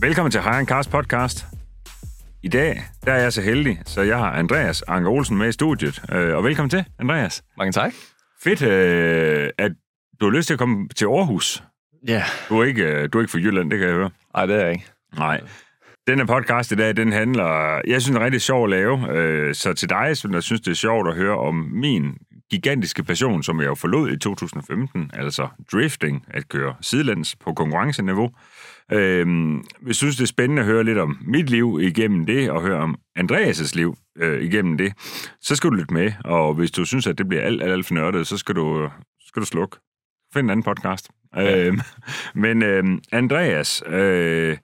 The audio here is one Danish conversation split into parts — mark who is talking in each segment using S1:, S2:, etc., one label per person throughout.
S1: Velkommen til Hejren Cars podcast. I dag der er jeg så heldig, så jeg har Andreas Anker Olsen med i studiet. Øh, Og velkommen til, Andreas.
S2: Mange tak.
S1: Fedt, øh, at du har lyst til at komme til Aarhus.
S2: Ja.
S1: Du er ikke, øh, du er ikke fra Jylland, det kan jeg høre.
S2: Nej, det er jeg ikke.
S1: Nej. Denne podcast i dag, den handler... Jeg synes, den er rigtig sjov at lave. Øh, Så til dig, som der synes, det er sjovt at høre om min gigantiske passion, som jeg jo forlod i 2015, altså drifting, at køre sidelands på konkurrenceniveau. Øhm, jeg synes, det er spændende at høre lidt om mit liv igennem det, og høre om Andreas' liv øh, igennem det. Så skal du lytte med, og hvis du synes, at det bliver alt, alt, alt for nørdet, så skal du, så skal du slukke. Find en anden podcast. Ja. Øhm, men øhm, Andreas, øh,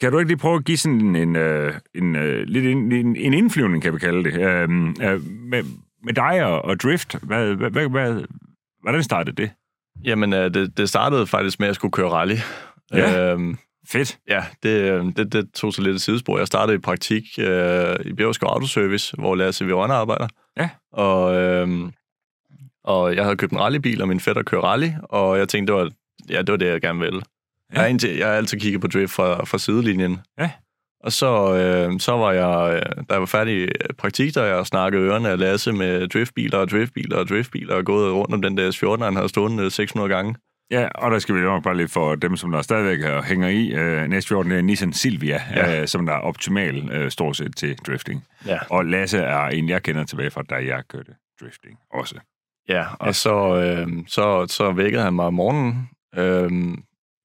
S1: kan du ikke lige prøve at give sådan en, øh, en, øh, lidt en, en, en indflyvning, kan vi kalde det, øh, øh, med, med dig og, og Drift? Hvad, hvad, hvad, hvad, hvordan startede det?
S2: Jamen, øh, det, det startede faktisk med, at jeg skulle køre rally.
S1: Ja.
S2: Øhm,
S1: Fedt.
S2: ja det, øh, det, det tog sig lidt et sidespor. Jeg startede i praktik øh, i Bjergskov Autoservice, hvor Lasse Verona arbejder.
S1: Ja.
S2: Og, øh, og jeg havde købt en rallybil, og min fætter kører rally, og jeg tænkte, det var, ja, det, var det, jeg gerne ville.
S1: Ja.
S2: Ja. Jeg, indtil, jeg har altid kigget på drift fra, fra sidelinjen.
S1: Ja.
S2: Og så, øh, så var jeg, øh, da jeg var færdig i praktik, der jeg snakkede ørerne af Lasse med driftbiler og driftbiler og driftbiler, og gået rundt om den der S14, han havde stående 600 gange.
S1: Ja, og der skal vi nok bare lige for dem, som der stadigvæk er- hænger i. Øh, næste år, den er Nissan Silvia, ja.
S2: Ja.
S1: øh, som der er optimal øh, stort set til drifting.
S2: Ja.
S1: Og Lasse er en, jeg kender tilbage fra, da jeg kørte drifting også.
S2: Ja, og
S1: Ja.
S2: ja. Så, øh, så, så vækkede han mig om morgenen, øh,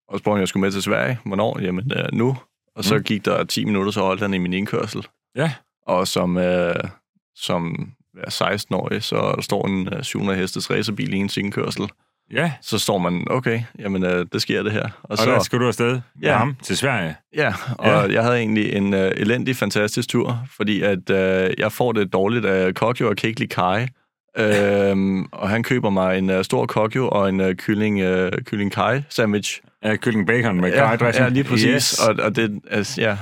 S2: og spurgte, om jeg skulle med til Sverige. Hvornår? Jamen, øh, nu. Og så
S1: Mm.
S2: mm. gik der 10 minutter, så holdt han i min indkørsel.
S1: Ja.
S2: Og som, øh, som ja, 16-årig, så der står en øh, 700 hestes racerbil i ens indkørsel.
S1: Ja,
S2: Så står man, okay, jamen, øh, det sker det her.
S1: og,
S2: Og,
S1: og der
S2: så,
S1: skal du afsted med
S2: Ja.
S1: ham til Sverige.
S2: ja, og
S1: Ja.
S2: ja. jeg havde egentlig en øh, elendig, fantastisk tur, fordi at øh, jeg får det dårligt af Kokyo og Kikli Kai. øhm, og han køber mig en øh, stor kokjo og en øh, kylling, øh, kylling kai sandwich.
S1: Ja, kylling bacon med
S2: Ja,
S1: karrydressing.
S2: ja, lige præcis.
S1: Yes.
S2: Yes. Og, og det, altså, ja.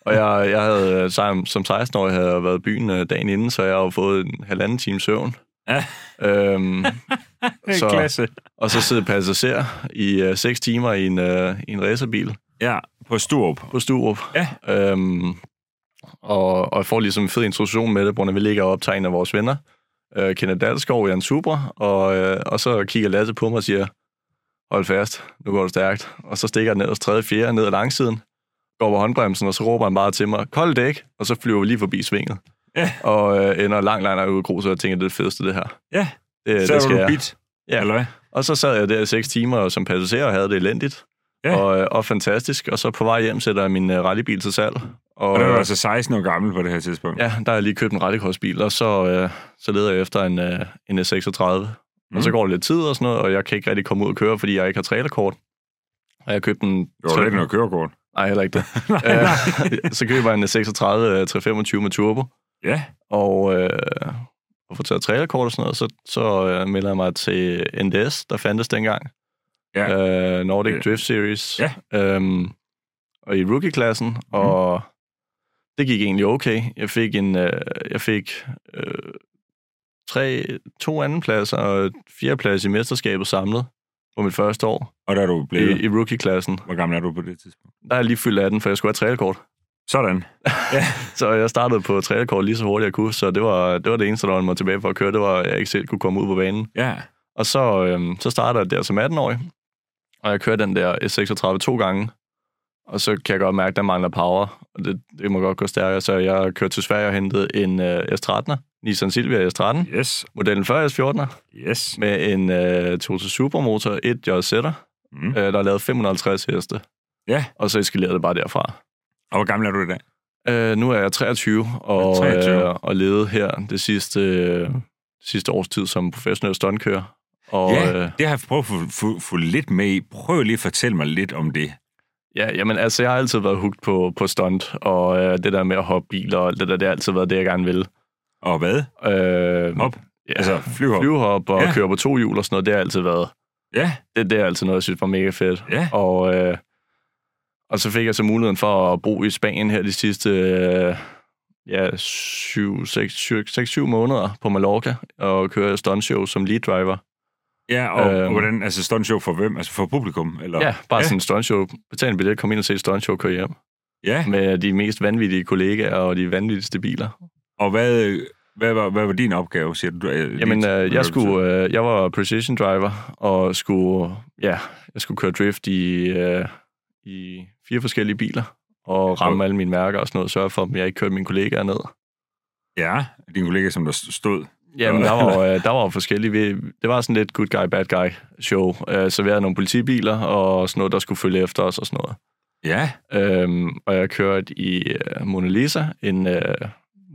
S2: Og jeg, jeg havde, øh, som, som 16-årig havde jeg været i byen øh, dagen inden, så jeg har jo fået en halvanden time søvn.
S1: Ja.
S2: Øhm,
S1: så...
S2: så-
S1: Klasse.
S2: og så sidde passager i øh, 6 timer i en, øh, i en racerbil
S1: Ja, på Sturup.
S2: på Sturup.
S1: Ja.
S2: Øhm, og, og jeg får ligesom en fed introduktion med det, hvor vi ligger og optager en af vores venner, øh, Kenneth Dalsgaard, Jan Super, og, øh, og så kigger Lasse på mig og siger, hold fast, nu går det stærkt. Og så stikker den ellers tredje, fjerde ned ad langsiden, går over håndbremsen, og så råber han bare til mig, kold dæk, og så flyver vi lige forbi svinget.
S1: Ja.
S2: Og øh, ender langt, langt, langt ud i grus, og jeg tænker, det er det fedeste, det her.
S1: Ja. så
S2: det, Øh, det
S1: er
S2: skal
S1: du
S2: jeg.
S1: bit,
S2: Ja.
S1: eller hvad?
S2: Og så sad jeg der i seks timer og som passager og havde det elendigt.
S1: Ja.
S2: Ja. Og, øh, og fantastisk. Og så på vej hjem sætter jeg min øh, rallybil til salg.
S1: Og der var du altså 16 år gammel på det her tidspunkt.
S2: øh, Ja, der har jeg lige købt en rallycrossbil, og så, øh, så leder jeg efter en, øh, en S36. Mm. Og så går det lidt tid og sådan noget, og jeg kan ikke rigtig komme ud og køre, fordi jeg ikke har trailerkort. Og jeg købte en...
S1: Det var da ikke noget kørekort.
S2: Nej, heller ikke det. Øh, så køber jeg en 36 øh, 325 med turbo,
S1: Ja,
S2: og, øh, og får taget trailerkort og sådan noget, så, så øh, melder jeg mig til NDS, der fandtes dengang.
S1: Ja.
S2: Øh, Nordic
S1: Øh,
S2: Drift Series.
S1: ja. Mhm.
S2: Øhm, og i rookie-klassen, mm. og det gik egentlig okay. Jeg fik en, øh, jeg fik øh, tre, to andenpladser og fjerde plads i mesterskabet samlet på mit første år
S1: og der er du blevet...
S2: Øh, i, i rookie-klassen.
S1: Hvor gammel er du på det tidspunkt?
S2: Der er jeg lige fyldt 18, for jeg skulle have trailerkort.
S1: Sådan.
S2: Så jeg startede på trailerkort lige så hurtigt jeg kunne, så det var det, var det eneste, der holdt mig tilbage for at køre. Det var, at jeg ikke selv kunne komme ud på banen.
S1: Ja.
S2: Og så, øhm, så starter jeg der som 18-årig, og jeg kører den der S36 to gange. Og så kan jeg godt mærke, at der mangler power, og det, det må godt gå stærkere. Så jeg kørte til Sverige og hentede en øh, S13'er, Nissan Silvia S13,
S1: Yes.
S2: modellen før S14'er,
S1: Yes.
S2: med en øh, Toyota Supermotor 1 JZ'er,
S1: Mm.
S2: øh, der lavede 550 heste.
S1: Ja.
S2: Og så eskalerede det bare derfra.
S1: Og hvor gammel er du i dag?
S2: Øh, nu er jeg 23 og,
S1: 23.
S2: 23. Øh, og levede her det sidste, øh, sidste års tid som professionel stuntkører. Og,
S1: ja,
S2: øh,
S1: det har jeg prøvet at få, få, få lidt med i. Prøv lige at fortælle mig lidt om det.
S2: ja, jamen, altså, jeg har altid været hooked på, på stunt, og øh, det der med at hoppe biler, og alt det der, det har altid været det, jeg gerne vil.
S1: Og hvad?
S2: Øh,
S1: Hop?
S2: Ja,
S1: Altså,
S2: altså,
S1: flyver?
S2: flyvehop og
S1: Ja.
S2: ja. køre på to hjul og sådan noget, det har altid været.
S1: Ja,
S2: Det, det er altid noget, jeg synes var mega fedt.
S1: ja.
S2: Og, øh, og så fik jeg så muligheden for at bo i Spanien her de sidste øh, ja, 6-7 måneder på Mallorca og køre stuntshow som lead driver.
S1: Ja, og, øh, og
S2: øhm.
S1: hvordan, altså stuntshow for hvem? Altså for publikum? Eller?
S2: Ja,
S1: Ja.
S2: bare ja. sådan en stuntshow. Betal en billet, kom ind og se et stuntshow, køre hjem.
S1: Ja,
S2: med de mest vanvittige kollegaer og de vanvittigste biler.
S1: og hvad, øh, hvad, var, hvad var din opgave, siger du? Øh,
S2: Jamen,
S1: dit-
S2: øh,
S1: hvad
S2: jeg,
S1: du siger?
S2: skulle, øh, jeg var precision driver, og skulle, ja, jeg skulle køre drift i, øh, i fire forskellige biler, og ramme alle mine mærker og sådan noget, sørge for, at jeg ikke kørte mine kollegaer ned.
S1: Ja, din kollega, som der stod.
S2: Jamen, der var, jo, øh, der var jo forskellige. Vi- Det var sådan lidt good guy, bad guy show. Øh, Så vi havde nogle politibiler og sådan noget, der skulle følge efter os og sådan noget.
S1: Ja,
S2: Øhm, og jeg kørte i øh, Mona Lisa, en øh,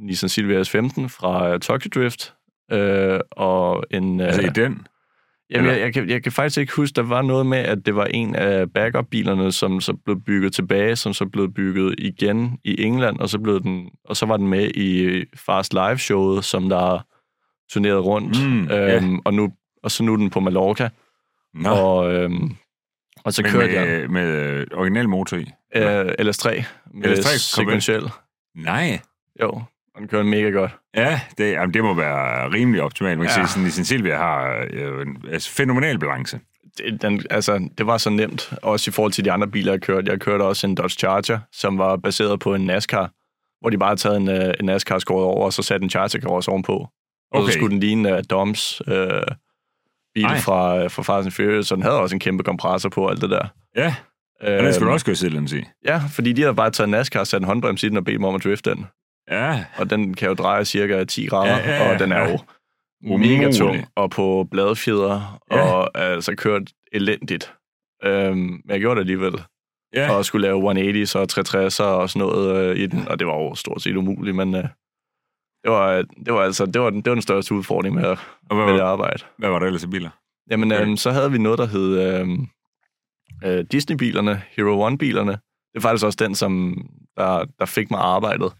S2: Nissan Silvia S15 fra øh, Tokyo Drift. Øh, og en, øh,
S1: altså i den.
S2: jamen, jeg,
S1: eller-
S2: jeg, kan, jeg kan faktisk ikke huske, der var noget med, at det var en af backup-bilerne, som så blev bygget tilbage, som så blev bygget igen i England, og så, blev den, og så var den med i Fast Live-showet, som der turnerede rundt.
S1: Mm, ja.
S2: øhm, og, nu, og så nu er den på Mallorca,
S1: Nå,
S2: og, øhm, og så
S1: men
S2: kørte jeg
S1: med, med øh, original motor i.
S2: øh, LS3 med
S1: LS3
S2: LS3,
S1: kom ind.
S2: sekventiel.
S1: Nej.
S2: Jo, og den kører mega godt.
S1: Ja, det, jamen, det må være rimelig optimalt. Man kan
S2: Ja.
S1: ja. sige, sådan, Nissan Silvia har øh, en altså, fænomenal balance.
S2: Det, den, altså, det var så nemt, også i forhold til de andre biler, jeg kørte. Jeg kørte også en Dodge Charger, som var baseret på en NASCAR, hvor de bare havde taget en, øh, en NASCAR skåret over, og så sat en charger også ovenpå. Og
S1: Okay.
S2: så skulle den ligne uh, Doms øh, bil
S1: Ej.
S2: fra, øh, fra Fast and Furious, så den havde også en kæmpe kompressor på og alt det der. Øhm,
S1: Ja, og den skal du også køre sidelæns i.
S2: Ja, fordi de havde bare taget en NASCAR, sat en håndbremse i den og bedt mig om at drifte den.
S1: Ja,
S2: og den kan jo dreje cirka 10 grader, ja, ja, ja, og den er jo ja.
S1: Umulig.
S2: mega tung, og på bladfjeder, ja.
S1: Ja.
S2: og er altså kørt elendigt. Øhm, men jeg gjorde det alligevel, ja.
S1: ja.
S2: og skulle lave 180 og 360 og sådan noget øh, i den, og det var jo stort set umuligt, men øh, det, var, det var altså det var den, det var den største udfordring med, at-
S1: og
S2: med
S1: hvad,
S2: det
S1: var,
S2: arbejde.
S1: hvad var der ellers af biler?
S2: Jamen,
S1: Okay.
S2: øhm, så havde vi noget, der hed øhm, øh, Disney-bilerne, Hero One-bilerne. Det er faktisk også den, som der, der fik mig arbejdet.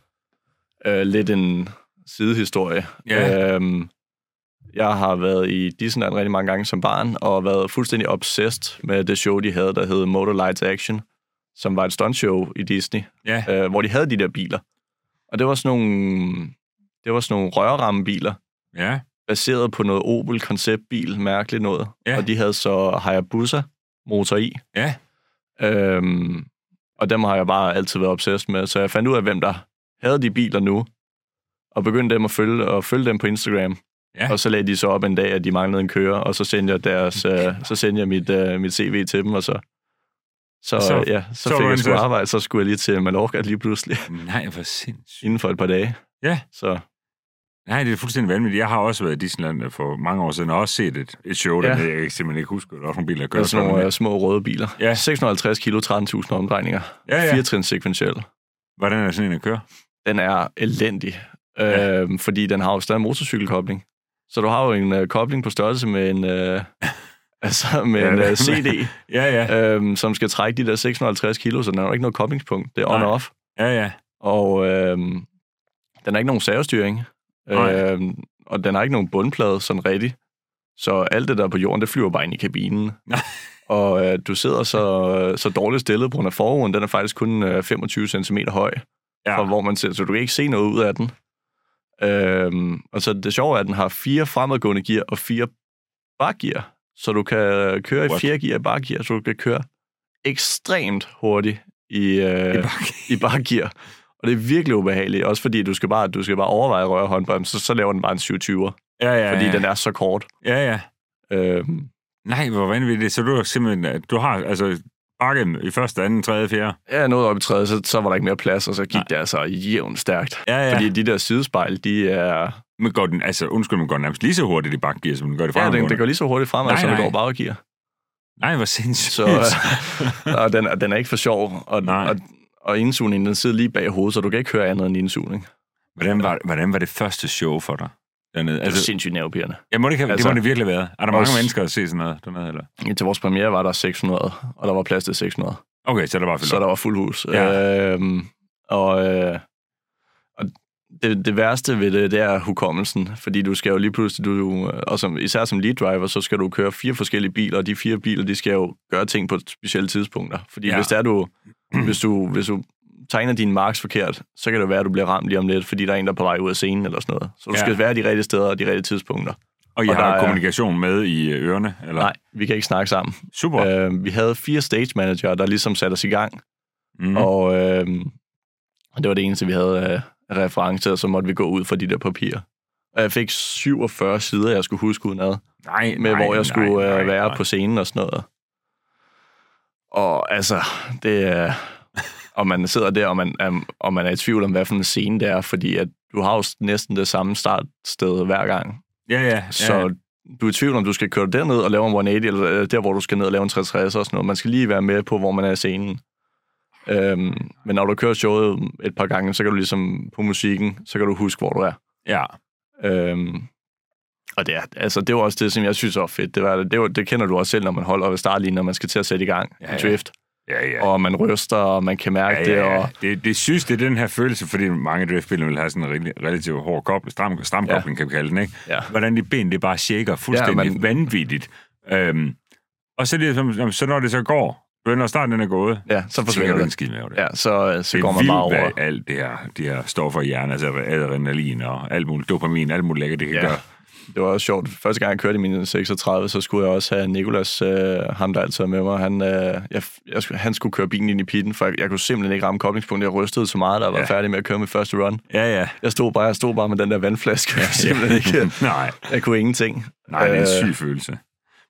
S2: Øh, lidt en sidehistorie.
S1: Ja.
S2: Øhm, jeg har været i Disneyland rigtig mange gange som barn, og været fuldstændig obsessed med det show, de havde, der hed Motor Lights Action, som var et stuntshow i Disney,
S1: Ja,
S2: øh, hvor de havde de der biler. Og det var sådan nogle, det var sådan nogle rørrammebiler,
S1: ja,
S2: baseret på noget Opel-konceptbil, mærkeligt noget.
S1: Ja.
S2: Og de havde så Hayabusa motor i.
S1: Ja.
S2: Øhm, og dem har jeg bare altid været obsessed med, så jeg fandt ud af, hvem der havde de biler nu, og begyndte dem at følge, og følge dem på Instagram.
S1: Ja.
S2: Og så lagde de så op en dag, at de manglede en kører, og så sendte jeg, deres, øh, så sendte jeg mit, øh, mit CV til dem, og så, så,
S1: Så-
S2: så, ja, så,
S1: så
S2: så fik
S1: var
S2: jeg
S1: det
S2: sgu
S1: så-
S2: arbejde, så skulle jeg lige til Mallorca lige pludselig,
S1: nej, hvor sindssygt.
S2: inden for et par dage.
S1: Ja.
S2: Så
S1: Nej, det er fuldstændig vanvittigt. Jeg har også været i Disneyland øh, for mange år siden, og også set et, et show, der
S2: Ja.
S1: ja. jeg kan simpelthen ikke husker, der var nogle biler, der
S2: det er
S1: kørte.
S2: sådan
S1: sådan
S2: nogle øh,
S1: lidt.
S2: små røde biler.
S1: Ja.
S2: 650 kilo, 13.000 omdrejninger.
S1: ja, ja.
S2: Fire trins sekventiel.
S1: Hvordan er sådan en at køre?
S2: Den er elendig,
S1: Ja.
S2: øh, fordi den har jo stadig motorcykelkobling. Så du har jo en øh, kobling på størrelse med en, øh, altså med
S1: Ja,
S2: en øh,
S1: det-
S2: CD,
S1: Ja, ja,
S2: øh, som skal trække de der 650 kilo, så den har jo ikke noget koblingspunkt. Det er
S1: Nej.
S2: on-off.
S1: ja, ja.
S2: Og øh, den har ikke nogen servostyring.
S1: Nej.
S2: Øh, og den har ikke nogen bundplade, sådan rigtigt. Så alt det der er på jorden, det flyver bare ind i kabinen.
S1: Nej.
S2: Og øh, du sidder så, så dårligt stillet på grund af forruden. Den er faktisk kun øh, 25 cm høj,
S1: Ja.
S2: fra hvor man ser, så du kan ikke se noget ud af den. Øhm, og så det sjove er, at den har fire fremadgående gear og fire bakgear. Så du kan øh, køre i
S1: What?
S2: fjerde gear og bakgear, så du kan køre ekstremt hurtigt i, øh,
S1: I bakke.
S2: i bare gear. Og det er virkelig ubehageligt, også fordi du skal bare, du skal bare overveje at røre håndbremsen, så, så laver den bare en 27'er,
S1: Ja, ja,
S2: ja, fordi
S1: ja.
S2: den er så kort.
S1: Ja, ja.
S2: Øhm,
S1: Nej, hvor vanvittigt. Så du har simpelthen, du har altså bakke i første, anden, tredje, fjerde.
S2: jeg nåede op i træet, så, så var der ikke mere plads, og så gik Nej. det altså jævnt stærkt.
S1: Ja, ja.
S2: Ja.
S1: Fordi...
S2: Fordi de der sidespejl, de er...
S1: Men går den, altså undskyld, men går den nærmest lige så hurtigt i bakgear, som den gør det
S2: Ja, den,
S1: fremadgående?
S2: den går lige så hurtigt fremad,
S1: Nej,
S2: som det
S1: nej.
S2: går bare gear.
S1: Nej, hvor sindssygt.
S2: Så, øh, og den, er- den er ikke for sjov. Og,
S1: Nej.
S2: og, og indsugningen, den sidder lige bag hovedet, så du kan ikke køre andet end indsugning. Det
S1: hvordan, var, hvordan var det første show for dig? Dernede?
S2: er
S1: Altså,
S2: sindssygt nervepirrende.
S1: jeg må det, ikke, altså, det må det
S2: altså-
S1: virkelig være. Er der mange
S2: Også-
S1: mennesker, der ser sådan noget dernede? Eller?
S2: Til vores premiere var der 600, og der var plads til 600.
S1: Okay, så er der bare fyldt
S2: Så
S1: op.
S2: der var fuld hus.
S1: Ja.
S2: Øhm, og øh, og det, det værste ved det, det er hukommelsen. Fordi du skal jo lige pludselig, du- du, øh, og som, især som lead driver, så skal du køre fire forskellige biler, og de fire biler, de skal jo gøre ting på specielle tidspunkter. Fordi
S1: Ja. Mm.
S2: ja. hvis, det er, du, hvis, du, hvis du tegner din marks forkert, så kan det være, at du bliver ramt lige om lidt, fordi der er en, der er på vej ud af scenen eller sådan noget. Så du
S1: Ja.
S2: ja. skal være de rigtige steder og de rigtige tidspunkter.
S1: Og I
S2: Og
S1: har
S2: der er-
S1: kommunikation med i øh, ørerne? Eller?
S2: Nej, vi kan ikke snakke sammen. Øhm,
S1: Super.
S2: Øh, vi havde fire stage manager, der ligesom satte os i gang,
S1: mm.
S2: Mm. Og, øh, Og det var det eneste, vi havde af referencer, og så måtte vi gå ud fra de der papirer. Og jeg fik 47 sider, jeg skulle huske udenad,
S1: Nej,
S2: med
S1: nej,
S2: hvor jeg skulle
S1: nej, nej,
S2: øh, være
S1: nej.
S2: på scenen og sådan noget. Og altså, det er... Og man sidder der, og man, er, og man er i tvivl om, hvad for en scene det er, fordi at du har jo næsten det samme startsted hver gang.
S1: Ja, ja. ja.
S2: Så du er i tvivl om, du skal køre derned og lave en 180, eller øh, der, hvor du skal ned og lave en 360 og sådan noget. Man skal lige være med på, hvor man er i scenen. Øhm, men når du kører showet et par gange, så kan du ligesom på musikken, så kan du huske, hvor du er.
S1: ja.
S2: Øhm, og det, er, altså, det var også det, som jeg synes var fedt. Det, var, det, var, det kender du også selv, når man holder ved startlinjen, når man skal til at sætte i gang
S1: Ja,
S2: ja,
S1: ja.
S2: ja. drift.
S1: Ja, ja.
S2: Og man ryster, og man kan mærke
S1: Ja, ja,
S2: det.
S1: ja.
S2: Og,
S1: Det, det synes, det er den her følelse, fordi mange driftbiler vil have sådan en rel- relativt hård kobling, stram, stram
S2: Ja.
S1: kobling, kan vi kalde den, ikke?
S2: ja.
S1: Hvordan de ben, det bare shaker fuldstændig ja,
S2: man-
S1: vanvittigt. Øhm, og så, er det, som- som, så når det så går, begynder starten den er gået,
S2: ja, så
S1: så kan
S2: forsvinder
S1: du ikke
S2: det.
S1: skide med over det.
S2: Ja, så, øh, så
S1: det
S2: går
S1: er
S2: man
S1: vildt,
S2: bare over.
S1: hvad alt det her, de her stoffer i hjernen, altså adrenalin og alt muligt, dopamin, alt muligt lækkert, det kan ja.
S2: Ja.
S1: gøre.
S2: det var også sjovt. Første gang jeg kørte i min 36, så skulle jeg også have Nikolas, øh, ham der altid er med mig, han, øh, jeg, jeg, skulle- han skulle køre bilen ind i pitten, for jeg, jeg kunne simpelthen ikke ramme koblingspunktet. Jeg rystede så meget, da jeg var
S1: Ja.
S2: ja. færdig med at køre mit første run.
S1: Ja, ja.
S2: Jeg stod bare, jeg stod bare med den der vandflaske. Ja, simpelthen ikke.
S1: Nej,
S2: Jeg kunne ingenting.
S1: nej, det er en
S2: Øh,
S1: syg følelse.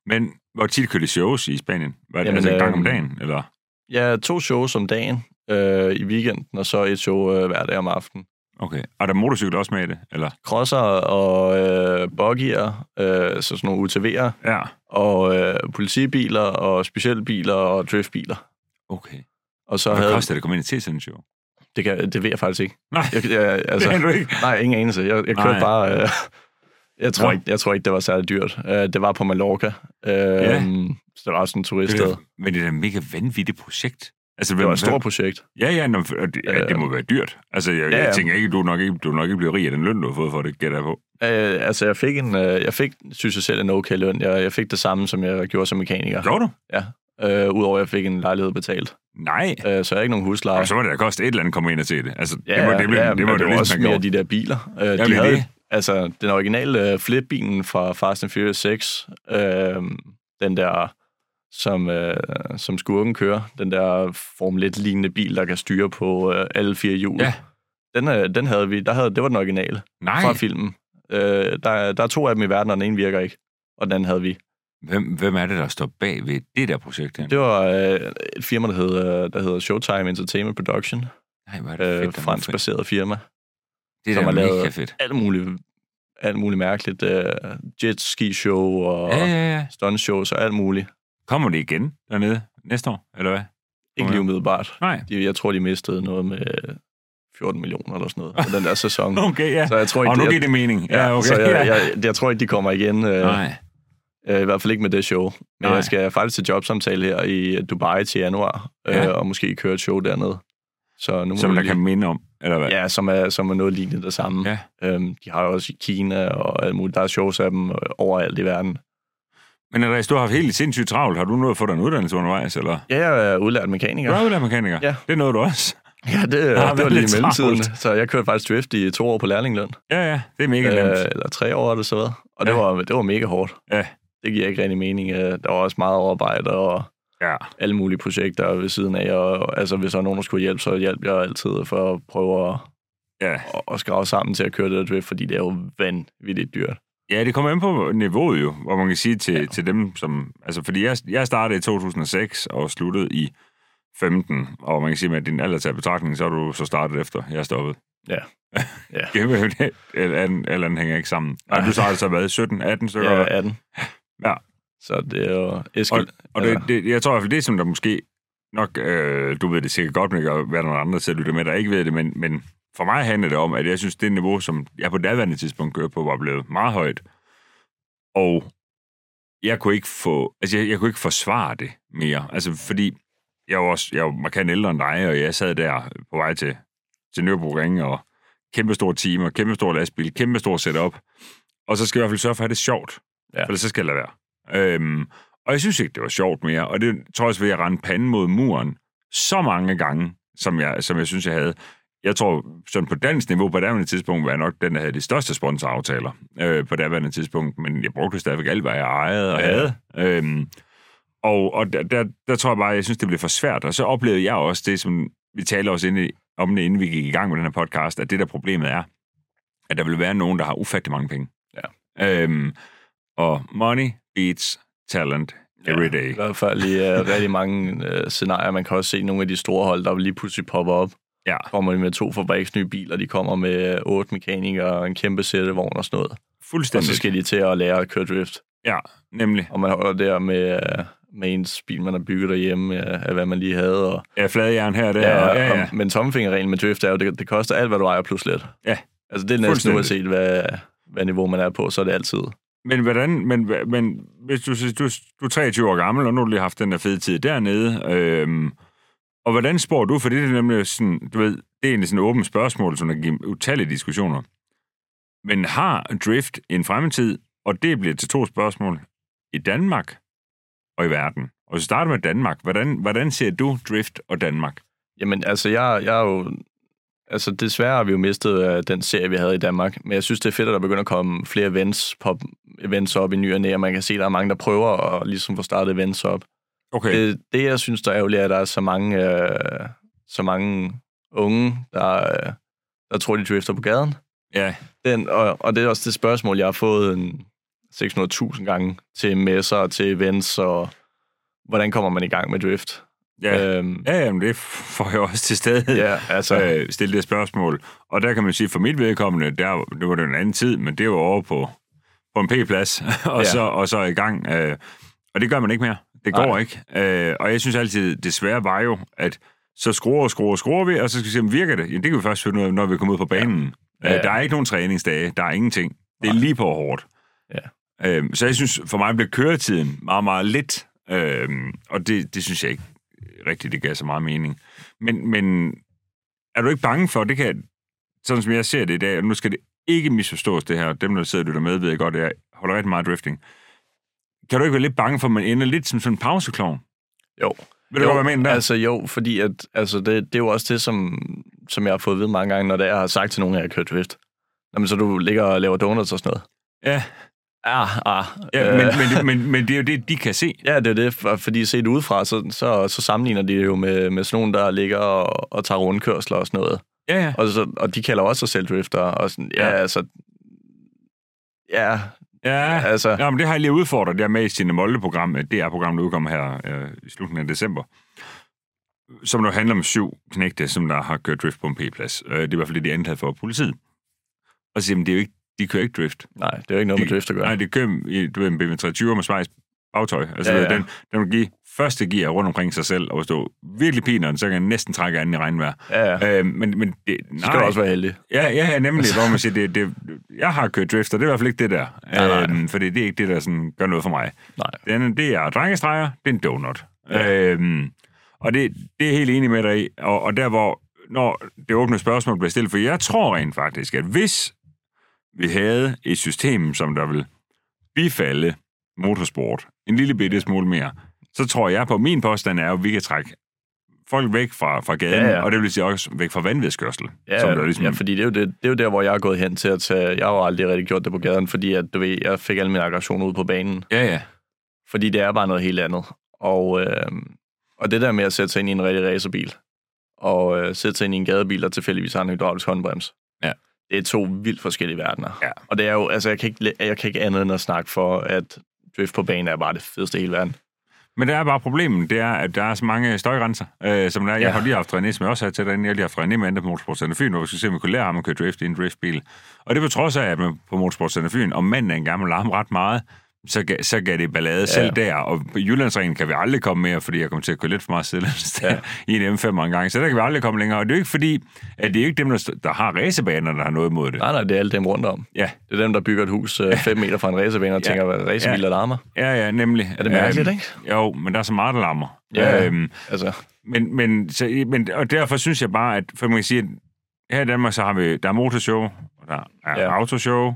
S1: Men hvor tit kørte I shows i Spanien? Var det
S2: Jamen,
S1: altså en gang om
S2: øhm,
S1: dagen, eller?
S2: Ja, to shows om dagen øh, i weekenden, og så et show øh, hver dag om aftenen.
S1: Okay. Er der motorcykel også med i det, eller?
S2: Crosser og øh, buggier, øh, så sådan nogle UTV'er,
S1: Ja.
S2: og øh, politibiler, og specialbiler, og driftbiler.
S1: Okay.
S2: Og så
S1: Hvad
S2: havde...
S1: koster det at komme ind til sådan en show?
S2: Det, kan, det ved jeg faktisk ikke.
S1: Nej,
S2: Jeg, jeg,
S1: altså,
S2: altså,
S1: det kan du ikke.
S2: nej, ingen anelse. Jeg, jeg kørte
S1: Nej.
S2: bare... Øh, jeg, tror
S1: Nå.
S2: ikke, jeg tror ikke, det var særlig dyrt. Øh, det var på Mallorca. Øh,
S1: Ja.
S2: Så det var også en
S1: Det
S2: turiststed.
S1: er, men det er da et mega vanvittigt projekt. Altså,
S2: Det var
S1: hvem-
S2: et stort projekt.
S1: Ja, ja, nå, for- og det, ja,
S2: Øh.
S1: det må være dyrt. Altså, jeg, ja,
S2: Ja,
S1: ja.
S2: ja.
S1: jeg tænker ikke, du er nok ikke, du er nok ikke blevet rig af den løn, du har fået for det, gætter jeg på.
S2: Øh, altså, jeg fik, en, øh, jeg fik, synes jeg selv, en okay løn. Jeg, jeg fik det samme, som jeg gjorde som mekaniker.
S1: Gjorde du?
S2: Øh, Udover, at jeg fik en lejlighed betalt.
S1: Nej.
S2: Øh, så jeg har ikke nogen husleje.
S1: Og så må det da koste et eller andet at komme ind og se det. Altså,
S2: Ja,
S1: det må det, blev,
S2: ja,
S1: det, må
S2: men
S1: det,
S2: det var også
S1: ligesom,
S2: mere
S1: mere de...
S2: de der biler. Øh,
S1: men
S2: de havde,
S1: det-
S2: Altså, den originale øh, flipbilen fra Fast and Furious 6, øh, den der, som, øh, som skurken kører, den der Formel 1-lignende bil, der kan styre på øh, alle fire hjul.
S1: Ja.
S2: Den, øh, den havde vi, der havde, det var den originale
S1: Nej,
S2: fra filmen. Øh, der, der er to af dem i verden, og den ene virker ikke. Og den anden havde vi.
S1: hvem, hvem er det, der står bag ved det der projekt her?
S2: Det var øh, et firma, der hedder, der hedder Showtime Entertainment Production.
S1: Nej, hvor er det
S2: Øh,
S1: fedt. Øh,
S2: fransk
S1: fedt.
S2: baseret firma.
S1: Det
S2: som
S1: er da
S2: har
S1: mega
S2: lavet-
S1: fedt.
S2: alt muligt, alt muligt mærkeligt. Øh, jet ski show og
S1: Ja,
S2: ja, ja.
S1: ja, ja.
S2: stunt shows og alt muligt.
S1: Kommer det igen dernede næste år, eller hvad?
S2: Ikke lige umiddelbart.
S1: Nej.
S2: De, jeg tror, de mistede noget med 14 millioner eller sådan noget på den der sæson.
S1: Okay, ja.
S2: Så jeg tror
S1: Og
S2: ikke,
S1: nu giver
S2: jeg,
S1: det mening.
S2: ja,
S1: Ja, okay.
S2: så jeg,
S1: ja.
S2: jeg, jeg tror ikke, de kommer igen. Øh,
S1: Nej.
S2: øh, I hvert fald ikke med det show. Men
S1: Nej.
S2: jeg skal faktisk til jobsamtale her i øh, Dubai til januar, øh,
S1: Ja.
S2: og måske køre et show dernede. Så nu må
S1: Som
S2: vi
S1: der
S2: lige-
S1: kan minde om, eller hvad?
S2: Ja, som er, som er noget lignende det samme.
S1: Ja.
S2: Øhm, de har jo også i Kina og alt muligt. Der er shows af dem øh, overalt i verden.
S1: Men Andreas, du har haft helt sindssygt travlt. Har du nået at få dig en uddannelse undervejs, eller?
S2: Ja, jeg er udlært mekaniker.
S1: Du er udlært mekaniker.
S2: Ja.
S1: Det nåede du også.
S2: Ja, det, det
S1: har
S2: var
S1: været
S2: lige
S1: lidt
S2: i mellemtiden.
S1: travlt.
S2: Så jeg kørte faktisk drift i to år på lærlingløn.
S1: Ja, ja. Det er mega nemt.
S2: Øh, eller tre år eller så hvad. Og det,
S1: Ja.
S2: var, det var mega hårdt.
S1: Ja.
S2: Det giver ikke rigtig mening. Øh, Der var også meget overarbejde og
S1: Ja.
S2: alle mulige projekter ved siden af. Og, altså, hvis der var nogen, der skulle hjælpe, så hjalp jeg altid for at prøve at,
S1: Ja.
S2: at, at skrave sammen til at køre det der drift, fordi det er jo vanvittigt dyrt.
S1: ja, det kommer an på niveauet jo, hvor man kan sige til, ja. til dem, som... Altså, fordi jeg, jeg startede i 2006 og sluttede i 15, og man kan sige, at med din alder tager i betragtning, så er du så startet efter, jeg stoppede.
S2: Ja. Ja.
S1: Kæmpe, det- eller andet, eller andet hænger ikke sammen. Og
S2: Nej.
S1: du startede så hvad, 17, 18 stykker?
S2: Jeg er 18.
S1: Ja.
S2: Så det er jo Eskild.
S1: Og det, det, jeg tror i hvert fald, det som der måske nok, øh, du ved det sikkert godt, men det kan være der er nogle andre, der lytter med, der ikke ved det, men, men for mig handler det om, at jeg synes, det niveau, som jeg på daværende tidspunkt kørte på, var blevet meget højt. Og jeg kunne ikke få, altså jeg, jeg kunne ikke forsvare det mere. Altså fordi, jeg var også, jeg var markant ældre end dig, og jeg sad der på vej til, til Nørrebro og kæmpe store timer, kæmpe store lastbil, kæmpe store setup. Og så skal jeg i hvert fald sørge for at have det sjovt. Ja.
S2: Ja.
S1: For ellers så skal jeg lade være. Øhm, og jeg synes ikke, det var sjovt mere. Og det tror jeg også, ved at rende panden mod muren så mange gange, som jeg, som jeg synes, jeg havde. Jeg tror, sådan på dansk niveau på daværende tidspunkt, var jeg nok den, der havde de største sponsoraftaler øh, på daværende tidspunkt. Men jeg brugte stadigvæk alt, hvad jeg ejede og
S2: Ja.
S1: havde. Øhm, og og der, der, der tror jeg bare, jeg synes, det blev for svært. Og så oplevede jeg også det, som vi talte også inde, i- om det, inden vi gik i gang med den her podcast, at det der problemet er, at der vil være nogen, der har ufattelig mange penge. Ja. Øhm, og money beats talent every day.
S2: I hvert fald i uh, rigtig mange uh, scenarier. Man kan også se nogle af de store hold, der lige pludselig popper op.
S1: Ja.
S2: Kommer de med to fabriksnye biler, de kommer med øh, otte mekanikere og en kæmpe sættevogn og sådan noget. Og så
S1: Fuldstændig.
S2: skal de til at lære at køre drift.
S1: Ja, nemlig.
S2: Og man holder der med, øh, med ens bil, man har bygget derhjemme, øh, af hvad man lige havde. Og,
S1: Ja, fladjern her og der. Ja, ja, ja.
S2: Og, men tommefingerreglen med drift er jo, det, det koster alt, hvad du ejer plus lidt.
S1: Ja.
S2: Altså det er næsten
S1: Fuldstændig.
S2: uanset, hvad, hvad niveau man er på, så er det altid.
S1: Men hvordan, men, hva- men hvis du, du, du er 23 år gammel, og nu har du lige haft den der fede tid dernede, øhm, og hvordan spår du, for det er nemlig sådan, du ved, det er egentlig sådan et åbent spørgsmål, som der giver utallige diskussioner. Men har drift en fremtid, og det bliver til to spørgsmål, i Danmark og i verden? Og så starter med Danmark. Hvordan, hvordan ser du drift og Danmark?
S2: Jamen, altså, jeg, jeg er jo... Altså, desværre har vi jo mistet øh, den serie, vi havde i Danmark. Men jeg synes, det er fedt, at der begynder at komme flere events, pop events op i ny og næ, og man kan se, at der er mange, der prøver at ligesom få startet events op. Øh,
S1: Okay. Det,
S2: Det, det jeg synes, der er ærgerligt, er, at der er så mange, øh, så mange unge, der, øh, der tror, de drifter på gaden.
S1: ja,
S2: Den, og, og det er også det spørgsmål, jeg har fået øh, en 600.000 gange til messer og til events, og hvordan kommer man i gang med drift?
S1: ja. Øh.
S2: øhm,
S1: ja jamen, det får jeg også til stede.
S2: ja altså...
S1: øh, stille det spørgsmål. Og der kan man sige, for mit vedkommende, der, det var det en anden tid, men det var over på, på en p-plads, og,
S2: Ja.
S1: ja. så, og så i gang. Øh, og det gør man ikke mere. Det
S2: Nej.
S1: går ikke. Øh, og jeg synes altid, det svære var jo, at så skruer og skruer og skruer vi, og så skal vi se, om virker det. Jamen, det kan vi først finde ud af, når vi kommer ud på banen.
S2: Ja.
S1: Ja. Øh, der er ikke nogen træningsdage, der er ingenting. Det er lige på hårdt.
S2: Ja.
S1: Øh, så jeg synes, for mig bliver køretiden meget, meget lidt, øh, og det, det synes jeg ikke rigtigt, det gav så meget mening. Men, men er du ikke bange for, det kan, sådan som jeg ser det i dag, og nu skal det ikke misforstås det her, dem der sidder og lytter med, ved jeg godt, jeg holder rigtig meget af drifting. Kan du ikke være lidt bange for, at man ender lidt som sådan en pauseklovn?
S2: Jo.
S1: Ved du
S2: jo,
S1: godt, hvad jeg mener der?
S2: Altså jo, fordi at, altså, det, det er jo også det, som, som jeg har fået at vide mange gange, når det er, jeg har sagt til nogen, at jeg har kørt drift. Jamen, så du ligger og laver donuts og sådan noget.
S1: Ja,
S2: Ah, ah.
S1: ja
S2: øh,
S1: men, men, men, men, det er jo det, de kan se.
S2: ja, det er det, for- fordi set udefra, så, så, så sammenligner de det jo med, med sådan nogen, der ligger og, og tager rundkørsler og sådan noget.
S1: Ja, ja.
S2: Og, så, og de kalder også sig selv drifter, og sådan, ja, ja.
S1: Ja.
S2: altså, ja,
S1: ja.
S2: altså,
S1: Ja, men det har jeg lige udfordret der med i sine Molde-program, Øh, det er program, der udkommer her øh, i slutningen af december, som der handler om syv knægte, som der har kørt drift på en P-plads. Øh, det er i hvert fald det, de anklagede for politiet. Og så siger, men det er jo ikke, de kører ikke drift.
S2: nej, det er jo ikke noget med drift at gøre.
S1: Nej, det kører i, du ved, en BMW 320 med svejs bagtøj. Altså,
S2: Ja,
S1: ja,
S2: ja.
S1: ja. Den, den vil give første gear rundt omkring sig selv, og hvis du virkelig piner den, så kan den næsten trække anden i regnvejr.
S2: Ja, ja.
S1: Øh, men, men det, nej.
S2: Så skal du også være heldig.
S1: Ja, ja, ja nemlig, hvor man siger, det, det, jeg har kørt drift, og det er i hvert fald ikke det der.
S2: nej.
S1: Øhm, fordi det er ikke det, der sådan, gør noget for mig.
S2: Nej.
S1: Den, det er drengestreger, det er en donut.
S2: Ja.
S1: Ja. Øhm, og det, det er jeg helt enig med dig i. Og, og der, hvor når det åbne spørgsmål bliver stillet, for jeg tror rent faktisk, at hvis vi havde et system, som der vil bifalde motorsport en lille bitte smule mere, så tror jeg på, min påstand er, jo, at vi kan trække folk væk fra, fra gaden,
S2: Ja, ja.
S1: og det vil sige også væk fra vanvidskørsel.
S2: Ja,
S1: som der ligesom,
S2: ja, fordi det er, jo det, det er jo der, hvor jeg er gået hen til at tage... Jeg har jo aldrig rigtig gjort det på gaden, fordi at, du ved, jeg fik al min aggression ud på banen.
S1: ja, ja.
S2: Fordi det er bare noget helt andet. Og, øh, og det der med at sætte sig ind i en rigtig racerbil, og øh, sætte sig ind i en gadebil, der tilfældigvis har en hydraulisk håndbrems.
S1: Ja.
S2: Det er to vildt forskellige verdener.
S1: Ja.
S2: Og det er jo, altså, jeg kan, ikke, jeg kan ikke andet end at snakke for, at drift på banen er bare det fedeste i hele verden.
S1: Men der er bare problemet, det er, at der er så mange støjgrænser, øh, som der er. Jeg
S2: Ja.
S1: har lige haft René, som jeg også har til derinde. Jeg har lige haft René med andre på Motorsportcenter Fyn, hvor vi skulle se, om vi kunne lære ham at køre drift i en driftbil. Og det på trods af, at man på Motorsportcenter Fyn, om manden er en gammel larm ret meget, så gav, så gav det ballade ja. selv der. Og på Jyllandsringen kan vi aldrig komme mere, fordi jeg kommer til at køre lidt for meget sidelands ja. i en M5 en gang. Så der kan vi aldrig komme længere. Og det er jo ikke fordi, at det er jo ikke dem, der, st- der har racebaner, der har noget imod det.
S2: Nej, nej, det er alle dem rundt om.
S1: Ja,
S2: Det er dem, der bygger et hus 5 meter fra en racerbane og
S1: Ja.
S2: tænker, hvad racerbiler larmer.
S1: ja, ja nemlig.
S2: Er det mærkeligt,
S1: Øhm,
S2: ikke?
S1: Jo, men der er så meget, Øhm, der lammer.
S2: Ja. Altså,
S1: Men, men, så, men, og derfor synes jeg bare, at for man kan sige, at her i Danmark, så har vi, der er motorshow, og der er
S2: Ja.
S1: ja. autoshow,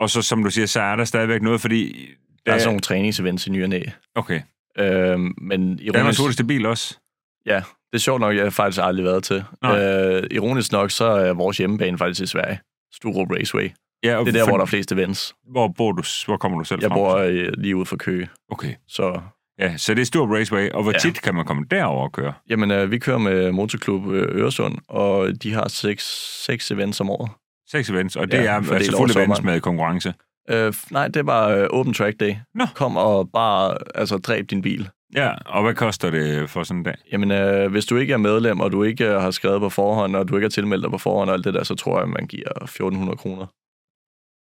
S1: og så, som du siger, så er der stadigvæk noget, fordi...
S2: Der er sådan nogle træningsevents i ny og næ.
S1: Okay.
S2: Øhm, men
S1: Danmarks
S2: ironisk,
S1: hurtigste bil også.
S2: ja, det er sjovt nok, jeg har faktisk aldrig været til.
S1: Nej.
S2: Øh, ironisk nok, så er vores hjemmebane faktisk i Sverige. Sturup Raceway. Det
S1: Ja, og
S2: er der,
S1: for,
S2: hvor der er flest events.
S1: hvor, bor du, s- hvor kommer du selv
S2: Jeg
S1: fra?
S2: bor øh, lige ude for Køge,
S1: Okay.
S2: så
S1: Ja, så det er stor raceway, og hvor
S2: Ja.
S1: ja. tit kan man komme derover og køre?
S2: Jamen, øh, vi kører med Motorklub øh, Øresund, og de har seks, seks events om året.
S1: Seks events, og det
S2: Ja,
S1: ja, er
S2: fordelt
S1: altså
S2: over
S1: fuld events
S2: sommeren.
S1: med konkurrence.
S2: Øh, f- nej, det er bare øh, Open Track Day.
S1: Nå.
S2: Kom og bare altså, dræb din bil.
S1: Ja, og hvad koster det for sådan en dag?
S2: Jamen, øh, hvis du ikke er medlem, og du ikke øh, har skrevet på forhånd, og du ikke har tilmeldt dig på forhånd og alt det der, så tror jeg, man giver 1.400 kroner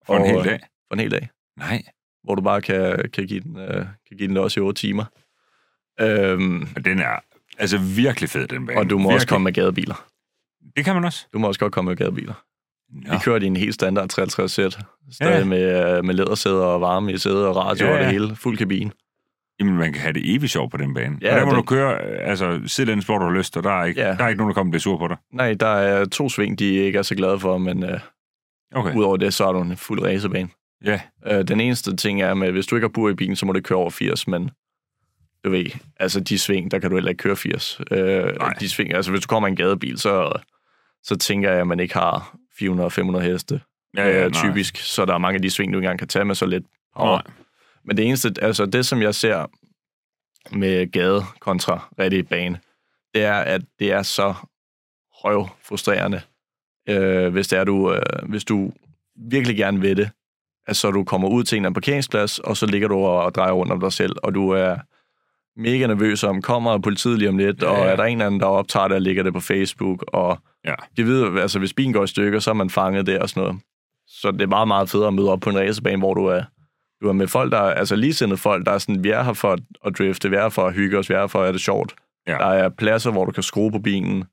S1: For og,
S2: Og,
S1: en hel
S2: øh,
S1: dag?
S2: for en hel dag,
S1: Nej,
S2: hvor du bare kan, kan, give, den, øh, kan give den også i 8 timer. Øhm,
S1: og den er altså virkelig fed, den bane.
S2: og du må
S1: virkelig.
S2: også komme med gadebiler.
S1: Det kan man også.
S2: Du må også godt komme med gadebiler.
S1: Nå.
S2: Ja. Vi kørte i en helt standard 53 sæt. Stadig
S1: Ja.
S2: ja. med, øh, med lædersæder og varme i sæder og radio ja,
S1: Ja,
S2: og det
S1: ja.
S2: hele. Fuld kabine.
S1: Jamen, man kan have det evigt sjovt på den bane.
S2: Ja,
S1: Ja, og der må
S2: det-
S1: det... du køre, øh, altså, sidde den sport, du har lyst, og der er ikke,
S2: Ja.
S1: ja. der er ikke nogen, der kommer og bliver sur på dig.
S2: Nej, der er to sving, de ikke er så glade for, men øh,
S1: Okay.
S2: udover det, så er du en fuld racerbane.
S1: Ja.
S2: Øh, den eneste ting er, at hvis du ikke har bur i bilen, så må du ikke køre over 80, men du ved, altså de sving, der kan du heller ikke køre 80. Øh,
S1: Nej.
S2: de sving, altså hvis du kommer i en gadebil, så, så tænker jeg, at man ikke har 400-500 heste ja, ja,
S1: nej.
S2: typisk, så der er mange af de sving, du ikke engang kan tage med så lidt power.
S1: Nej.
S2: Men det eneste, altså det som jeg ser med gade kontra rigtig bane, det er, at det er så røv frustrerende, øh, hvis, det er, du, øh, hvis du virkelig gerne vil det, at så du kommer ud til en eller anden parkeringsplads, og så ligger du og drejer rundt om dig selv, og du er mega nervøs om, kommer politiet lige om lidt,
S1: Ja,
S2: ja, ja. og
S1: ja.
S2: er der en eller anden, der optager det og ligger det på Facebook, og
S1: Ja.
S2: de ved, altså hvis bilen går i stykker, så er man fanget der og sådan noget. Så det er meget, meget federe at møde op på en racerbane, hvor du er, du er med folk, der er, altså ligesindede folk, der er sådan, vi er her for at- at drifte, vi er her for at hygge os, vi er her for at have det sjovt.
S1: Ja.
S2: Der er pladser, hvor du kan skrue på bilen.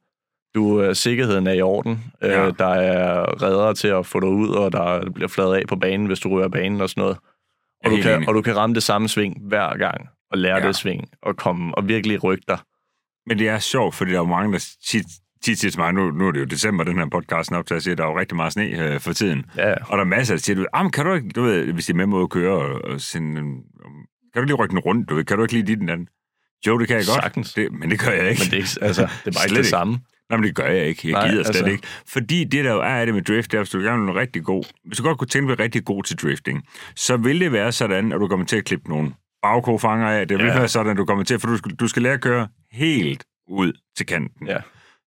S2: Du, øh, sikkerheden er i orden.
S1: Ja.
S2: Øh, der er redere til at få dig ud, og der bliver fladet af på banen, hvis du rører banen og sådan noget.
S1: Jeg er
S2: Og, du
S1: helt
S2: kan,
S1: enig.
S2: og du kan ramme det samme sving hver gang, og lære
S1: Ja.
S2: det sving, og komme og virkelig rykke dig.
S1: Men det er sjovt, fordi der er jo mange, der tit, tit siger til mig, nu, nu er det jo december, den her podcast er optaget, siger, der er jo rigtig meget sne øh, for tiden.
S2: Ja,
S1: Og der er masser, der siger, du, ved, "Ah, men kan du ikke, du ved, hvis de er med mod at køre, og, og sende, en- kan du lige rykke den rundt, du ved, kan du ikke lige dit den anden? Jo, det kan jeg godt.
S2: Sagtens.
S1: Det, men det gør jeg ikke.
S2: men det er, ikke- altså, det er bare ikke
S1: Slet
S2: det
S1: ikke.
S2: samme.
S1: Nej, men det gør jeg ikke. Jeg
S2: Nej,
S1: Nej, gider altså...
S2: altså-
S1: slet ikke. Fordi det, der jo er af det med drift, det er, hvis du gerne vil være rigtig god, hvis du godt kunne tænke dig at være rigtig god til drifting, så vil det være sådan, at du kommer til at klippe nogle bagkofanger af. Det vil
S2: Ja.
S1: ja. være sådan, at du kommer til, for du skal, du skal lære at køre helt ud til kanten.
S2: Ja.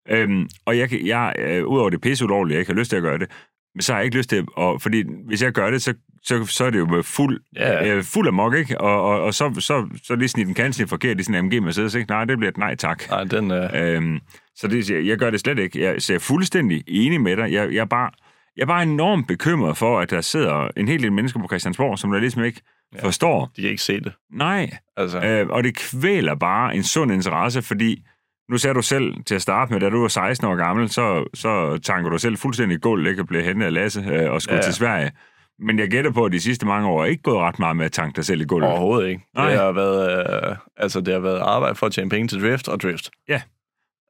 S1: Øhm, og jeg, kan- jeg øh, udover det pisse ulovligt, jeg ikke har lyst til at gøre det, men så har jeg ikke lyst til, og, fordi hvis jeg gør det, så, så, så er det jo med fuld,
S2: Ja.
S1: øh, fuld amok, ikke? Og, og, og så, så, så lige snit en kansen forkert, lige sådan en AMG Mercedes, ikke? Nej, det bliver et nej tak.
S2: Nej, den, øh,
S1: Øhm, så det, jeg, jeg gør det slet ikke. Jeg, så jeg er fuldstændig enig med dig. Jeg, jeg, er bare, jeg er bare enormt bekymret for, at der sidder en hel del mennesker på Christiansborg, som der ligesom ikke
S2: Ja.
S1: ja. forstår.
S2: de kan ikke se det.
S1: Nej,
S2: Altså,
S1: øh, og det kvæler bare en sund interesse, fordi nu sagde du selv til at starte med, da du var 16 år gammel, så, så tanker du selv fuldstændig guld, ikke? Og blev hentet af Lasse øh, og skulle
S2: Ja.
S1: ja. til Sverige. Men jeg gætter på, at de sidste mange år er ikke gået ret meget med at tanke dig selv i gulvet.
S2: Overhovedet ikke.
S1: Nej.
S2: Det har, været, øh, altså, det har været arbejde for at tjene penge til drift og drift.
S1: og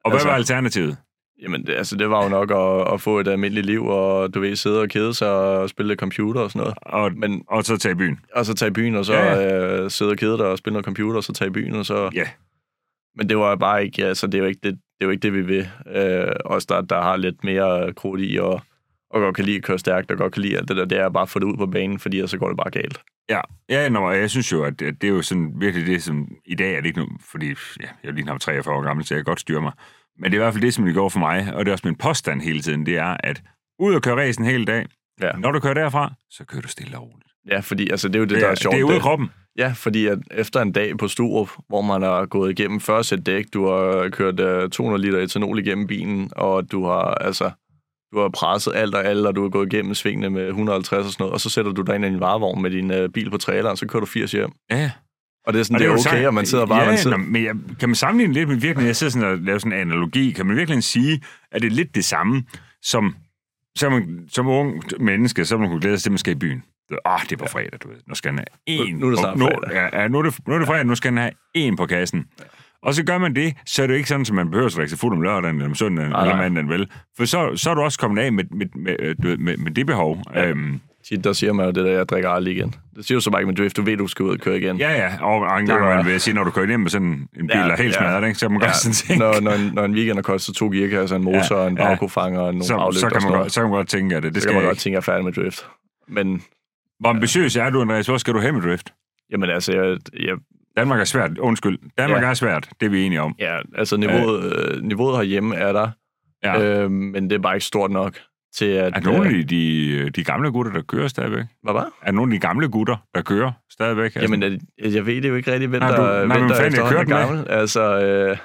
S1: hvad
S2: altså-
S1: var alternativet?
S2: Jamen, det, altså, det var jo nok at, at få et almindeligt liv, og du ved, sidde og kede sig og spille lidt computer og sådan noget.
S1: Og,
S2: Men,
S1: og så tage i byen.
S2: og så tage i byen, og så
S1: Ja,
S2: ja, ja. Øh, sidde og kede dig og spille noget computer, og så tage i byen, og så...
S1: Ja.
S2: Men det var bare ikke, altså, det er jo ikke det, det, er jo ikke det vi vil. Øh, os, der, der har lidt mere krudt i, og, og godt kan lide at køre stærkt, og godt kan lide alt det der, det er bare at få det ud på banen, fordi ellers så går det bare galt.
S1: Ja, ja nå, og jeg synes jo, at at det er jo sådan virkelig det, som i dag er det ikke nu, fordi ja, jeg er lige knap 43 år gammel, så jeg kan godt styre mig. Men det er i hvert fald det, som det går for mig, og det er også min påstand hele tiden, det er, at ud og køre racen hele dag,
S2: Ja.
S1: ja. når du kører derfra, så kører du stille og roligt.
S2: Ja, fordi altså, det er jo det, der er sjovt.
S1: det er ude af kroppen.
S2: Ja, fordi at efter en dag på Sturup, hvor man har gået igennem 40 sæt dæk, du har kørt øh, 200 liter etanol igennem bilen, og du har altså du har presset alt og alt, og du har gået igennem svingene med 150 og sådan noget, og så sætter du dig ind i en varevogn med din øh, bil på trailer, og så kører du 80 hjem.
S1: Ja.
S2: Og det er sådan,
S1: Og
S2: det, det er
S1: jo
S2: okay,
S1: sagt-
S2: og man sidder bare...
S1: ja,
S2: man sidder,
S1: Nå, men jeg, kan man sammenligne lidt med virkelig, jeg sidder sådan og laver sådan en analogi, kan man virkelig sige, at det er lidt det samme, som, som, man, som ung menneske, så man kunne glæde sig til, at man skal i byen. Åh, oh, det er på fredag, du ved. Nu skal han have én.
S2: Nu- nu er det
S1: på-
S2: snart
S1: nu,
S2: fredag.
S1: ja, ja, nu, er det, nu er det fredag, nu skal han have én på kassen. Og så gør man det, så er det jo ikke sådan, at man behøver at drikke sig fuld om lørdagen, eller om søndagen,
S2: Nej,
S1: eller
S2: nej.
S1: mandagen, vel? For så, så er du også kommet af med, med, med, øh, du ved, med, med det behov. Ja. Øhm,
S2: tit, der siger man jo det der, jeg drikker aldrig igen. Det siger du så bare ikke med drift, du ved, du skal ud og køre igen.
S1: ja, ja, og en
S2: Det
S1: gang
S2: var-
S1: man vil jeg sige, når du kører hjem med sådan en bil,
S2: Ja,
S1: der er helt
S2: ja.
S1: smadret, ikke? så man ja. godt sådan tænke,
S2: Når, når, en, når en weekend har kostet to gearkasser, en motor, ja,
S1: Ja,
S2: en
S1: ja.
S2: bagkofanger og nogle
S1: så,
S2: aflygter
S1: så,
S2: og
S1: kan
S2: sådan
S1: man
S2: noget,
S1: godt, så kan man godt tænke, at det, det
S2: så kan
S1: skal
S2: man
S1: jeg
S2: godt
S1: ikke.
S2: tænke, at jeg er færdig med drift. Men
S1: Hvor ambitiøs er du, Andreas? Hvor skal du hen med drift?
S2: Jamen altså, jeg, jeg,
S1: Danmark er svært. Undskyld. Danmark
S2: Ja.
S1: ja. er svært. Det er vi enige om.
S2: Ja, altså niveauet, øh, niveauet herhjemme er der,
S1: Ja. Øh,
S2: ja. øh, men det er bare ikke stort nok til at...
S1: er nogle af
S2: øh,
S1: de, de, de gamle gutter, der kører stadigvæk?
S2: hvad var?
S1: Er nogle af de gamle gutter, der kører stadigvæk? Altså,
S2: Jamen, er, jeg ved det jo ikke rigtig, hvem
S1: Nej,
S2: der,
S1: du- nej,
S2: hvem
S1: men fanden,
S2: der
S1: jeg
S2: efterhånden er
S1: kørte den
S2: gammel. Altså, øh,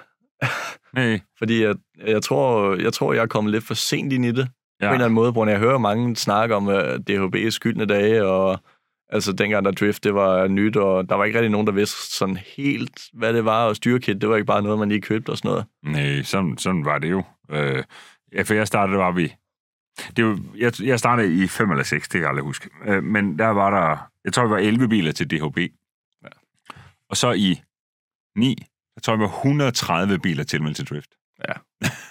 S1: nej.
S2: fordi jeg, jeg, tror, jeg tror, jeg er kommet lidt for sent ind i det. på en eller
S1: Ja.
S2: anden måde, hvor jeg hører mange snakke om uh, DHB's skyldne dage, og altså dengang der drift, det var nyt, og der var ikke rigtig nogen, der vidste sådan helt, hvad det var, og styrekit, det var ikke bare noget, man lige købte og sådan noget.
S1: Nej, sådan, sådan var det jo. Øh, ja, for jeg startede, var vi... Det var, jeg, jeg startede i 5 eller 6, det kan jeg aldrig huske. Øh, men der var der... Jeg tror, vi var 11 biler til DHB. Ja. Og så i 9, der tror jeg, vi var 130 biler tilmeldt til Drift.
S2: Ja.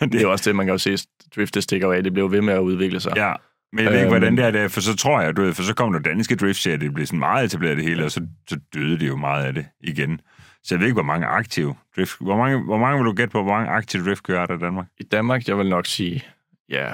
S1: det,
S2: Det er jo også det, man kan jo se, drift det stikker jo af, det blev ved med at udvikle sig.
S1: Ja, men jeg ved ikke,
S2: Øhm.
S1: hvordan det er, det er, for så tror jeg, du ved, for så kom der danske driftserier, det blev sådan meget etableret det hele, og så, så døde det jo meget af det igen. Så jeg ved ikke, hvor mange aktive drift... Hvor mange, hvor mange vil du gætte på, hvor mange aktive driftkører er der i Danmark?
S2: I Danmark, jeg vil nok sige, ja,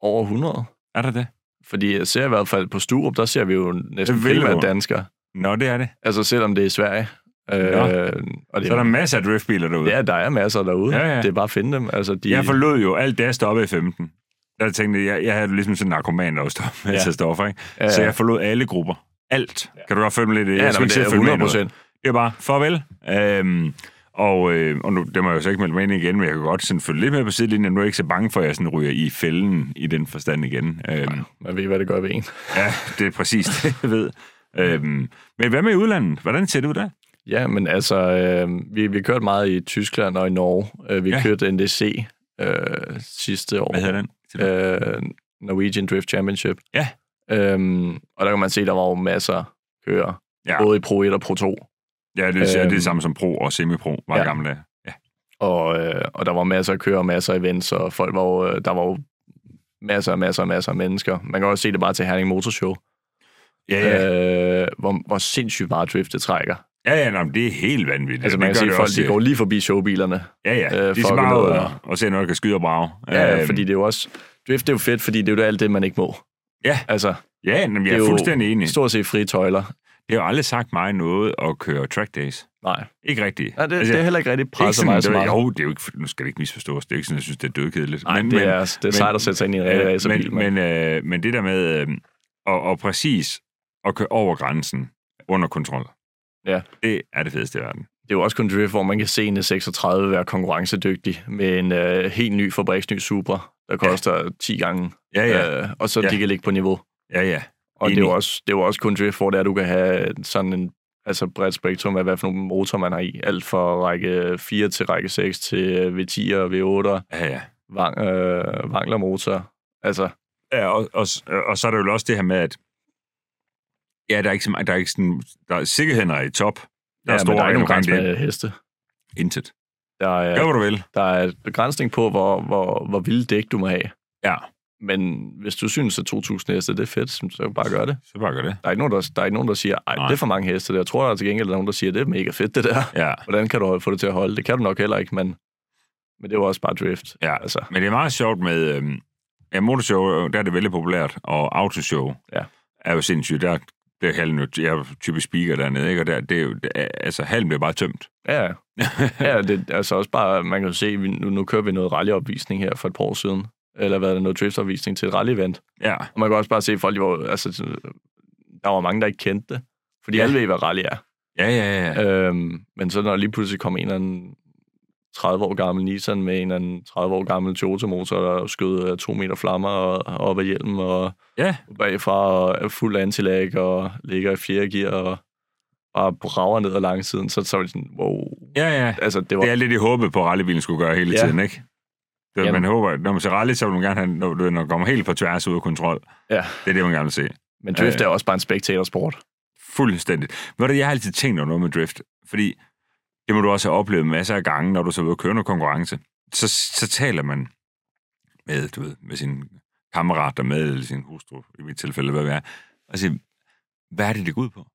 S2: over 100.
S1: Er der det?
S2: Fordi jeg ser i hvert fald på Sturup, der ser vi jo næsten
S1: Det vil
S2: primært
S1: du.
S2: danskere.
S1: Nå, det er det.
S2: Altså selvom det er i Sverige. Øh, og det,
S1: Så er der masser af driftbiler derude.
S2: ja, der er masser derude.
S1: Ja, ja.
S2: Det er bare at finde dem. Altså, de,
S1: Jeg forlod jo alt, da jeg stoppede i 15. Der tænkte jeg, jeg, jeg havde ligesom sådan en narkoman, der var stoppet med
S2: Ja.
S1: at tage stoffer, ikke?
S2: Ja.
S1: Så jeg forlod alle grupper. Alt. Kan du godt følge med lidt?
S2: ja,
S1: jeg
S2: nej, men det
S1: sidde
S2: er
S1: og følge med i
S2: 100
S1: noget.
S2: procent.
S1: Det er bare, farvel. Øhm, og, øh, og nu, det må jeg jo så ikke melde mig ind i igen, men jeg kan godt sådan følge lidt med på sidelinjen. Nu er jeg ikke så bange for, at jeg sådan ryger i fælden i den forstand igen. Øhm,
S2: Man ved, hvad det gør ved en.
S1: ja, det er præcis det, jeg ved. Øhm, men hvad med i udlandet? Hvordan ser det ud der?
S2: Ja, men altså, øh, vi, vi kørte meget i Tyskland og i Norge. Øh, vi
S1: Ja.
S2: ja. kørte NDC øh, sidste år.
S1: Hvad hedder den?
S2: Øh, Norwegian Drift Championship.
S1: Ja.
S2: Øhm, og der kan man se, der var jo masser af kører.
S1: Ja.
S2: Ja. Både i Pro 1 og Pro 2.
S1: Ja, det, øhm, det er
S2: Øhm.
S1: det samme som pro og semi-pro, var ja.
S2: Ja.
S1: gamle dage. Ja.
S2: Og, øh, og der var masser af kører, masser af events, og folk var jo, øh, der var jo masser og masser og masser af mennesker. Man kan også se det bare til Herning Motorshow.
S1: Ja, ja,
S2: Øh, hvor, hvor sindssygt meget drift det trækker.
S1: ja, ja nå, men det er helt vanvittigt.
S2: Altså man
S1: det
S2: kan se,
S1: det
S2: at folk
S1: også,
S2: de går lige forbi showbilerne.
S1: Ja, ja, de
S2: øh, fucking
S1: skal bare ud
S2: ud
S1: og, og se, når der kan skyde og brage.
S2: Ja,
S1: Øhm,
S2: fordi det er jo også... Drift det er jo fedt, fordi det er jo alt det, man ikke må.
S1: Ja.
S2: Altså,
S1: Ja, jamen, jeg
S2: det
S1: er,
S2: er jo
S1: fuldstændig enig.
S2: stort set frie tøjler.
S1: Det har jo aldrig sagt mig noget at køre track days.
S2: Nej.
S1: Ikke rigtigt.
S2: Nej, det,
S1: Altså,
S2: altså, det er heller ikke rigtig
S1: Ikke
S2: presser
S1: sådan,
S2: mig så
S1: det,
S2: meget.
S1: jo, det er jo ikke, nu skal det ikke misforstås, det er ikke sådan, jeg synes, det er dødkedeligt.
S2: Nej, det er, det er sejt at sætte sig ind i en rigtig
S1: men,
S2: racerbil. Men,
S1: men, øh, men det der med øh, og, og præcis at køre over grænsen under kontrol,
S2: Ja.
S1: det er det fedeste i verden.
S2: det er jo også kun drift, hvor man kan se en 36 være konkurrencedygtig med en øh, helt ny fabriksny Supra, der koster 10 gange,
S1: Ja, ja,
S2: Øh, og så
S1: Ja.
S2: ja. de kan ligge på niveau.
S1: ja, ja.
S2: Og det er, jo
S1: Enig.
S2: også, det er jo også kun drift, hvor det er, du kan have sådan en altså bredt spektrum af, hvad for nogle motor man har i. Alt fra række 4 til række 6 til V10 og V8'er.
S1: ja, ja.
S2: vang, øh, vanglermotor. Altså,
S1: ja og, og, og, så er der jo også det her med, at ja, der er ikke så meget, der er ikke sådan, der er sikkerheden er i top. Der er
S2: ja, men
S1: store
S2: der er ikke nogen
S1: omkring
S2: grænse
S1: det.
S2: med heste.
S1: Intet.
S2: Der er,
S1: Gør, hvad du vil.
S2: der er begrænsning på, hvor, hvor, hvor vilde dæk du må have.
S1: Ja.
S2: Men hvis du synes, at 2.000 heste det er fedt, så så bare gør det.
S1: Så bare gør det.
S2: Der er ikke nogen, der, der, er ikke nogen, der siger, at
S1: Nej.
S2: det er for mange heste. Der. Jeg tror, der er til gengæld nogen, der siger, at det er mega fedt, det der.
S1: Ja.
S2: Hvordan kan du holde- få det til at holde? Det kan du nok heller ikke, men, men det er jo også bare drift.
S1: Ja.
S2: Altså,
S1: Men det er meget sjovt med... Øh, ja, motorshow, øh, der er det veldig populært, og autoshow
S2: Ja.
S1: er jo sindssygt. Der, det er halm, jo- jeg er jo typisk speaker dernede, ikke? og der, det er jo, det er, altså, halm bliver bare tømt.
S2: ja, ja det, er altså også bare, man kan jo se, vi, nu, nu kører vi noget rallyopvisning her for et par år siden. Eller hvad er det, noget driftopvisning til et rally-event.
S1: Ja,
S2: Og man kan også bare se, at folk de var, altså, der var mange, der ikke kendte det. Fordi
S1: Ja.
S2: ja. alle ved, hvad rally er.
S1: ja, ja, ja.
S2: Øhm, men så når lige pludselig kom en eller anden 30 år gammel Nissan med en eller anden 30 år gammel Toyota-motor, der skød øh, to meter flammer og, og op ad hjelmen og
S1: Ja.
S2: bagfra og er fuld antilag og ligger i fjerde gear og, og brager ned ad langsiden, så, så var det sådan, wow.
S1: ja, ja.
S2: Altså, det var,
S1: Det er lidt i håbet på, at rallybilen skulle gøre hele
S2: Ja.
S1: tiden, ikke? Det, man
S2: Jamen.
S1: håber, når man ser rally, så vil man gerne have, når, du ved, når man kommer helt på tværs ud af kontrol.
S2: Ja.
S1: Det er det, man gerne vil se.
S2: men drift
S1: Ja.
S2: er også bare en spektatorsport.
S1: Fuldstændigt. Ved du, jeg har altid tænkt over noget med drift, fordi det må du også have oplevet masser af gange, når du så er ude og køre noget konkurrence. Så, så taler man med, du ved, med sine kammerater med, eller sin hustru, i mit tilfælde, hvad det er, og siger, hvad er det, det går ud på?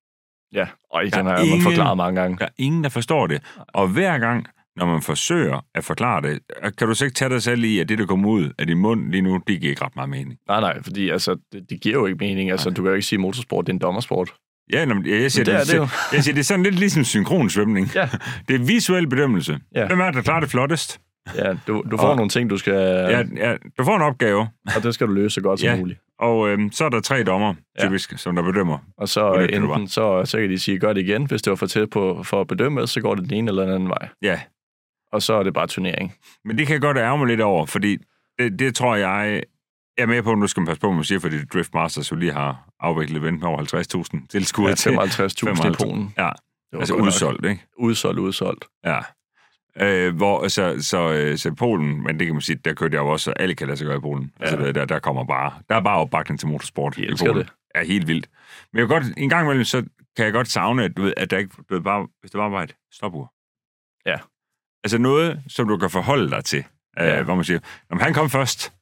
S2: Ja, og
S1: Der
S2: den
S1: er
S2: har jeg
S1: ingen-
S2: forklaret mange gange.
S1: Der er ingen, der forstår det. Og hver gang, når man forsøger at forklare det, øh, kan du så ikke tage dig selv i, at det, der kommer ud af din mund lige nu, det giver ikke ret meget mening.
S2: Nej, nej, fordi altså, det, det giver jo ikke mening. Altså, du kan jo ikke sige, at motorsport det er en dommersport.
S1: Ja, nå, men jeg, siger,
S2: Men det er
S1: det,
S2: det jo.
S1: det jeg siger, det er sådan lidt ligesom synkronsvømning.
S2: Ja.
S1: Det er visuel bedømmelse.
S2: Ja.
S1: Hvem er det, der klarer det flottest?
S2: Ja, du, du får
S1: Og-
S2: nogle ting, du skal...
S1: Ja, ja, du får en opgave,
S2: Og det skal du løse så godt som
S1: Ja.
S2: muligt.
S1: og øhm, så er der tre dommer,
S2: Ja.
S1: typisk, som der bedømmer.
S2: Og så øh,
S1: Og det kan du
S2: enten, så, så kan de sige, gør det igen. Hvis det var for tæt på for at bedømme, så går det den ene eller den anden vej.
S1: Ja,
S2: Og så er det bare turnering.
S1: men det kan jeg godt ærge mig lidt over, fordi det, det tror jeg, jeg er med på, at nu skal man passe på, hvad man siger, fordi Drift Masters jo lige har afviklet et event med over 50.000 tilskuere
S2: Ja,
S1: ja, til.
S2: 55.000 i
S1: 55.
S2: Polen.
S1: Ja,
S2: Det var
S1: altså
S2: godt nok
S1: udsolgt, ikke?
S2: Udsolgt, udsolgt.
S1: Ja. Øh, hvor, så, så, øh, så Polen, men det kan man sige, der kørte jeg jo også, og alle kan lade sig gøre i Polen. Ja.
S2: Ja.
S1: Altså, der, der kommer bare, der er bare opbakning til motorsport
S2: De
S1: i
S2: elsker
S1: Polen.
S2: det.
S1: er helt vildt. Men jeg kan godt, en gang imellem, så kan jeg godt savne, at, du ved, at der ikke, du ved, bare, hvis der bare var et stopur.
S2: Ja.
S1: Altså noget, som du kan forholde dig til.
S2: Ja.
S1: Ja. Øh, hvor man siger, Jamen, han kom først.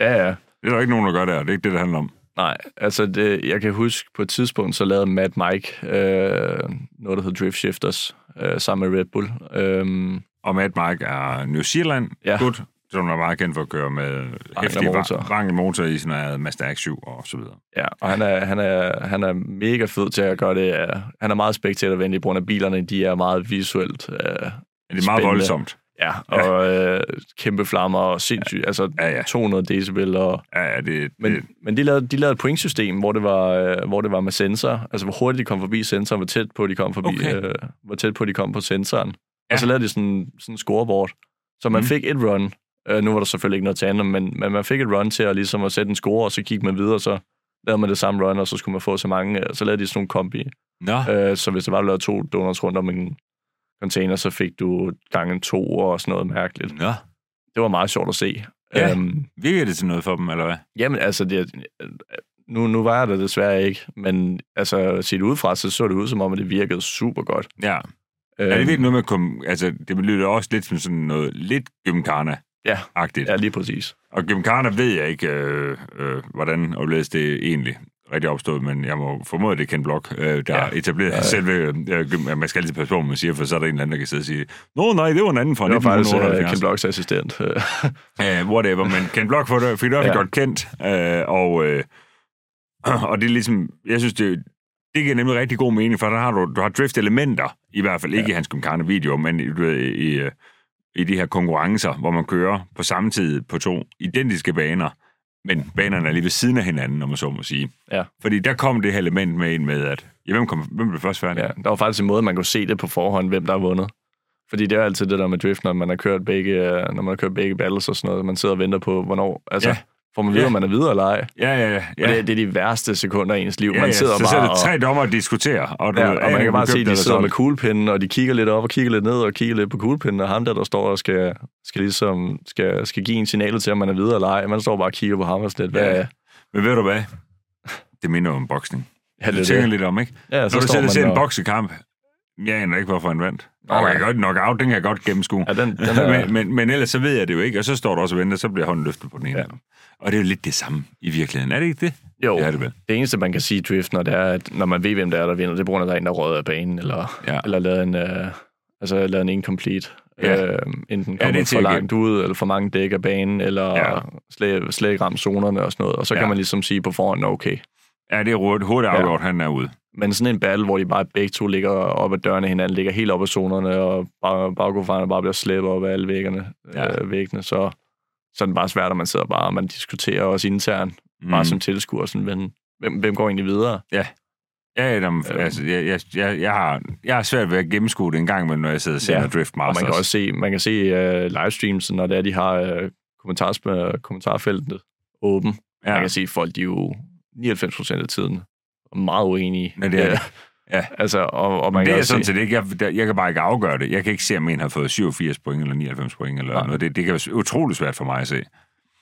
S2: Ja, ja.
S1: Det er der ikke nogen, der gør der. Det er ikke det, det handler om.
S2: Nej, altså det, jeg kan huske på et tidspunkt, så lavede Matt Mike øh, noget, der hed Drift Shifters, øh, sammen med Red Bull. Øhm,
S1: Og Matt Mark er New Zealand.
S2: Ja.
S1: Gut, som er meget kendt for at køre med hæftig
S2: motor.
S1: var- vankel motor i sådan noget Mazda X7 og så videre.
S2: ja, og han er, han, er, han er mega fed til at gøre det. Øh, han er meget spektatorvenlig på grund af bilerne, de er meget visuelt. Øh,
S1: Men det er meget
S2: Spændende.
S1: voldsomt.
S2: ja, og øh, kæmpe flammer og sindssygt, ja. altså
S1: Ja, ja.
S2: 200 decibel og
S1: Ja, ja, det,
S2: Men,
S1: det,
S2: men de, lavede, de lavede et pointsystem, hvor det var, øh, hvor det var med sensor. Altså, hvor hurtigt de kom forbi sensoren, hvor tæt på de kom, forbi,
S1: Okay.
S2: øh, hvor tæt på, de kom på sensoren. Ja.
S1: Ja.
S2: Og så lavede de sådan sådan en scoreboard. Så man mm.
S1: Mhm.
S2: fik et run. Øh, nu var der selvfølgelig ikke noget til andet, men, men man fik et run til at, ligesom at sætte en score, og så gik man videre, så lavede man det samme run, og så skulle man få så mange. Øh, så lavede de sådan nogle kombi.
S1: Nå,
S2: Øh, så hvis der var lavet to donuts rundt om en container, så fik du gangen to og sådan noget mærkeligt.
S1: nå.
S2: Det var meget sjovt at se.
S1: Ja.
S2: Øhm,
S1: Virker det til noget for dem, eller hvad?
S2: Jamen, altså, det, nu, nu var jeg der desværre ikke, men altså, set udefra, så så det ud som om, at det virkede super godt.
S1: Ja. Er
S2: Øh,
S1: det virkelig noget med at komme... Altså, det lyder også lidt som sådan noget lidt gymkarna-agtigt.
S2: Ja, ja, lige præcis.
S1: Og gymkarna ved jeg ikke, øh, øh, hvordan opledes det egentlig rigtig opstået, men jeg må formode, det er Ken Block, øh, der
S2: Ja.
S1: ja. etablerede ja, ja. selve... Øh, gym, ja, man skal altid passe på, hvad man siger, for så er der en eller anden, der kan sidde og sige, Nå nej, det var en anden fra
S2: Det var faktisk uh,
S1: 1978.
S2: Ken Blocks assistent. Øh,
S1: Uh, whatever, men Ken Block for det, fik det i hvert fald
S2: Ja.
S1: godt kendt, uh, og, uh, og det er ligesom, jeg synes, det, det giver nemlig rigtig god mening, for der har du, du har drift-elementer, i hvert fald ikke i hans gymkarne video, men i, du ved, i, øh, i de her konkurrencer, hvor man kører på samme tid på to identiske baner, men banerne er lige ved siden af hinanden, om man så må sige.
S2: Ja.
S1: Fordi der kom det her element med ind med, at ja, hvem, kom, hvem blev først færdig?
S2: ja, der var faktisk en måde, man kunne se det på forhånd, hvem der har vundet. Fordi det er jo altid det der med drift, når man har kørt begge, øh, når man har kørt begge battles og sådan noget, man sidder og venter på, hvornår, altså, ja.
S1: Ja.
S2: får man videre,
S1: Ja.
S2: om man er videre eller ej.
S1: Ja, ja, ja.
S2: Ja.
S1: ja.
S2: Det, er- det, er de værste sekunder i ens liv.
S1: Ja,
S2: man
S1: ja,
S2: sidder
S1: så
S2: bare
S1: sidder
S2: og,
S1: tre dommer og diskuterer. Og, du ved,
S2: Ja, og man
S1: "Ah,
S2: kan bare
S1: købte
S2: se,
S1: den
S2: at de
S1: eller
S2: sidder
S1: solgte
S2: med kuglepinden, og de kigger lidt op og kigger lidt ned, og kigger lidt på kuglepinden, og ham der, der står og skal, skal, ligesom, skal, skal give en signal til, om man er videre eller ej. Man står bare og kigger på ham og sådan lidt. Hvad,
S1: Ja,
S2: ja,
S1: Men ved du hvad? Det minder om boksning.
S2: ja,
S1: Det
S2: det,
S1: tænker
S2: er det.
S1: lidt om, ikke?
S2: ja
S1: Når
S2: så
S1: du
S2: står
S1: sætter til
S2: man
S1: en
S2: og,
S1: boksekamp, jeg aner ikke, hvorfor han vandt.
S2: Nej,
S1: Okay,
S2: nej.
S1: godt nok out, den kan jeg godt gennemskue.
S2: Ja, den, den er,
S1: men, men, men ellers så ved jeg det jo ikke, og så står du også og venter, så bliver hånden løftet på den ene.
S2: Ja.
S1: Ja. Og det er jo lidt det samme i virkeligheden, er det ikke det?
S2: jo,
S1: Det er
S2: det,
S1: det vel.
S2: eneste, man kan sige i drift, når, det er, at når man ved, hvem der er, der vinder, det er på grund af, at der er en, der rødder af banen, eller, ja.
S1: Ja.
S2: eller lavet en, øh, altså, lavet en incomplete.
S1: Ja.
S2: Øh, enten
S1: Ja,
S2: kommer
S1: det
S2: ja,
S1: er
S2: for
S1: til-
S2: langt ud, eller for mange dæk af banen, eller ja.
S1: Ja.
S2: slet, slet ikke ramt zonerne og sådan noget. Og så ja. kan
S1: Ja.
S2: man ligesom sige på forhånd, "Nå, okay,
S1: Ja, det er hurtigt, hurtigt
S2: Ja.
S1: afgjort, han er ude.
S2: Men sådan en battle, hvor de bare begge to ligger op ad dørene hinanden, ligger helt op ad zonerne, og bare, bagkofarerne bare bliver slæbet op ad alle væggene, ja.
S1: Ja.
S2: øh, væggene så, så er det bare svært, at man sidder bare, og man diskuterer også internt, mm.
S1: Mm.
S2: bare som tilskuer, sådan, hvem, hvem, hvem går egentlig videre?
S1: Ja, jamen,
S2: Øhm.
S1: altså, jeg, jeg, jeg, jeg, har, jeg har svært ved at gennemskue det en gang, men når jeg sidder og ser
S2: Ja,
S1: ja. Drift
S2: Og
S1: Masters.
S2: man kan også se, man kan se øh, livestreams, når det er, de har øh, kommentars, øh, kommentarfeltet åben. Ja. Man
S1: Ja.
S2: kan se, at folk de er jo 99 procent af tiden meget uenige.
S1: Ja, det er
S2: Øh,
S1: det. Ja.
S2: altså, og, og man
S1: Men det
S2: kan
S1: er
S2: også se-
S1: sådan set ikke. Jeg, der- jeg kan bare ikke afgøre det. Jeg kan ikke se, om en har fået 87 point eller 99 point eller
S2: Nej.
S1: noget. Det, det kan være utrolig svært for mig at se.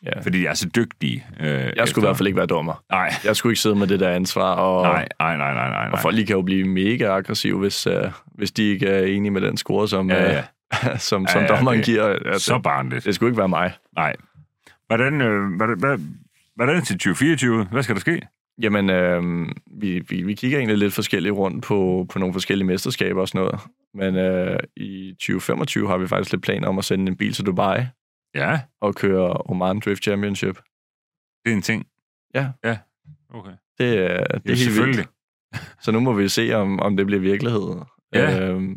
S2: Ja.
S1: Fordi jeg er så dygtig. Øh,
S2: Jeg skulle i hvert fald ikke være dommer.
S1: Nej,
S2: Jeg skulle ikke sidde med det der ansvar og,
S1: nej, nej, nej, nej, nej.
S2: Og folk lige kan jo blive mega aggressive, hvis, øh, hvis de ikke er enige med den score, som,
S1: Ja, ja.
S2: Øh, som,
S1: Ja,
S2: som
S1: ja,
S2: dommeren
S1: det-
S2: giver.
S1: Så
S2: Altså,
S1: barnligt.
S2: det skulle ikke være mig.
S1: Nej. Hvordan, øh, hvordan, hvad, hvordan er det til 2024? Hvad skal der ske?
S2: Jamen, øh, vi, vi, vi kigger egentlig lidt forskelligt rundt på, på nogle forskellige mesterskaber og sådan noget. Men øh, i 2025 har vi faktisk lidt planer om at sende en bil til Dubai
S1: Ja,
S2: og køre Oman Drift Championship.
S1: det er en ting.
S2: Ja.
S1: Ja, okay.
S2: Det, er- det er
S1: Ja,
S2: helt vildt.
S1: selvfølgelig.
S2: Så nu må vi se, om, om det bliver virkelighed.
S1: Ja.
S2: Øhm,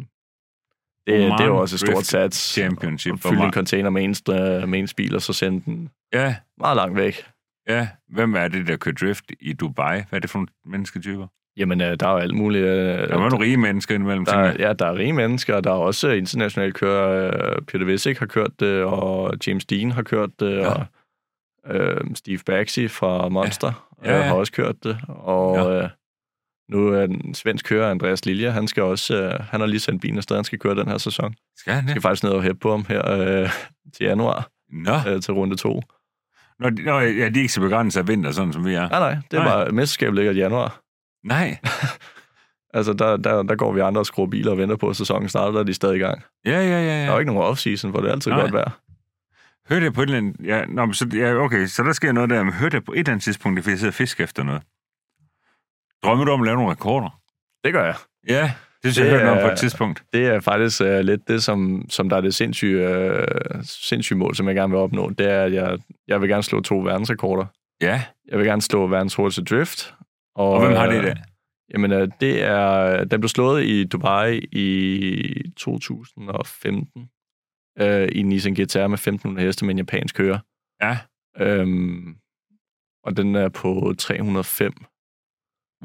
S2: det,
S1: Hvor
S2: det er jo
S1: meget
S2: også et stort
S1: drift
S2: sats.
S1: Championship.
S2: At
S1: hvor
S2: fylde en
S1: meget-
S2: container med ens, øh, med ens bil, og så sende den
S1: Ja,
S2: meget langt væk.
S1: ja. Hvem er det, der kører drift i Dubai? Hvad er det for nogle mennesketyper?
S2: Jamen, øh, der er jo alt muligt. Øh,
S1: Der er jo nogle rige mennesker indimellem.
S2: Der,
S1: tænker jeg.
S2: er- ja, der er rige mennesker, og der er også øh, internationale kører. øh, Peter Vissik har kørt det, og James Dean har kørt det,
S1: Ja.
S2: ja. og øh, Steve Baxi fra Monster ja.
S1: Ja,
S2: Ja,
S1: ja.
S2: ja. har også kørt det. Og
S1: Ja.
S2: ja. øh, nu er den svensk kører, Andreas Lilja, han skal også, øh, han har lige sendt bilen afsted, han skal køre den her sæson. Jeg
S1: Skal han
S2: skal
S1: det?
S2: faktisk ned og hæppe på ham her øh, til januar,
S1: Nå,
S2: øh, til runde to.
S1: Nå, de- nå, ja, de er ikke så begrænset af vinter, sådan som vi er.
S2: Nej, nej, det er
S1: Nej.
S2: bare, mesterskabet ligger i januar.
S1: Nej.
S2: Altså, der, der, der går vi andre og skruer biler og venter på, at sæsonen starter, der er de stadig i gang.
S1: Ja, ja, ja.
S2: Der er jo
S1: ja.
S2: ikke nogen off-season, hvor det er altid
S1: Nej.
S2: godt vejr.
S1: Hørte jeg på et eller andet... Ja, nå, men så, ja, okay, så der sker noget der. Men hørte jeg på et eller andet tidspunkt, at jeg sidder og fisker efter noget. Drømmer du om at lave nogle rekorder?
S2: Det gør jeg.
S1: Ja, det synes jeg, jeg
S2: Det
S1: hørte noget om på et
S2: er-
S1: tidspunkt.
S2: Det er faktisk uh, lidt det, som, som der er det sindssyge, uh, sindssyge mål, som jeg gerne vil opnå. Det er, at jeg, jeg vil gerne slå to verdensrekorder.
S1: Ja,
S2: Jeg vil gerne slå verdens hurtigste drift. Og,
S1: og hvem har det i
S2: øh,
S1: dag?
S2: Jamen, øh, det er, den blev slået i Dubai i 2015 øh, i en Nissan GTR med 1.500 heste med en japansk kører.
S1: Ja.
S2: Øhm, og den er på 305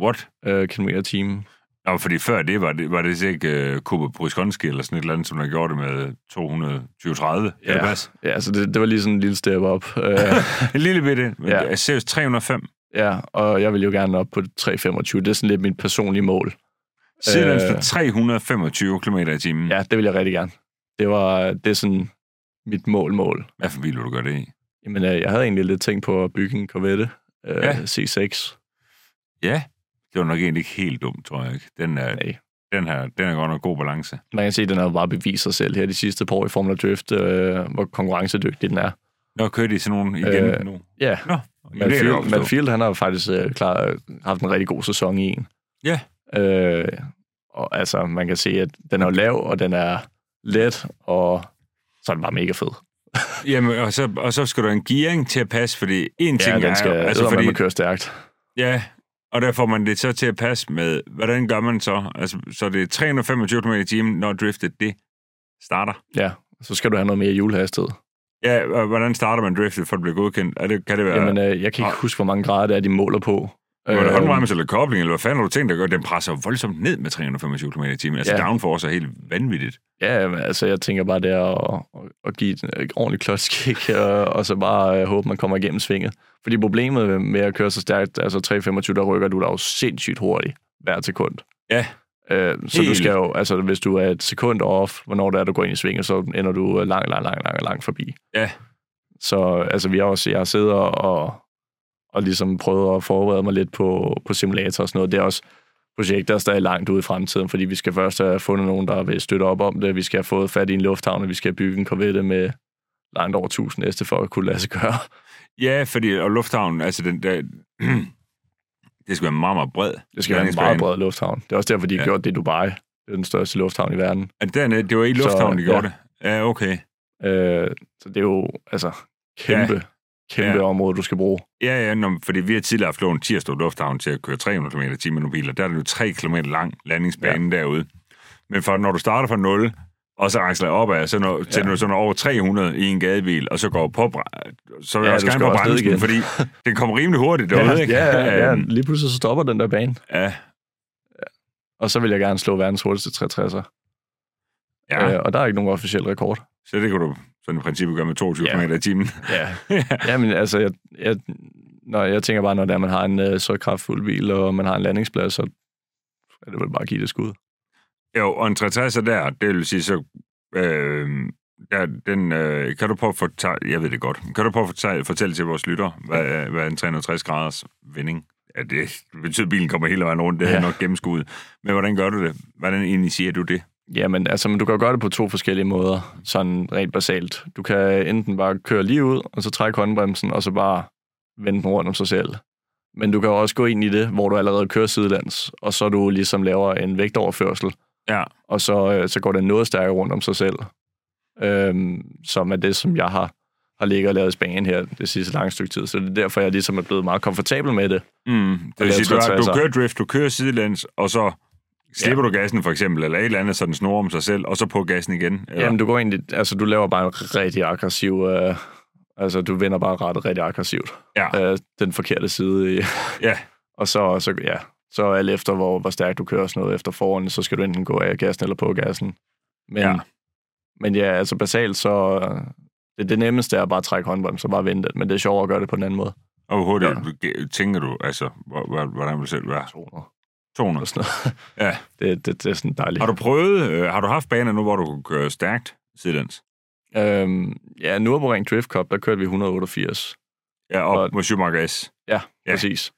S1: What?
S2: øh, km i timen.
S1: Nå, fordi før det var det, var det ikke uh, Kuba Bryskonski eller sådan et eller andet, som der gjorde det med 230. Kan det passe?
S2: ja, så det, det var lige sådan en lille step op. Øh,
S1: En lille bitte. Øh, Men
S2: Ja.
S1: ja. seriøst, 305.
S2: Ja, og jeg vil jo gerne op på 3.25. Det er sådan lidt mit personlige mål.
S1: Siden
S2: Øh.
S1: øh... 325 km i timen. Ja.
S2: Ja, det vil jeg rigtig gerne. Det var det er sådan mit mål-mål.
S1: Hvad for en bil vil du gøre det i?
S2: Jamen, øh, jeg havde egentlig lidt tænkt på at bygge en Corvette øh,
S1: Ja.
S2: ja. C6.
S1: Ja, det var nok egentlig ikke helt dumt, tror jeg ikke. Den er,
S2: Nej.
S1: den her, den er godt nok god balance.
S2: Man kan se, at den har jo bare bevist sig selv her de sidste par år i Formula Drift, øh, hvor konkurrencedygtig den er.
S1: Nå, kører de sådan nogle igen øh,
S2: Øh,
S1: nu?
S2: Ja,
S1: Nå, jamen, det er jeg godt
S2: Manfield,
S1: forstå.
S2: Manfield han har faktisk øh, klar, haft en rigtig god sæson i en.
S1: Ja.
S2: Øh, og altså, man kan se, at den er jo lav, og den er let, og så er den bare mega fed.
S1: Jamen, og så, og så skal du have en gearing til at passe, fordi en
S2: Ja,
S1: ting
S2: den skal
S1: er...
S2: altså, fordi...
S1: fordi,
S2: man køre stærkt.
S1: ja, og der får man det så til at passe med, hvordan gør man så? Altså, så det er 325 km i timen, når driftet det starter.
S2: Ja, så skal du have noget mere julehastighed.
S1: Ja, og hvordan starter man driftet, for at blive godkendt? Er det, kan det
S2: Ja.
S1: være...
S2: Jamen, øh, jeg kan ikke
S1: Ah.
S2: huske, hvor mange grader det er, de måler på.
S1: Var det
S2: Øh,
S1: håndbremse eller kobling, eller hvad fanden har du tænkt dig at gøre? Den presser voldsomt ned med 325 km i timen. Altså,
S2: Ja.
S1: downforce er helt vanvittigt.
S2: Ja, men altså, jeg tænker bare der at, at- at give den et ordentligt klodskick, og, og så bare øh, håbe, man kommer igennem svinget. Fordi problemet med at køre så stærkt, altså 3.25, der rykker du dig jo sindssygt hurtigt hver sekund.
S1: Ja.
S2: Øh, så du
S1: Helt.
S2: skal jo, altså hvis du er et sekund off, hvornår det er, du går ind i svinget, så ender du øh, langt, langt, langt, langt, langt forbi.
S1: Ja.
S2: Så altså, vi har også, jeg har siddet og, og ligesom prøvet at forberede mig lidt på, på simulator og sådan noget. Det er også projekt, der er stadig langt ude i fremtiden, fordi vi skal først have fundet nogen, der vil støtte op om det. Vi skal have fået fat i en lufthavn, og vi skal have bygget en Corvette med langt over 1000 heste for at kunne lade sig gøre.
S1: Ja, fordi og lufthavnen, altså den der... det skal være meget, meget bred.
S2: Det skal være en meget bred lufthavn. Det er også derfor, de har
S1: Ja.
S2: ja. gjort det i Dubai. Det er den største lufthavn i verden.
S1: bred. Dernede, det var i lufthavnen, de
S2: Så,
S1: gjorde det. Ja, okay.
S2: Øh, så det er jo altså kæmpe, ja. kæmpe
S1: Ja.
S2: ja. område, du skal bruge.
S1: Ja, ja, nå, fordi vi har tidligere haft lånt Tirstrup Lufthavn til at køre 300 km i timen med biler. Der er det jo 3 km lang landingsbane ja. derude. Men for, når du starter fra 0, og så aksler opad, så når, til
S2: Ja.
S1: ja. du sådan over 300 i en gadebil, og så går på, bre- så vil ja,
S2: Ja,
S1: jeg også
S2: du
S1: gerne
S2: skal
S1: på
S2: også ned
S1: bremsen,
S2: igen.
S1: fordi den kommer rimelig hurtigt derude, ikke?
S2: ja, ja, ja,
S1: Øhm,
S2: lige pludselig så stopper den der bane.
S1: ja.
S2: Og så vil jeg gerne slå verdens hurtigste 360'er.
S1: ja.
S2: Øh, og der er ikke nogen officiel rekord.
S1: Så det kan du sådan i princippet gøre med 22
S2: Ja.
S1: km i timen.
S2: Ja. Jamen, altså, jeg, jeg, når, jeg tænker bare, når det er, man har en øh, så kraftfuld bil, og man har en landingsplads, så er det vel bare at give det et skud.
S1: Jo, og en 360'er der, det vil sige, så... Øh, ja, den, øh, kan du prøve at fortælle... Jeg ved det godt. Kan du prøve at fortælle, fortælle til vores lytter, hvad, er- hvad er en 360-graders vending? Ja, det betyder, at bilen kommer hele vejen rundt. Det er
S2: Ja.
S1: nok gennemskuet. Men hvordan gør du det? Hvordan initierer du det?
S2: Jamen, altså, men du kan jo gøre det på to forskellige måder, sådan rent basalt. Du kan enten bare køre lige ud, og så trække håndbremsen, og så bare vende den rundt om sig selv. Men du kan jo også gå ind i det, hvor du allerede kører sidelands, og så du ligesom laver en vægtoverførsel,
S1: Ja.
S2: og så, øh, så går den noget stærkere rundt om sig selv, øhm, som er det, som jeg har, har ligget og lavet Spanien her det sidste lange stykke tid, så det er derfor, jeg ligesom er blevet meget komfortabel med det.
S1: Mm, det vil
S2: lavet
S1: sige, du, har, du
S2: 63'er.
S1: kører drift, du kører sidelæns, og så slipper ja. du gassen for eksempel, eller et eller andet, så den snor om sig selv, og så på gassen igen.
S2: Ja.
S1: Eller?
S2: Jamen, du går egentlig, altså du laver bare en rigtig aggressiv, øh, altså du vender bare rettet rigtig aggressivt.
S1: ja.
S2: Øh, den forkerte side i,
S1: ja.
S2: Og så, så ja, så alt efter, hvor, hvor stærkt du kører og sådan noget efter foran, så skal du enten gå af gassen eller på gassen. Men
S1: Ja.
S2: ja, men ja altså basalt, så øh, det, det nemmeste er bare at trække håndbremsen og bare vente det. Men det er sjovere at gøre det på en anden måde.
S1: Og hvor hurtigt ja. tænker du, altså, hvor- hvor- hvordan vil det selv være?
S2: 200 og
S1: 200.
S2: sådan noget.
S1: Ja.
S2: Det, det, det er sådan dejligt.
S1: Har du prøvet, øh, har du haft baner nu, hvor du kunne køre stærkt sidelæns?
S2: Øhm, ja, Nürburgring Drift Cup, der kørte vi 188.
S1: Ja, op
S2: Og-
S1: mod Schumacher S.
S2: Ja,
S1: Ja.
S2: ja. præcis.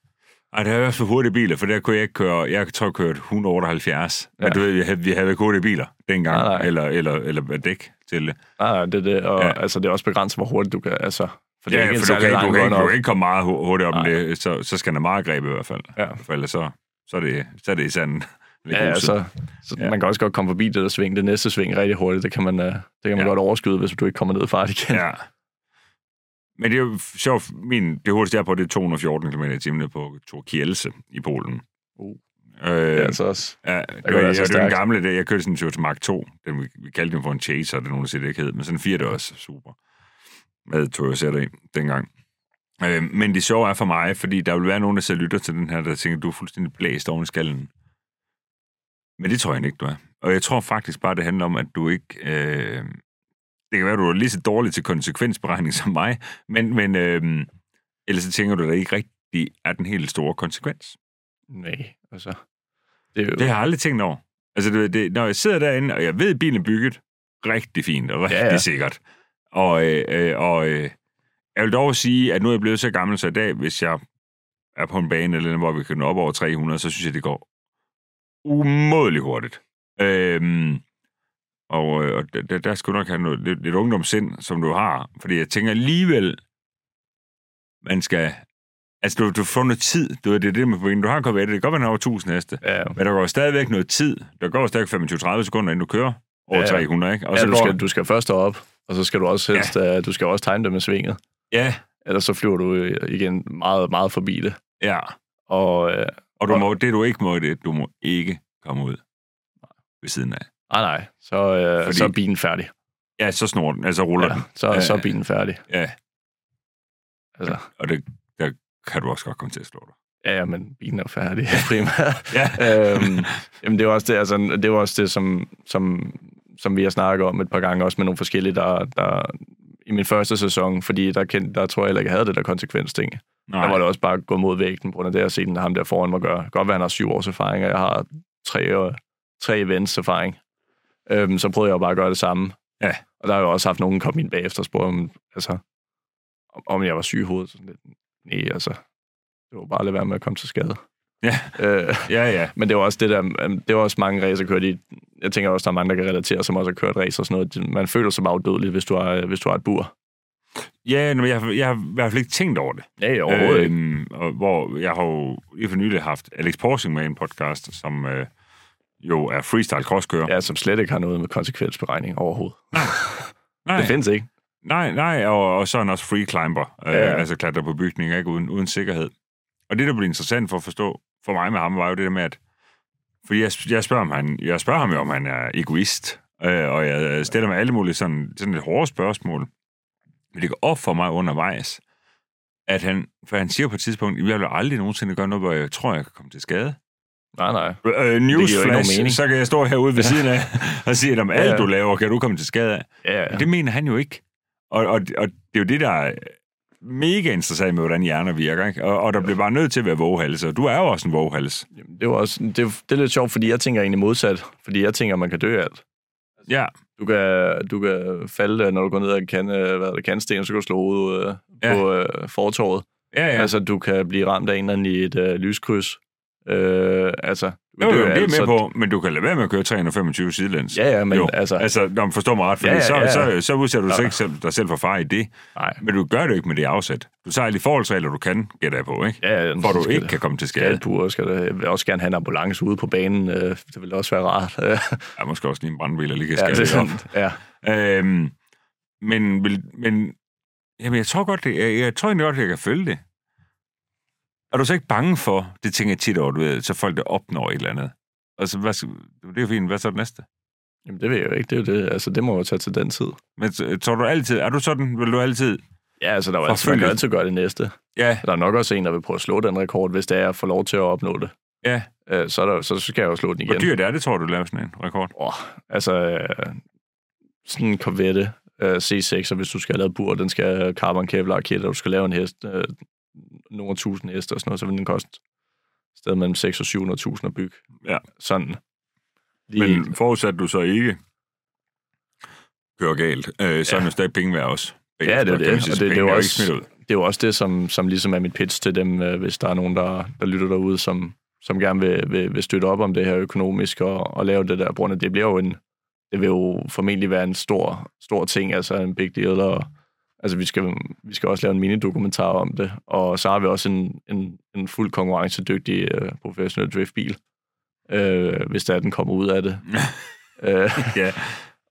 S1: Ej, det har været for hurtige biler, for der kunne jeg ikke køre, jeg tror, jeg kørte 178. Ja.
S2: Ja.
S1: Men du ved, vi havde, vi havde ikke hurtige biler dengang,
S2: Nej, nej.
S1: eller, eller, eller dæk til det.
S2: Nej, nej, det, er det, og
S1: Ja.
S2: ja. altså, det er også begrænset, hvor hurtigt du kan, altså... For det
S1: ja,
S2: er ikke en
S1: for du
S2: særlig
S1: kan, ikke- du,
S2: lang
S1: kan ikke, du
S2: run-up.
S1: kan ikke komme meget hu- hurtigt op med
S2: Nej.
S1: det, så, så skal der meget greb i hvert fald.
S2: Ja.
S1: For ellers så, så, er, det, så er det i sanden. lidt
S2: Ja,
S1: gruset.
S2: altså, så
S1: Ja.
S2: ja. man kan også godt komme forbi det der sving. Det næste sving rigtig hurtigt, det kan man, øh, det kan man
S1: Ja.
S2: ja. godt overskyde, hvis du ikke kommer ned i fart igen.
S1: Ja. Men det er jo sjovt, min, det hurtigste jeg er på, det er 214 km i timen på Tor Kielse i Polen.
S2: Uh.
S1: Øh,
S2: Det er
S1: ja,
S2: altså også.
S1: Ja, det
S2: går
S1: var,
S2: det
S1: jeg,
S2: altså
S1: det var den
S2: stærkt.
S1: gamle, der, jeg kørte sådan en Toyota Mark 2. Den, vi, vi kaldte den for en Chaser, det er nogen, der siger, det ikke hed, men sådan en 4 der også super. Med Toyota Sætter i dengang. Øh, men det sjove er for mig, fordi der vil være nogen, der sidder og lytter til den her, der tænker, du er fuldstændig blæst oven i skallen. Men det tror jeg ikke, du er. Og jeg tror faktisk bare, det handler om, at du ikke... Øh, det kan være, du er lige så dårlig til konsekvensberegning som mig, men, men øh, ellers så tænker du, at det ikke rigtig er den helt store konsekvens.
S2: Nej, altså. Det er jo,
S1: Det har jeg aldrig tænkt over. Altså, det, det, når jeg sidder derinde, og jeg ved, at bilen er bygget rigtig fint og rigtig
S2: Ja,
S1: ja, ja.
S2: ja.
S1: sikkert. Og, øh, øh, og øh, jeg vil dog sige, at nu er jeg blevet så gammel, så i dag, hvis jeg er på en bane eller noget, hvor vi kan nå op over 300, så synes jeg, det går umådeligt hurtigt. Øhm, og, øh, og der- der, der skal du nok have noget, lidt, lidt ungdomssind, som du har. Fordi jeg tænker alligevel, man skal... Altså, du, du får noget tid. Du, ved, det er det med pointen. Du har en Corvette, det kan godt være, den har over 1000 heste.
S2: ja,
S1: Men der går stadigvæk noget tid. Der går stadigvæk 25-30 sekunder, inden du kører over ja.
S2: Ja.
S1: 300, ikke?
S2: og så ja, du, skal, du skal først op, og så skal du også helst, ja. du skal også time det med svinget.
S1: Ja,
S2: Ellers så flyver du øh, igen meget, meget forbi det.
S1: ja.
S2: Og øh,
S1: Og du må, det, du ikke må, det er, at du må ikke komme ud ved siden af.
S2: ah, nej, så, øh,
S1: Fordi-
S2: så er bilen færdig.
S1: Ja, så snor den, altså ruller ja.
S2: Ja,
S1: den.
S2: så, så er
S1: Ja.
S2: bilen færdig.
S1: Ja.
S2: Altså,
S1: Og det, der kan du også godt komme til at slå dig.
S2: ja, ja, men bilen er færdig primært.
S1: Ja.
S2: øhm, jamen det er jo også det, altså, det, er jo også det som, som, som vi har snakket om et par gange, også med nogle forskellige, der, der i min første sæson, fordi der, kendte, der tror jeg heller ikke, jeg havde det der konsekvensting.
S1: Nej.
S2: Der var det også bare at gå mod vægten, på grund af det, jeg har set den, ham der foran mig gøre. Godt være, han har syv års erfaring, og jeg har tre, og- tre events erfaring. Øhm, så prøvede jeg jo bare at gøre det samme.
S1: Ja.
S2: Og der har jeg jo også haft nogen komme ind bagefter og spurgte, om, altså, om- om jeg var syg i hovedet. Sådan lidt. Nej, altså, det var bare at lade være med at komme til skade.
S1: Ja.
S2: Øh,
S1: Ja, ja.
S2: men det var også det der, øhm, det var også mange racer kørt i. Jeg tænker også, der er mange, der kan relatere, som også har kørt racer og sådan noget. Man føler sig bare udødelig, hvis du har, hvis du har et bur.
S1: Ja, men jeg, har- jeg har i hvert fald ikke tænkt over det.
S2: Ja, ja,
S1: Øhm, og hvor jeg har jo lige for nylig haft Alex Porsing med i en podcast, som øh, jo er freestyle crosskører.
S2: Ja, som slet ikke har noget med konsekvensberegning overhovedet.
S1: Nej.
S2: Det findes ikke.
S1: Nej, nej, og, og så er han også free climber, øh, ja.
S2: Ja.
S1: altså klatrer på bygninger ikke uden, uden sikkerhed. Og det, der blev interessant for at forstå for mig med ham, var jo det der med, at fordi jeg, jeg, spørger, om han, jeg spørger ham jo, om han er egoist, øh, og jeg øh, stiller mig alle mulige sådan, sådan lidt hårde spørgsmål. Men det går op for mig undervejs, at han, for han siger på et tidspunkt, jeg vil aldrig nogensinde gøre noget, hvor jeg tror, jeg kan komme til skade.
S2: Nej, nej.
S1: Øh,
S2: nogen
S1: newsflash,
S2: mening.
S1: så kan jeg stå herude ved siden af og sige, at om alt
S2: Ja.
S1: du laver, kan du komme til skade af.
S2: Ja, ja.
S1: Ja. Det mener han jo ikke. Og, og, og det er jo det, der er mega interessant med, hvordan hjerner virker. Ikke? Og, og der bliver bare nødt til at være våghals, og du er jo også en våghals.
S2: Jamen, det, var også, det, det er lidt sjovt, fordi jeg tænker egentlig modsat. Fordi jeg tænker, man kan dø af alt.
S1: Ja,
S2: Du kan, du kan falde, når du går ned ad kan, øh, hvad hedder det, kantsten, så kan du slå ud øh,
S1: Ja.
S2: ja. på øh, fortorvet.
S1: ja, ja.
S2: Ja.
S1: Altså,
S2: Altså, du kan blive ramt af en eller anden i et øh, lyskryds. Øh, altså, du
S1: jo,
S2: kan
S1: jo,
S2: dø af
S1: det er
S2: alt,
S1: med
S2: så-
S1: på, men du kan lade være med at køre 325 sidelæns.
S2: Ja, ja, men
S1: Jo.
S2: jo. altså...
S1: Altså, når man forstår mig ret, fordi
S2: Ja, ja,
S1: så,
S2: ja.
S1: så, så udsætter du
S2: Ja.
S1: ja. ikke selv, dig selv for far i det.
S2: Nej.
S1: Men du gør det jo ikke med det afsæt. Du tager alle de forholdsregler, du kan, gætter jeg på, ikke?
S2: Ja, ja,
S1: Hvor
S2: så
S1: du
S2: skal
S1: ikke
S2: det-
S1: kan komme til
S2: Skal
S1: skade.
S2: du skal der, jeg vil også gerne have en ambulance ude på banen. øh, Det ville også være rart. Øh,
S1: Ja, måske også lige en brandbil, eller lige kan
S2: ja,
S1: skade
S2: det er
S1: dig op.
S2: sådan. Ja.
S1: Øhm, men, vil- men Jamen, jeg tror godt, det, jeg, jeg tror egentlig godt, jeg kan følge det. Er du så ikke bange for, det tænker jeg tit over, du ved, så folk der opnår et eller andet. Altså, hvad, skal- det er jo fint, hvad så er det næste?
S2: Jamen, det ved jeg jo ikke. Det, er jo det. Altså, det må jo tage til den tid.
S1: Men så- tror du altid, er du sådan, vil du altid,
S2: Ja, altså, der er jo altid, man kan
S1: Forfølgelig.
S2: altid gøre det næste.
S1: ja,
S2: Der er nok også en, der vil prøve at slå den rekord, hvis det er at få lov til at opnå det.
S1: Ja.
S2: Øh, så, er der, så skal jeg jo slå den
S1: hvor
S2: igen.
S1: dyrt er det, tror du, laver sådan en rekord?
S2: Altså, øh, sådan en Corvette øh, C6, og hvis du skal have lavet bur, den skal have carbon kevlar kit, og du skal lave en hest, øh, nogle tusind heste og sådan noget, så vil den koste et sted mellem 6 og 700.000 at bygge.
S1: Ja.
S2: Sådan. Lige,
S1: Men forudsat du så ikke kører galt, øh, så ja. er
S2: Ja.
S1: det jo stadig penge værd også.
S2: Ja, det er
S1: Så kan man
S2: det,
S1: sige,
S2: og
S1: så
S2: det- det er
S1: penge
S2: jo
S1: jo
S2: også-
S1: ikke smidt ud.
S2: det er jo også det, som, som ligesom er mit pitch til dem, øh, hvis der er nogen, der, der lytter derude, som, som gerne vil, vil, vil støtte op om det her økonomisk og, og lave det der. Brunde, det bliver jo en, det vil jo formentlig være en stor, stor ting, altså en big deal, og altså vi skal, vi skal også lave en minidokumentar om det, og så har vi også en, en, en fuld konkurrencedygtig øh, professionel driftbil, øh, hvis der er, den kommer ud af det. øh,
S1: Ja.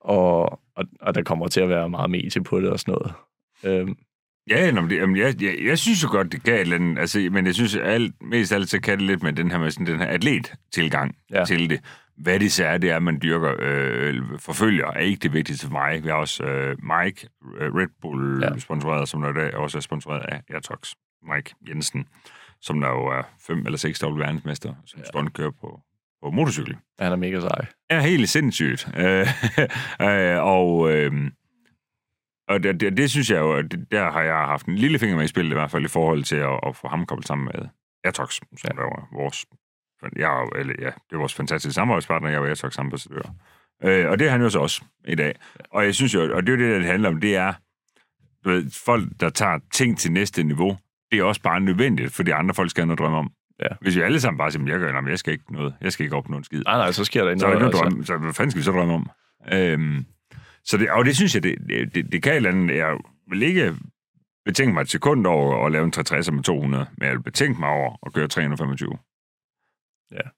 S2: og, og, og der kommer til at være meget medie på det og sådan noget. Øh,
S1: Ja, nå, men det, jamen, jeg, jeg, jeg synes jo godt, det kan et eller andet, altså, men jeg synes alt, mest af alt, så kan det lidt med den her, med sådan, den her atlet-tilgang ja.
S2: Ja.
S1: til det. Hvad det så er, det er, at man dyrker øh, forfølger, er ikke det vigtigste for mig. Vi har også øh, Mike, øh, Red Bull ja.
S2: Ja.
S1: sponsoreret, som der i dag også er sponsoreret af Airtox, Mike Jensen, som der jo er fem eller seks dobbelt verdensmester, som ja.
S2: Ja.
S1: stuntkører på, på motorcykel
S2: han er mega sej.
S1: er helt sindssygt. Øh, øh, og øh, og det, det, det synes jeg jo, at det- der har jeg haft en lille finger med i spillet, i hvert fald i forhold til at, at få ham koblet sammen med Airtox, som ja. der var vores, jeg, er jo- eller, ja, det var vores fantastiske samarbejdspartner, jeg var Airtox ambassadør. Øh, og det er han jo så også i dag. Og jeg synes jo, og det er jo det, der det handler om, det er, du ved, folk, der tager ting til næste niveau, det er også bare nødvendigt, fordi andre folk skal have noget at drømme om.
S2: Ja.
S1: Hvis vi alle sammen bare siger, "Jamen, jeg gør, "Nå, men jeg skal ikke noget, jeg skal ikke opnå en skid.
S2: Nej, nej, så sker der ikke
S1: Så er der
S2: noget. altså.
S1: ikke noget drømme. Så hvad fanden skal vi så drømme om? Øhm, så det, og det synes jeg, det, det, det, det kan et eller andet. Jeg vil ikke betænke mig et sekund over at lave en 360 med 200, men jeg vil betænke mig over at køre 325.
S2: Ja.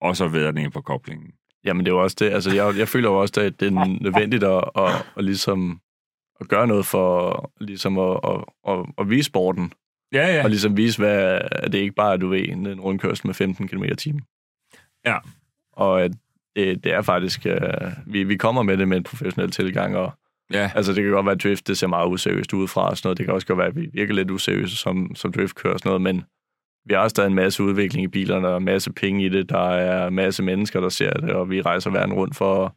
S1: Og så ved jeg den ene på koblingen.
S2: Jamen, det er jo også det. Altså, jeg, jeg føler jo også, at det er nødvendigt at, at, at, ligesom, at gøre noget for ligesom at, at, at, at vise sporten.
S1: Ja,
S2: Ja.
S1: ja.
S2: Og ligesom vise, hvad, at det ikke bare er, du ved, en en rundkørsel med 15 km i timen.
S1: Ja.
S2: Og at det, det er faktisk... Øh, vi, vi kommer med det med en professionel tilgang, og
S1: ja.
S2: Altså, det kan godt være, at drift det ser meget useriøst udefra og sådan noget. Det kan også godt være, at vi virker lidt useriøse som, som driftkører og sådan noget, men vi har stadig en masse udvikling i bilerne og en masse penge i det. Der er en masse mennesker, der ser det, og vi rejser verden rundt for at,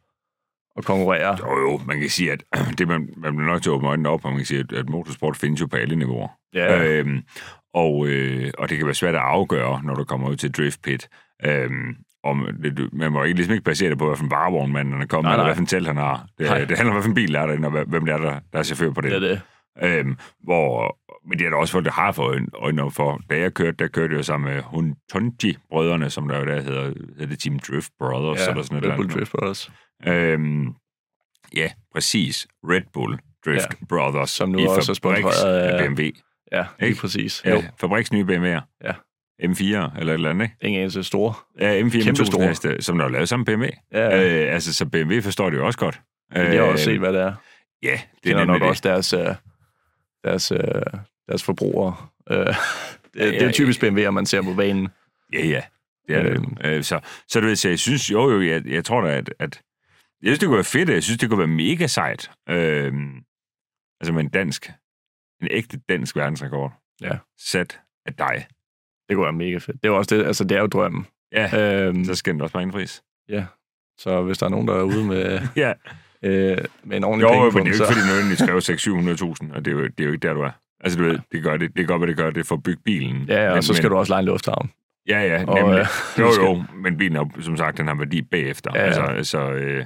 S2: at konkurrere.
S1: Jo, jo, man kan sige, at det, man, man bliver nødt til at åbne øjnene op, og man kan sige, at, at motorsport findes jo på alle niveauer.
S2: Ja, øh,
S1: Øhm, og, øh, og det kan være svært at afgøre, når du kommer ud til drift pit. Øhm, om det, du- man må ikke, ligesom ikke basere det på, hvilken varevogn manden er kommet,
S2: Nej,
S1: eller
S2: nej.
S1: hvilken telt han har. Det,
S2: Nej.
S1: det handler om, hvilken bil er der, og hva- hvem det er, der, der er chauffør på det.
S2: det er det.
S1: Øhm, hvor, men det er der også folk, der har fået øjn- øjnene op for. Da jeg kørte, der kørte jeg jo sammen med Huntonji-brødrene, som der jo der hedder, hedder det Team Drift Brothers,
S2: Ja,
S1: eller sådan
S2: Red
S1: noget.
S2: Bull Drift Brothers,
S1: Øhm, ja, præcis. Red Bull Drift ja. Brothers.
S2: Som nu
S1: i
S2: også er
S1: fabriks-
S2: sponsoreret af-
S1: BMW.
S2: ja, lige
S1: Ikke?
S2: præcis. Jo,
S1: Ja, fabriks nye BMW'er.
S2: Ja.
S1: M4 eller et eller andet, ikke?
S2: ingen anelse store.
S1: Ja, M4 med
S2: Kæmpe
S1: 1000
S2: store.
S1: heste, som der er lavet sammen med BMW.
S2: Ja, øh,
S1: Ja. Øh, altså, så BMW forstår det jo også godt.
S2: jeg har også
S1: Øh,
S2: set, hvad det er.
S1: Ja,
S2: Det
S1: det er
S2: er nok
S1: nemlig
S2: det.
S1: det.
S2: også deres, øh, deres, øh, deres forbrugere. Øh, det,
S1: Ja,
S2: det er
S1: ja.
S2: typisk BMW'er, man ser på banen.
S1: Ja, ja. Det er det. Øh, så, så du ved, så jeg synes jo, jo jeg, jeg tror da, at, at... Jeg synes, det kunne være fedt. Jeg synes, det kunne være mega sejt. Øh, altså med en dansk... En ægte dansk verdensrekord.
S2: Ja.
S1: Sat af dig.
S2: Det kunne være mega fedt. Det er jo også det, altså det er jo drømmen.
S1: Ja,
S2: Øhm,
S1: så skal den også mange pris.
S2: ja. Så hvis der er nogen, der er ude med,
S1: Ja.
S2: øh, med en ordentlig
S1: Jo,
S2: penge
S1: jo,
S2: på,
S1: men det er jo
S2: så...
S1: ikke, fordi den nødvendigvis kræver 600-700.000, og det er, jo, det er jo ikke der, du er. Altså, du ved, det gør det, det gør, hvad det gør, det er for at bygge bilen.
S2: Ja,
S1: men,
S2: og så skal
S1: men,
S2: du også lege en lufthavn.
S1: Ja, ja,
S2: Og,
S1: nemlig.
S2: øh,
S1: jo,
S2: du skal-
S1: jo, men bilen har, som sagt, den har værdi bagefter. Ja,
S2: Ja,
S1: ja.
S2: ja.
S1: Altså, så, øh,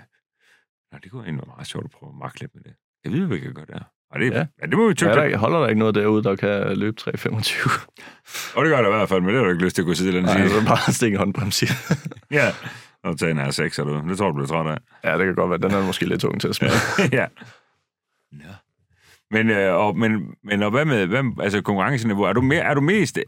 S1: nå, det kunne egentlig være meget sjovt at prøve at makle lidt med det. Jeg ved, hvad vi kan gøre der. Og det, ja.
S2: Ja.
S1: ja, det må vi
S2: Er
S1: tygge.
S2: der,
S1: Ja,
S2: ikke- holder der ikke noget derude, der kan løbe 3,25?
S1: og det gør der i hvert fald, men det har du ikke lyst til at kunne sidde i den
S2: Nej,
S1: sige.
S2: så bare stikke håndbremsen.
S1: Ja. Og tage en R6, er du. Det tror du, bliver træt af.
S2: Ja, det kan godt være. Den er måske lidt tung til at smide.
S1: ja. ja. Men, øh, og, men, men og hvad med, hvad, altså konkurrenceniveau, er du, mere, er, du mest,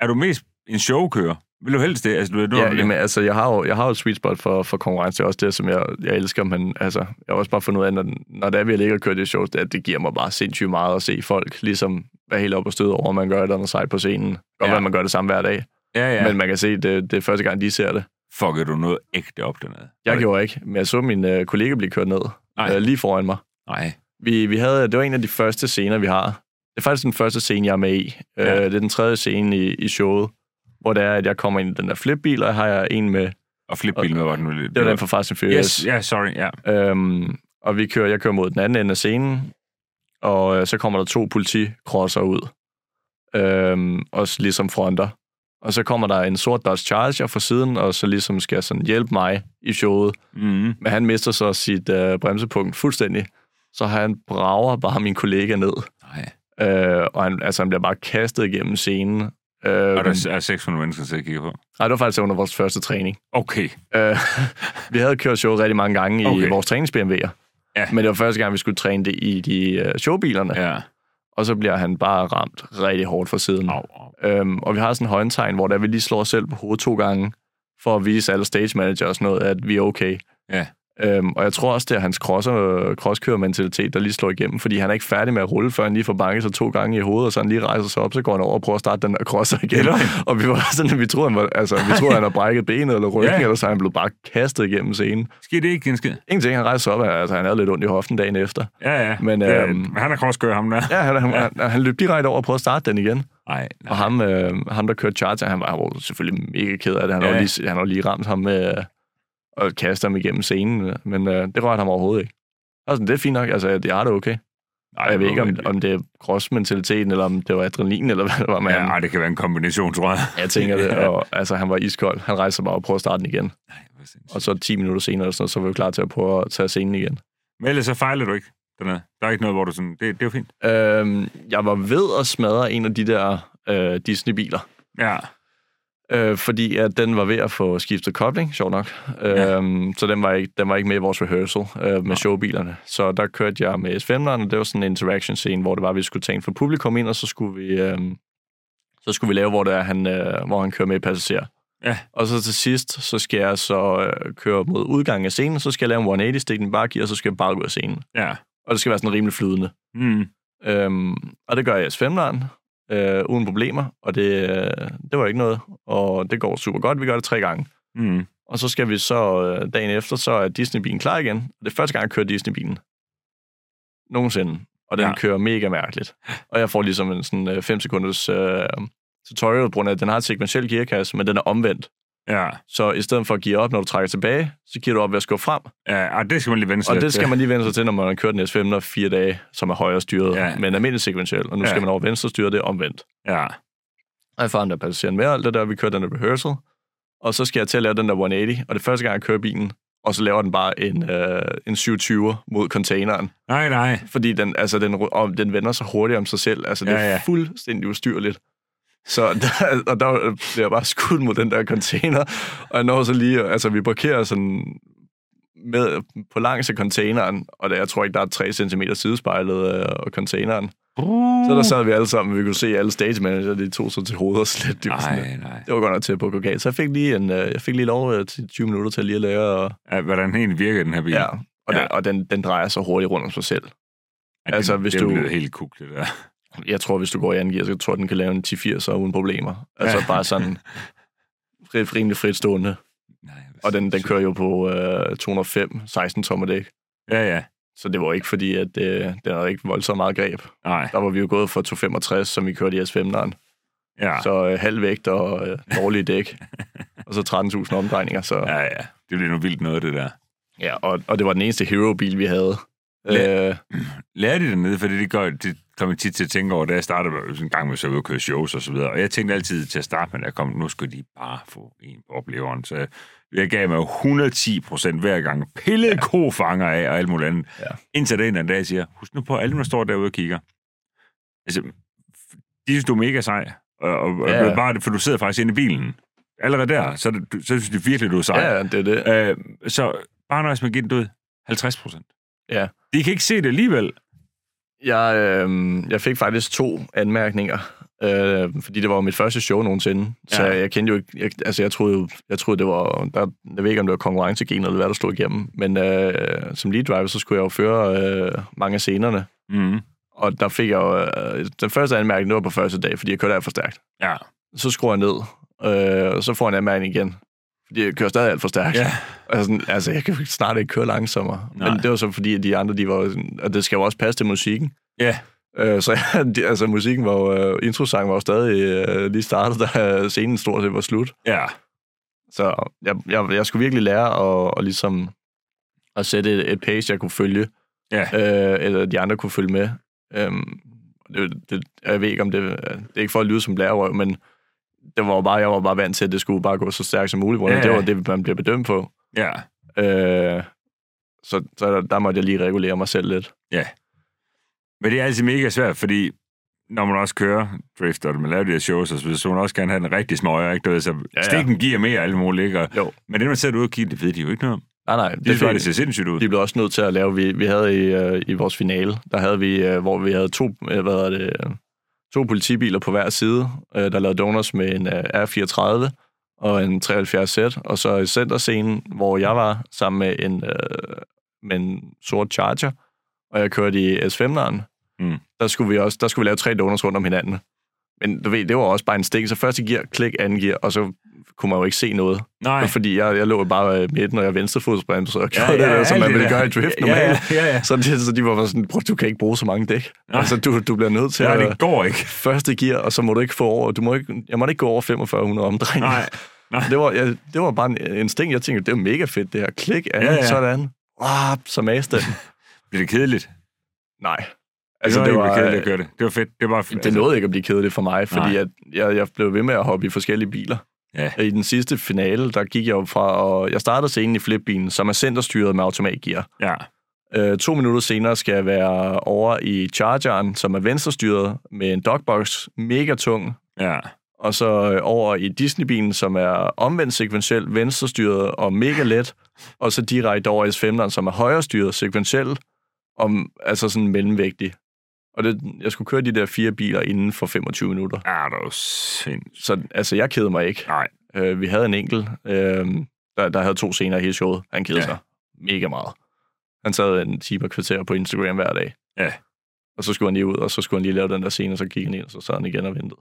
S1: er du mest en showkører? Vil du helst det? Altså, du, nu
S2: Ja,
S1: har du det.
S2: jamen, altså, jeg har, jo, jeg har jo et sweet spot for, for konkurrence. Det er også det, som jeg, jeg elsker, men altså, jeg har også bare fundet ud af, når, når det er, vi har ligget og kørt det shows, det, er, at det giver mig bare sindssygt meget at se folk ligesom være helt op og støde over, at man gør et eller andet sejt på scenen. Godt,
S1: Ja.
S2: ja. man gør det samme hver dag,
S1: ja, ja.
S2: ja. men
S1: Men...
S2: man kan se, det, det er første gang, de ser det.
S1: Fucker du noget ægte op dernede?
S2: Jeg gjorde ikke, men jeg så min øh, kollega blive kørt ned
S1: Nej.
S2: øh, lige foran mig.
S1: Nej.
S2: Vi, vi havde, det var en af de første scener, vi har. Det er faktisk den første scene, jeg er med i.
S1: Ja.
S2: Ja. Øh, det er den tredje scene i, i showet, hvor det er, at jeg kommer ind i den der flipbil, og jeg har jeg en med...
S1: Og flipbilen, hvad var den nu?
S2: Det var den fra Fast and Furious.
S1: Yes, ja, sorry, ja.
S2: Øhm, og vi kører, jeg kører mod den anden ende af scenen, og øh, så kommer der to politikrosser ud, øhm, og s- ligesom fronter. Og så kommer der en sort Dodge Charger fra siden, og så ligesom skal sådan hjælpe mig i showet.
S1: Mm.
S2: Men han mister så sit øh, bremsepunkt fuldstændig, så han brager bare min kollega ned.
S1: Nej.
S2: Øh, og han, altså, han bliver bare kastet igennem scenen. Øh,
S1: Og der er 600 mennesker, der kigger på.
S2: nej, det var faktisk under vores første træning.
S1: Okay.
S2: Øh, vi havde kørt show rigtig mange gange okay.
S1: Okay.
S2: i vores trænings-BMW'er.
S1: Ja.
S2: Men det var første gang, vi skulle træne det i de øh, showbilerne.
S1: Ja.
S2: Og så bliver han bare ramt rigtig hårdt fra siden.
S1: Mm. Au, au.
S2: Øhm, og vi har sådan en håndtegn, hvor der vi lige slår os selv på hovedet to gange, for at vise alle stage manager og sådan noget, at vi er okay.
S1: Ja.
S2: Øhm, og jeg tror også, det er hans crosser, crosskører-mentalitet, der lige slår igennem, fordi han er ikke færdig med at rulle, før han lige får banket sig to gange i hovedet, og så han lige rejser sig op, så går han over og prøver at starte den der crosser igen. og vi var sådan, at vi troede, han, var, altså, vi troede, han havde brækket benet eller ryggen,
S1: Ja.
S2: ja. eller så er han blev bare kastet igennem scenen.
S1: Sker det ikke en skid?
S2: Ingenting, han rejser sig op, altså han havde lidt ondt i hoften dagen efter.
S1: Ja, ja.
S2: Men,
S1: Det er-
S2: øhm,
S1: han er crosskører, ham der.
S2: Ja, han, han,
S1: Ja.
S2: han, han løb direkte over og prøvede at starte den igen.
S1: Nej, nej.
S2: Og ham, øh, ham der kørte charter, han var, han var selvfølgelig mega ked af det. Han
S1: Ja.
S2: har ja. lige, han har lige ramt ham med øh, og kastet ham igennem scenen, men øh, det rørte ham overhovedet ikke. Altså, det er fint nok. Altså, jeg har det okay.
S1: Nej,
S2: Og jeg ved ikke, om,
S1: det,
S2: om det er cross-mentaliteten, eller om det var adrenalin, eller hvad det var, men
S1: ja,
S2: ja,
S1: ej, det kan være en kombination, tror jeg.
S2: jeg tænker det.
S1: Ja.
S2: Og, altså, han var iskold. Han rejste sig bare og prøvede at starte den igen.
S1: Nej, hvor sindssygt.
S2: Og så 10 minutter senere, eller sådan, noget, så var vi klar til at prøve at tage scenen igen.
S1: Men ellers så fejler du ikke. Den er, der er ikke noget, hvor du sådan... Det, det er jo fint.
S2: Øhm, jeg var ved at smadre en af de der øh, Disney-biler.
S1: Ja.
S2: Øh, fordi at den var ved at få skiftet kobling, sjov nok.
S1: Ja.
S2: Øhm, så den var, ikke, den var ikke med i vores rehearsal øh, med showbilerne. Så der kørte jeg med s og det var sådan en interaction scene, hvor det var, at vi skulle tage en for publikum ind, og så skulle vi, øh, så skulle vi lave, hvor, det er, han, øh, hvor han kører med passager.
S1: Ja.
S2: Og så til sidst, så skal jeg så øh, køre mod udgangen af scenen, så skal jeg lave en 180-stik, den bare giver, og så skal jeg bare ud af scenen.
S1: Ja.
S2: Og det skal være sådan rimelig flydende.
S1: Mm.
S2: Øhm, og det gør jeg i svømmeren, øh, uden problemer, og det, øh, det var ikke noget. Og det går super godt, vi gør det tre gange.
S1: Mm.
S2: Og så skal vi så øh, dagen efter, så er Disney-bilen klar igen. Og det er første gang, jeg kører Disney-bilen. Nogensinde. Og den
S1: Ja.
S2: ja. kører mega mærkeligt. Og jeg får ligesom en sådan øh, 5 sekunders øh, tutorial, på grund af, at den har et sekventiel gearkasse, men den er omvendt.
S1: Ja.
S2: Så i stedet for at give op, når du trækker tilbage, så giver du op ved at skubbe frem.
S1: Ja, ej, det skal man lige vende sig
S2: Og
S1: lidt
S2: det skal
S1: til.
S2: man lige vende sig til, når man har kørt den S5 fire dage, som er højere styret,
S1: Ja.
S2: ja. men almindelig sekventiel. Og nu
S1: Ja.
S2: ja. skal man over venstre styret, det er omvendt.
S1: Ja.
S2: Og jeg får ham der passageren med, og alt det der, vi kører den der rehearsal. Og så skal jeg til at lave den der 180, og det er første gang, jeg kører bilen. Og så laver den bare en, øh, en 720 mod containeren.
S1: Nej, nej.
S2: Fordi den, altså, den, ru- og den vender så hurtigt om sig selv. Altså, det
S1: Ja,
S2: ja,
S1: ja.
S2: ja. er fuldstændig ustyrligt. Så der, og der bliver jeg bare skudt mod den der container. Og jeg når så lige, altså vi parkerer sådan med, på langs af containeren, og der, jeg tror ikke, der er 3 cm sidespejlet øh, og containeren.
S1: Uh.
S2: Så der sad vi alle sammen, vi kunne se alle stage manager, de tog sig til hovedet og slet. De var sådan,
S1: Nej, nej.
S2: det var godt nok til at gå galt. Så jeg fik lige, en, øh, jeg fik lige lov øh, til 20 minutter til at lige at lære. Og,
S1: Ja, hvordan egentlig virker den her bil?
S2: ja, og,
S1: Ja.
S2: ja. Den, og den, den drejer så hurtigt rundt om sig selv.
S1: Ej,
S2: altså,
S1: det,
S2: hvis
S1: det
S2: du-
S1: Det helt kuk, det der.
S2: Jeg tror, hvis du går i anden gear, så tror jeg, den kan lave en 10-80 så uden problemer. Altså
S1: Ja.
S2: ja. bare sådan ri- rimelig fritstående.
S1: Nej, hvor
S2: Og den, den
S1: sindssygt.
S2: kører jo på øh, 205, 16 tommer dæk.
S1: Ja, ja.
S2: Så det var ikke fordi, at øh, den havde ikke voldsomt meget greb.
S1: Nej,
S2: Der var vi jo gået for 265, som vi kørte i S5'eren.
S1: ja.
S2: Så øh, halv vægt og øh, dårlige dæk. og så 13.000 omdrejninger. Så, ja.
S1: Ja, ja. Det bliver nu vildt noget, det der.
S2: Ja, og, og det var den eneste Hero-bil, vi havde.
S1: Ja.
S2: Øh,
S1: Lærer de dernede, fordi det, gør, det kom jeg tit til at tænke over, da jeg startede med, en gang med så ud og køre shows og så videre. Og jeg tænkte altid til at starte med, at jeg kom, nu skal de bare få en på opleveren. Så jeg gav mig 110 procent hver gang. Pillede ja. kofanger af og alt muligt andet. Ja.
S2: Ja.
S1: Indtil den anden dag siger, husk nu på, at alle, der står derude og kigger. Altså, de synes, du er mega sej. Og, og, og
S2: Ja.
S1: ja. bare, for du sidder faktisk inde i bilen. Allerede der, så, er det- så synes de virkelig, du er sej.
S2: ja, det er det.
S1: Øh, så bare nøjes med at give den død 50 procent.
S2: Ja.
S1: De kan ikke se det alligevel.
S2: Jeg, øh, jeg fik faktisk to anmærkninger Øh, fordi det var jo mit første show nogensinde. Ja. Så
S1: Ja.
S2: jeg kendte jo ikke... Jeg, altså, jeg troede, jo- jeg troede, det var... Der, jeg ved ikke, om det var konkurrencegen eller hvad, der slog igennem. Men øh, som lead driver, så skulle jeg jo føre øh, mange af scenerne.
S1: Mm.
S2: Og der fik jeg jo... Øh, den første anmærkning, det var på første dag, fordi jeg kørte alt for stærkt.
S1: Ja.
S2: Så skruer jeg ned, øh, og så får jeg en anmærkning igen. Fordi jeg kører stadig alt for stærkt.
S1: Ja.
S2: Og jeg er sådan, altså, jeg kan jo snart ikke køre langsommere. Nej.
S1: Nej.
S2: Men det var så fordi, at de andre, de var... jo sådan- Og det skal jo også passe til musikken.
S1: Ja.
S2: Øh, så jeg, de- altså, musikken var jo... øh, Introsangen var jo stadig øh, lige startet, da scenen stort set var slut.
S1: Ja.
S2: Så jeg, jeg, jeg skulle virkelig lære at, at ligesom at sætte et, et pace, jeg kunne følge,
S1: Ja.
S2: øh, eller de andre kunne følge med. Øhm, det, det, jeg ved ikke, om det, det er ikke for at lyde som lærerøv, men det var jo bare, jeg var bare vant til, at det skulle bare gå så stærkt som muligt,
S1: Ja,
S2: ja. det
S1: ja.
S2: var det, man bliver bedømt på.
S1: Ja.
S2: Øh, så så der, der måtte jeg lige regulere mig selv lidt.
S1: Men det er altid mega svært, fordi når man også kører drift, og man laver de her shows, og så vil man også gerne have den rigtig smøger, ikke? Du ved, så
S2: ja.
S1: stikken giver mere alt muligt, ikke? Og,
S2: Jo.
S1: Men det, man sætter ud og kigger, det ved de jo ikke noget om.
S2: Nej, nej.
S1: De synes bare,
S2: fint.
S1: det ser sindssygt ud.
S2: De blev også nødt til at lave, vi, vi havde i, øh, i vores finale, der havde vi, øh, hvor vi havde to, øh, hvad hedder det, øh, to politibiler på hver side, øh, der lavede donuts med en øh, R34 og en 73Z, og så i centerscenen, hvor jeg var sammen med en, øh, med en sort charger, og jeg kørte i S5'eren,
S1: Mm.
S2: der, skulle vi også, der skulle vi lave tre donuts rundt om hinanden. Men du ved, det var også bare en stik, så første gear, klik, anden gear, og så kunne man jo ikke se noget.
S1: Nej.
S2: Ej. Fordi jeg, jeg lå jo bare øh, midten, og jeg venstrefodsbremse, og gjorde ja, det, der, som
S1: alt
S2: man
S1: det
S2: ville
S1: der.
S2: gøre i drift
S1: Ja,
S2: normalt. Ja,
S1: Ja, ja, ja.
S2: Så, de, så de var bare sådan, "Bror, du kan ikke bruge så mange dæk.
S1: Nej.
S2: Altså, du, du bliver nødt til
S1: Nej,
S2: at
S1: det går ikke.
S2: første gear, og så må du ikke få over, du må ikke, jeg måtte ikke gå over 4500 omdrejninger.
S1: Nej. Nej.
S2: Det var, jeg, det var bare en instinkt, jeg tænkte, det er jo mega fedt det her. Klik, anden,
S1: Ja, ja.
S2: sådan. Wow, så mas den.
S1: Bliver det kedeligt?
S2: Nej.
S1: Altså, det var, det var
S2: øh,
S1: kedeligt at gøre det. Det var fedt. Det var altså,
S2: det nåede ikke at blive kedeligt for mig, fordi
S1: Nej.
S2: at jeg, jeg blev ved med at hoppe i forskellige biler.
S1: Ja.
S2: Og I den sidste finale, der gik jeg jo fra, og jeg startede scenen i flipbilen, som er centerstyret med automatgear.
S1: Ja.
S2: Øh, to minutter senere skal jeg være over i chargeren, som er venstrestyret med en dogbox, mega tung.
S1: Ja.
S2: Og så øh, over i Disney-bilen, som er omvendt sekventielt, venstrestyret og mega let. Og så direkte over i S5'eren, som er højrestyret sekventielt, og, altså sådan mellemvægtig. Og det, jeg skulle køre de der fire biler inden for 25 minutter.
S1: Ja, det var sindssygt.
S2: Så altså, jeg keder mig ikke.
S1: Nej.
S2: Øh, vi havde en enkelt, øh, der, der havde to scener i hele showet. Han kedede
S1: Ja.
S2: ja. sig mega meget. Han sad en time og kvarter på Instagram hver dag.
S1: Ja.
S2: Og så skulle han lige ud, og så skulle han lige lave den der scene, og så gik han ind, og så sad han igen og ventede.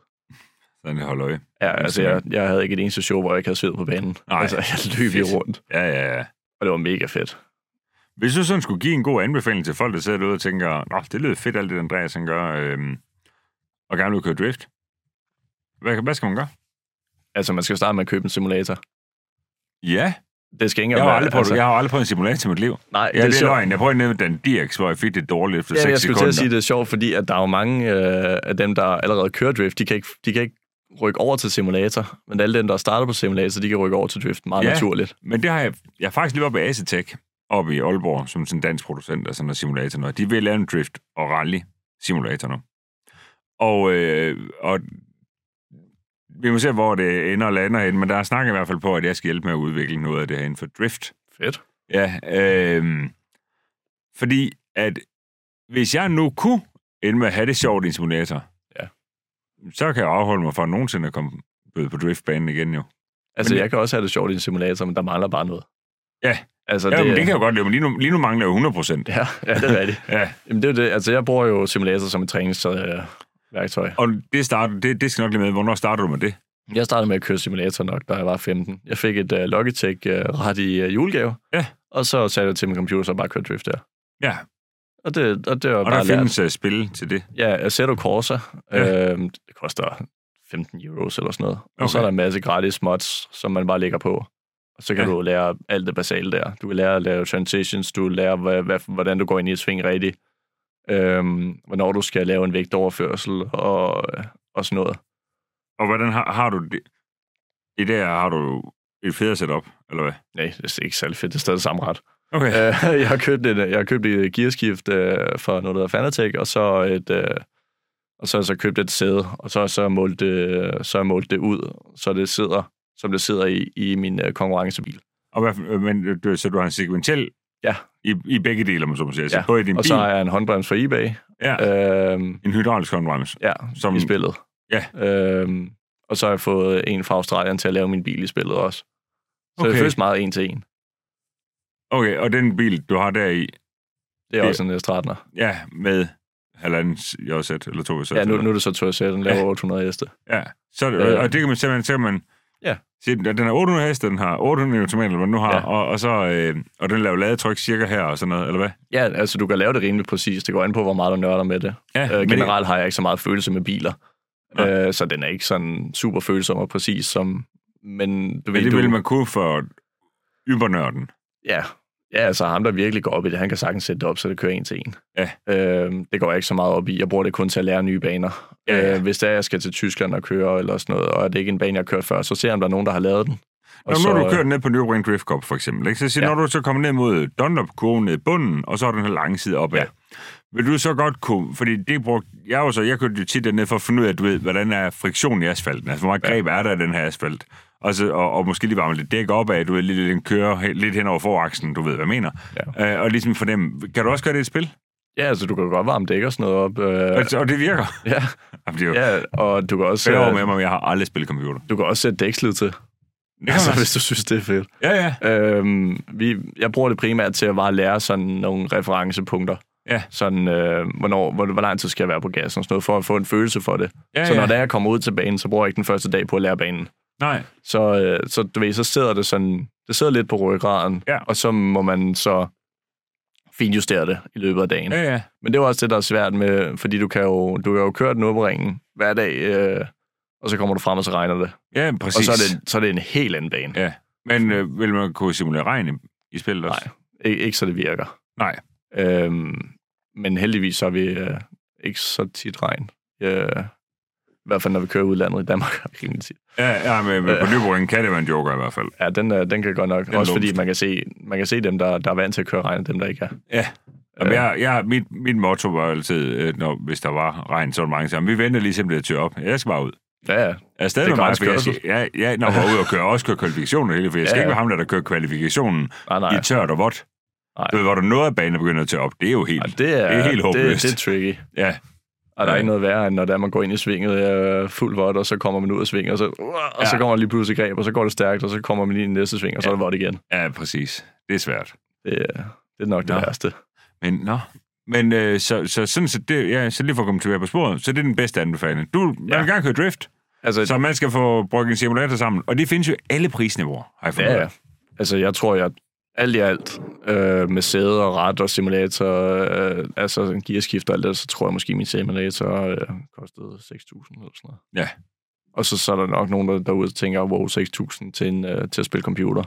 S1: Sådan, vi holder øje.
S2: Ja, altså, jeg, jeg havde ikke et eneste show, hvor jeg ikke havde sved på banen.
S1: Nej.
S2: Altså, jeg løb jo
S1: Fedt.
S2: rundt,
S1: Ja, ja, ja.
S2: og det var mega fedt.
S1: Hvis du sådan skulle give en god anbefaling til folk, der sidder derude og tænker, Nå, det lyder fedt, alt det Andreas han gør, øhm, og gerne vil køre drift. Hvad, hvad skal man gøre?
S2: Altså, man skal starte med at købe en simulator.
S1: Ja,
S2: Det skal ikke
S1: jeg har,
S2: engang
S1: aldrig prøvet,
S2: altså,
S1: jeg har aldrig prøvet en simulator i mit liv.
S2: Nej,
S1: Ja, det er
S2: sjovt.
S1: løgn. Jeg prøvede nemlig den DX, hvor jeg fik det dårligt efter
S2: Ja,
S1: 6
S2: jeg skulle
S1: sekunder.
S2: til at sige, det er sjovt, fordi at der er jo mange øh, af dem, der allerede kører drift, de kan, ikke, de kan ikke rykke over til simulator. Men alle dem, der starter på simulator, de kan rykke over til drift meget
S1: Ja.
S2: ja. naturligt.
S1: Men det har jeg, jeg har faktisk lige været på Asetek oppe i Aalborg, som sådan en dansk producent af sådan noget simulator noget. De vil lave en drift og rally simulator nu. Og, øh, og vi må se, hvor det ender og lander hen, men der er snak i hvert fald på, at jeg skal hjælpe med at udvikle noget af det her inden for drift.
S2: Fedt.
S1: Ja, øh, fordi at hvis jeg nu kunne ende med at have det sjovt i en simulator,
S2: Ja.
S1: så kan jeg afholde mig fra nogensinde at komme ud på driftbanen igen jo.
S2: Altså,
S1: Men-
S2: men, jeg kan også have det sjovt i en simulator, men der mangler bare noget.
S1: Ja.
S2: Altså,
S1: Ja,
S2: det,
S1: men det kan jeg jo godt leve, men lige nu, lige nu mangler jeg jo 100 procent.
S2: Ja, ja, det er rigtigt.
S1: Ja.
S2: Jamen, det er jo det. Altså, jeg bruger jo simulator som et øh, træningsværktøj.
S1: Og det, starter, det, det skal nok lige med. Hvornår starter du med det?
S2: Jeg startede med at køre simulator nok, da jeg var 15. Jeg fik et uh, Logitech-ret i uh, julegave.
S1: Ja.
S2: Og så satte jeg til min computer, så bare kørte drift der.
S1: Ja,
S2: Og det, og det var
S1: og
S2: bare
S1: der
S2: lært.
S1: findes uh, spil til det.
S2: Ja, Assetto Corsa.
S1: Ja.
S2: Ja. Øhm, det koster 15 euros eller sådan noget. Okay.
S1: Okay.
S2: Og så er der en masse gratis mods, som man bare lægger på. Og så kan
S1: Ja.
S2: ja. du lære alt det basale der. Du kan lære at lave transitions, du lærer, hvad, hvad, hvordan du går ind i et sving rigtigt. Øhm, hvornår du skal lave en vægtoverførsel og, øh, og sådan noget.
S1: Og hvordan har, har du det? I dag har du et federe setup, eller hvad?
S2: Nej, det er ikke særlig fedt. Det er stadig samme ret.
S1: Okay. Ja.
S2: Øh, jeg har købt et, jeg har købt et gearskift øh, fra noget, der hedder Fanatec, og så et... Øh, og så har jeg så købt et sæde, og så har jeg så målt det, så har jeg målt det ud, så det sidder, som det sidder i, i min øh, konkurrencebil.
S1: Og hvad, for- øh, men, du, så du har en sekventiel
S2: Ja.
S1: i, i begge dele, om man så må sige. Ja.
S2: Ja.
S1: Både i din
S2: Og
S1: bil,
S2: så har jeg en håndbremse fra eBay,
S1: ja,
S2: øh,
S1: en hydraulisk håndbremse.
S2: ja,
S1: Som-
S2: som, i spillet. Ja. Øhm, og så har jeg fået en fra Australien til at lave min bil i spillet også. Så okay. det
S1: Okay.
S2: føles meget en til en.
S1: Okay, og den bil, du har deri,
S2: Det er
S1: Det-
S2: også en øh, stratner.
S1: ja, med halvanden JZ eller to JZ.
S2: Ja, nu, nu er det så Toyota, den laver
S1: Ja.
S2: 800 heste.
S1: Ja, så,
S2: Øh.
S1: øh, og det kan man simpelthen, så kan man
S2: Ja.
S1: sige, den har 800 heste, den har 800 Nm, eller hvad den nu har,
S2: Ja.
S1: ja. og, og, så, øh, og den laver ladetryk cirka her og sådan noget, eller hvad?
S2: Ja, altså du kan lave det rimelig præcist. Det går an på, hvor meget du nørder med det.
S1: Ja,
S2: Øh,
S1: men
S2: generelt har jeg ikke så meget følelse med biler.
S1: Nå.
S2: Øh, så den er ikke sådan super følsom og præcis som... Men du
S1: Det, men
S2: ved,
S1: det
S2: du,
S1: ville man kunne for ybernørden.
S2: Ja. ja, altså ham, der virkelig går op i det, han kan sagtens sætte det op, så det kører en til en.
S1: Ja.
S2: Øh, det går jeg ikke så meget op i. Jeg bruger det kun til at lære nye baner.
S1: Ja, ja.
S2: Øh, hvis det er, jeg skal til Tyskland og køre, eller sådan noget, og er det ikke en bane, jeg har kørt før, så ser jeg, om der er nogen, der har lavet den. Og
S1: Nå,
S2: så,
S1: når du
S2: øh,
S1: kører ned på Nürburgring Drift Cup, for eksempel, ikke? så siger,
S2: Ja.
S1: ja. når du så kommer ned mod Dunlop-kurven ned i bunden, og så har du den her lange side opad,
S2: Ja.
S1: ja. vil du så godt kunne, fordi det brugte jeg jo så, jeg kørte jo tit derned for at finde ud af, du ved, hvordan er friktion i asfalten, altså hvor meget greb er der i den her asfalt, og, så, og, og måske lige varme lidt dæk opad, du ved, lige lidt den kører he- lidt hen over foraksen, du ved, hvad jeg mener, ja. øh, og ligesom fornemme, kan du også gøre det i et spil?
S2: Ja, altså du kan godt varme dæk og sådan noget op. Øh,
S1: Ja. Og det virker.
S2: ja,
S1: Jamen, det er jo ja.
S2: ja, og du kan også,
S1: færre år
S2: øh,
S1: med mig, men jeg har aldrig spillet computer.
S2: du kan også sætte dækslid til,
S1: Det kan
S2: altså,
S1: man også.
S2: hvis du synes, det er fedt.
S1: Ja, ja.
S2: Øhm, vi, jeg bruger det primært til at bare lære sådan nogle referencepunkter.
S1: Ja.
S2: Sådan, øh, hvornår, hvor, hvor lang tid skal jeg være på gas og sådan noget, for at få en følelse for det.
S1: ja,
S2: så når
S1: ja.
S2: det er, jeg kommer ud til banen, så bruger jeg ikke den første dag på at lære banen.
S1: Nej.
S2: Så, øh, så, du ved, så sidder det sådan, det sidder lidt på ryggraden,
S1: Ja.
S2: og så må man så finjustere det i løbet af dagen.
S1: Ja, ja.
S2: Men det er jo også det, der er svært med, fordi du kan jo, du kan jo køre den på ringen hver dag, øh, og så kommer du frem, og så regner det.
S1: Ja, præcis.
S2: Og så er det, så er det en helt anden bane.
S1: Ja. Men øh, vil man kunne simulere regn i, i spillet også?
S2: Nej, ikke, ikke så det virker.
S1: Nej.
S2: Øhm, men heldigvis så er vi øh, ikke så tit regn. Øh, I hvert fald, når vi kører udlandet i Danmark. er det rimelig tit.
S1: Ja, ja men,
S2: Øh.
S1: men på Nyborg kan det være en joker i hvert fald.
S2: ja, den, er, den kan godt nok.
S1: er
S2: også fordi
S1: lumsk.
S2: man kan, se, man kan se dem, der, der er vant til at køre regn, og dem, der ikke er.
S1: Ja. Jamen,
S2: Øh.
S1: jeg, jeg, mit, mit motto var altid, øh, når, hvis der var regn, så var der mange sammen. Vi venter lige simpelthen til at tø op. Jeg skal bare ud.
S2: Ja, ja.
S1: Jeg er stadig
S2: Det er
S1: med mig, for jeg,
S2: gratis
S1: skal, ja, ja, når jeg var ude og køre, også køre kvalifikationen og det hele, for jeg skal
S2: Ja,
S1: ja. ikke
S2: ja.
S1: være ham, der, der kører kvalifikationen
S2: Nej, nej.
S1: i tørt og vådt.
S2: Nej.
S1: Du ved, hvor der noget af banen begynder at tørre op. Det er jo helt...
S2: Ej, det, er,
S1: det er helt
S2: det,
S1: håbløst.
S2: det er tricky.
S1: Ja.
S2: Og der er
S1: Ja.
S2: ikke noget værre, end når der man går ind i svinget øh, fuld vådt, og så kommer man ud af svinget, og så, og så
S1: Ja.
S2: kommer der lige pludselig greb, og så går det stærkt, og så kommer man lige i den næste sving, og så er det vådt igen.
S1: ja, præcis. Det er svært.
S2: Det, er- det er nok
S1: Nå.
S2: det værste.
S1: Men, nå. Men øh, så, så, sådan, så, det, ja, så lige for at komme tilbage på sporet, så det er den bedste anbefaling. Du, man
S2: Ja.
S1: ja. vil gerne køre drift.
S2: Altså,
S1: Så man skal få brugt en simulator sammen. Og det findes jo i alle prisniveauer, har jeg fundet
S2: Ja,
S1: ud
S2: ja.
S1: af.
S2: Altså, jeg tror, jeg alt i alt, øh, med sæde og ret og simulator, øh, altså gearskift og alt det, så tror jeg måske, min simulator øh, kostede 6.000 eller sådan noget.
S1: Ja.
S2: Og så, så er der nok nogen der, derude, der tænker, wow, 6.000 til, en, øh, til at spille computer.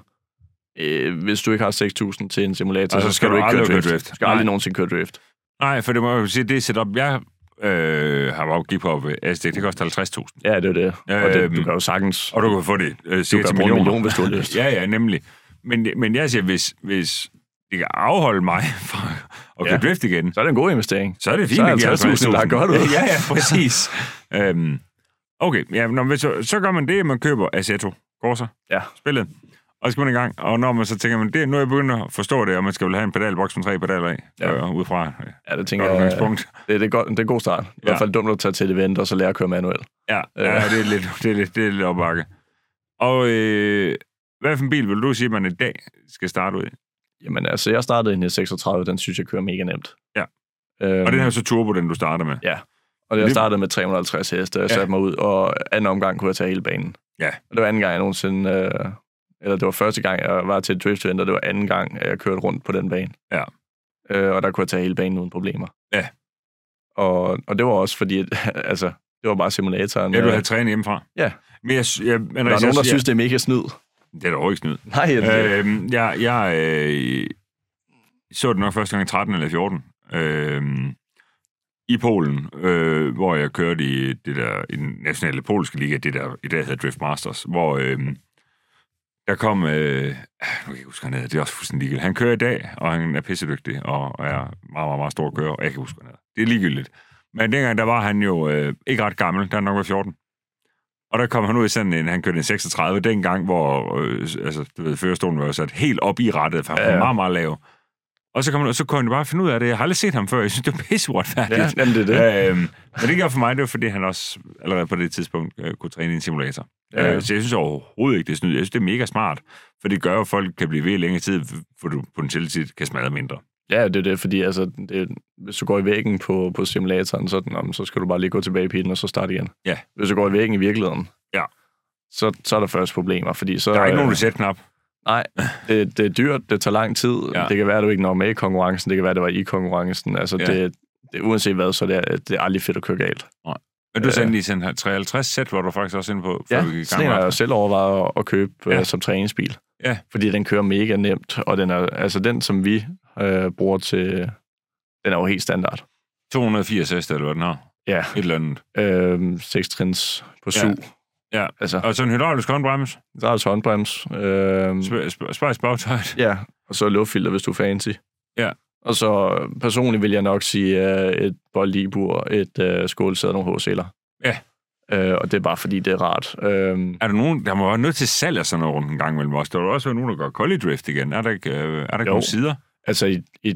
S2: Øh, hvis du ikke har 6.000 til en simulator, altså, så skal du ikke køre
S1: aldrig
S2: drift.
S1: køre
S2: drift.
S1: drift.
S2: Du skal aldrig
S1: Nej.
S2: nogensinde køre drift.
S1: Nej, for det må jeg jo sige, det setup, jeg øh, har bare givet på ved ASD, det koster 50.000.
S2: Ja, det er det. og det, du
S1: Øhm,
S2: kan jo sagtens...
S1: Og du kan få det øh,
S2: Du
S1: cirka
S2: kan
S1: til
S2: bruge en
S1: millioner.
S2: million, hvis du har lyst.
S1: ja, ja, nemlig. Men, men jeg siger, hvis, hvis det kan afholde mig fra at køre
S2: Ja.
S1: ja. drift igen,
S2: Så er det en god investering.
S1: så er det fint,
S2: Så er
S1: at give
S2: 50.000, der er godt ud.
S1: Ja, ja, præcis. øhm, okay, ja, når, hvis, så, så gør man det, at man køber Assetto Corsa.
S2: Ja.
S1: Spillet. Og så skal man i gang, og når man så tænker, man, det, nu er jeg begyndt at forstå det, og man skal vel have en pedalboks med tre pedaler i,
S2: Ja.
S1: ja. øh, ud fra øh,
S2: Ja, det
S1: et
S2: tænker
S1: godt
S2: jeg,
S1: udgangspunkt.
S2: det, det, er godt, det er en god start. I ja. hvert fald dumt at tage til et event, og så lære at køre manuelt.
S1: Ja,
S2: Øh.
S1: ja det, er lidt, det, er lidt, det er lidt opbakke. Og øh, hvad for en bil vil du sige, man i dag skal starte ud i?
S2: Jamen altså, jeg startede en 36, den synes jeg kører mega nemt.
S1: Ja.
S2: Øhm,
S1: Og den her er så turbo, den du starter med.
S2: og jeg
S1: det-
S2: startede med 350 heste, og jeg
S1: Ja.
S2: satte mig ud, og anden omgang kunne jeg tage hele banen.
S1: Ja.
S2: Og det var anden gang, jeg nogensinde... Øh, eller det var første gang, jeg var til et drift event, og det var anden gang, at jeg kørte rundt på den bane.
S1: Ja.
S2: Øh, og der kunne jeg tage hele banen uden problemer.
S1: Ja.
S2: Og, og det var også fordi, at, altså, det var bare simulatoren.
S1: Ja, du
S2: Øh,
S1: havde trænet hjemmefra.
S2: Ja.
S1: Men jeg, sy- jeg, men
S2: der er nogen, der synes, det er mega snyd.
S1: Det er da overhovedet ikke snyd.
S2: Nej, øh,
S1: Øh, jeg jeg øh, så det nok første gang i 13 eller 14. Øh, I Polen, øh, hvor jeg kørte i det der i den nationale polske liga, det der i dag hedder Drift Masters, hvor øh, der kom, øh, nu kan jeg ikke huske, hvad han hedder, det er også fuldstændig ligegyldigt. Han kører i dag, og han er pissedygtig, og, og er meget, meget, meget stor kører, og jeg kan ikke huske, hvad han hedder. Det er ligegyldigt. Men dengang, der var han jo øh, ikke ret gammel, der han nok var 14. Og der kom han ud i sådan en, han kørte en 36 dengang, hvor øh, altså, du ved, førerstolen var jo sat helt op i rettet, for han
S2: Ja,
S1: var
S2: ja.
S1: meget, meget lav. Og så, kom, han- og så kunne han jo bare finde ud af det. Jeg har aldrig set ham før. Jeg synes, det var pisse
S2: Ja,
S1: uretfærdigt.
S2: jamen det er det.
S1: Ja. Øhm, men det gjorde for mig, det var fordi, han også allerede på det tidspunkt øh, kunne træne i en simulator.
S2: Ja,
S1: Ja.
S2: ja.
S1: Øh, så jeg synes overhovedet ikke, det er snyd. Jeg synes, det er mega smart, for det gør jo, at folk kan blive ved i længere tid, hvor du potentielt set kan smadre mindre.
S2: Ja, det er det, fordi altså, det, hvis du går i væggen på, på simulatoren, så, er den, "Nå, men så skal du bare lige gå tilbage i pilen og så starte igen.
S1: Ja.
S2: Hvis du går i væggen i virkeligheden,
S1: Ja.
S2: så, så er der først problemer, fordi så...
S1: Der er ikke nogen
S2: øh,
S1: reset-knap.
S2: Nej, det, det er dyrt, det tager lang tid,
S1: Ja.
S2: ja. det kan være, at du ikke når med i konkurrencen, det kan være, at det var i konkurrencen, altså
S1: Ja.
S2: ja. det, det, uanset hvad, så er det, det er aldrig fedt at køre galt.
S1: Men du
S2: øh,
S1: sendte lige sådan her 53 sæt, hvor du faktisk også inde på, før
S2: Ja,
S1: vi gik i gang.
S2: sådan en har jeg selv overvejet at- at købe
S1: Ja.
S2: ja. øh, som træningsbil.
S1: Ja.
S2: Fordi den kører mega nemt, og den er, altså den, som vi øh, bruger til, den er jo helt standard.
S1: 280 heste, eller hvad den har.
S2: Ja,
S1: Et eller andet.
S2: øh, 6 trins på
S1: Ja.
S2: su.
S1: Ja.
S2: Altså,
S1: Og så en hydraulisk håndbremse.
S2: der er også håndbrems. Øh,
S1: Sp- sp- Spejs bagtøjet.
S2: ja, og så luftfilter, hvis du er fancy.
S1: Ja.
S2: Og så øh, personligt vil jeg nok sige øh, et boldibur, et øh, skålsæde og nogle HC'er.
S1: Ja.
S2: Øh, og det er bare fordi, det er rart. Øh,
S1: Er der nogen, der må være nødt til salg af sådan noget rundt en gang mellem os? Der vil også være nogen, der går kolde drift igen. Er der ikke, øh, er der ikke
S2: Jo.
S1: nogen sider?
S2: altså i, i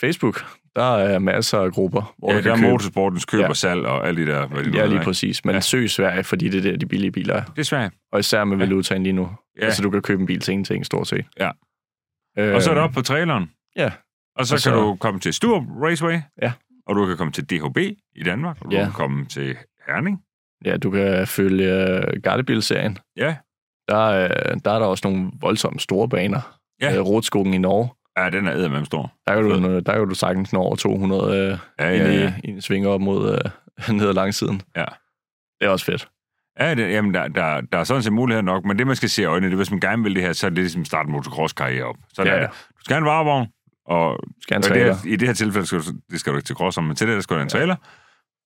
S2: Facebook, der er masser af grupper, hvor
S1: Ja,
S2: du kan
S1: der er
S2: købe...
S1: motorsportens køb
S2: Ja.
S1: og salg og alle de der... Hvad de nu
S2: Ja, lige
S1: hedder,
S2: præcis. Men
S1: Ja.
S2: ja. søg Sverige, fordi det er der, de billige biler er.
S1: ikke? Desværre.
S2: Og især med
S1: Ja.
S2: valutaen lige nu.
S1: Ja.
S2: Ja. Altså, du kan købe en bil til ingenting, stort set.
S1: Ja.
S2: Øh,
S1: Og så er det op på traileren.
S2: Ja.
S1: Og så,
S2: Og så-
S1: kan du komme til Stur Raceway.
S2: Ja.
S1: Og du kan komme til DHB i Danmark. Og du
S2: Ja.
S1: kan komme til Herning.
S2: Ja, du kan følge øh, Gardebil-serien.
S1: Ja.
S2: Der, øh, der er der også nogle voldsomt store baner.
S1: Ja.
S2: Øh, Rotskogen i Norge.
S1: Ja, den er eddermame stor.
S2: Der kan, du, øh, der kan du sagtens nå over 200 øh,
S1: Ja,
S2: ja,
S1: ja,
S2: ind, i,
S1: ja.
S2: ind i svinger op mod øh, ned ad langsiden.
S1: Ja.
S2: Det er også fedt.
S1: ja det, jamen, der, der, der er sådan set muligheder nok, men det, man skal se i øjnene, det er, hvis man gerne vil det her, så er det ligesom at starte en motocross-karriere op. Så ja,
S2: Ja,
S1: ja.
S2: ja.
S1: det. Du skal have en varevogn, og
S2: Skal han
S1: Og i det,
S2: træne
S1: her, I det her tilfælde, skal du, det skal du ikke til cross om, men til det, der skal du have en trailer.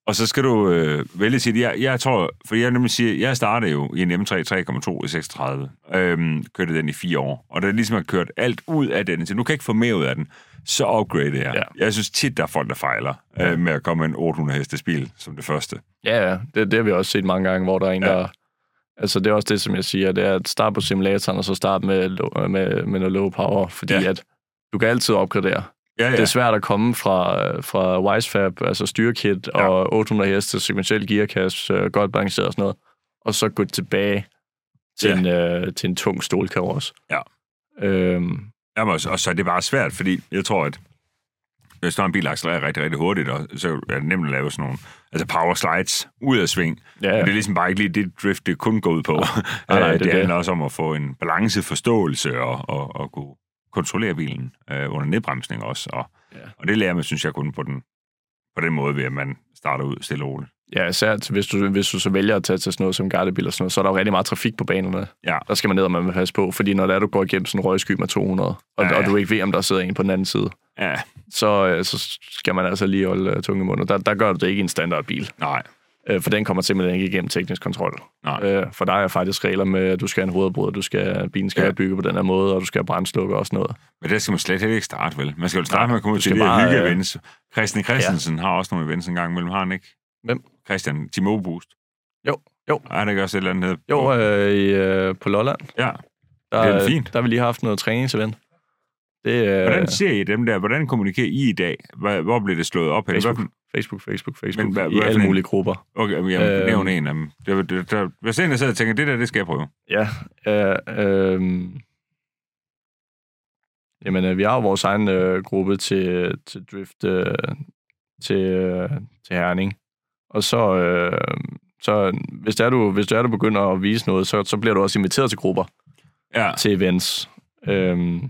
S1: Og så skal du øh, vælge sit... Jeg, jeg tror, for jeg nemlig siger, jeg startede jo i en M3 3,2 i 36. Øhm, kørte den i fire år. Og da jeg ligesom har kørt alt ud af den, så nu kan jeg ikke få mere ud af den, så upgrade jeg. Ja.
S2: Ja.
S1: Jeg synes tit, der er folk, der fejler ja. øh, med at komme med en 800 hestes bil som det første.
S2: Ja, ja. Det, det har vi også set mange gange, hvor der er en,
S1: Ja.
S2: ja. der... Altså, det er også det, som jeg siger, det er at starte på simulatoren, og så starte med, lo- med, med noget low power, fordi
S1: Ja.
S2: ja. at du kan altid opgradere. Ja.
S1: Ja, ja.
S2: Det er svært at komme fra, øh, fra Wisefab, altså styrekit
S1: Ja.
S2: ja. og 800 heste, sekventiel gearkasse, øh, godt balanceret og sådan noget, og så gå tilbage til,
S1: Ja.
S2: ja. en, øh, til en tung stålkarosse.
S1: Ja.
S2: Øhm,
S1: Jamen, og, så- og så er det bare svært, fordi jeg tror, at hvis der er en bil, der accelererer rigtig, rigtig hurtigt, og så er det nemt at lave sådan nogle altså power slides ud af sving,
S2: ja,
S1: Ja.
S2: ja.
S1: Det er ligesom bare ikke lige det drift, det kun går ud på.
S2: nej,
S1: Øh,
S2: det er
S1: det, det
S2: det.
S1: handler også om at få en balanceforståelse og, og, og kunne kontrollere bilen øh, under nedbremsning også. Og, ja.
S2: Ja.
S1: og det lærer man, synes jeg, kun på den, på den måde, ved at man starter ud stille og roligt.
S2: ja især til- hvis du, hvis du så vælger at tage til sådan noget som gardebil og sådan noget, så er der jo rigtig meget trafik på banerne.
S1: Ja.
S2: der skal man ned, og man vil passe på, fordi når det er, du går igennem sådan en røgsky med 200, og,
S1: Ja,
S2: ja,
S1: ja.
S2: ja. og du ikke ved, om der sidder en på den anden side,
S1: Ja,
S2: så, øh, så skal man altså lige holde øh, tunge i munden. Der, der gør du det ikke i en standardbil,
S1: nej.
S2: øh, for den kommer simpelthen ikke igennem teknisk kontrol.
S1: Nej.
S2: Øh, for der er faktisk regler med, at du skal have en hovedbrud, du skal, bilen skal
S1: Ja.
S2: ja. være bygget på den her måde, og du skal have brændslukker og sådan noget.
S1: Men det skal man slet ikke starte, vel? Man skal jo starte med at komme ud
S2: du
S1: til
S2: skal
S1: det her
S2: bare,
S1: hygge
S2: øh,
S1: events. Christian Christensen ja. har også nogle events en gang imellem, har han ikke?
S2: Hvem?
S1: Christian Timo Boost.
S2: Jo, jo.
S1: Er det ikke også et eller andet? hedder?
S2: Jo, øh, i, øh, på Lolland,
S1: Ja.
S2: der,
S1: Det er da
S2: øh,
S1: fint.
S2: der har vi lige haft noget træningsevent. Det er øh,
S1: Hvordan ser I dem der? Hvordan kommunikerer I i dag? Hvor, hvor blev det slået op? henne? Hvad
S2: Facebook.
S1: for-
S2: Facebook, Facebook,
S1: Men
S2: Facebook,
S1: hvad-
S2: i
S1: hvad for
S2: alle
S1: en?
S2: mulige grupper.
S1: Okay, jamen, øh,
S2: Øhm.
S1: nævn en af dem. Det, var- det, der, hvis en, der sidder og tænker, det der, det skal jeg prøve.
S2: Ja, øh, øh, jamen, øh, vi har jo vores egen øh, gruppe til, til drift øh, til, øh, til herning. Og så, øh, så hvis, det er, du, hvis det er, du begynder at vise noget, så, så bliver du også inviteret til grupper,
S1: Ja,
S2: til events, øh,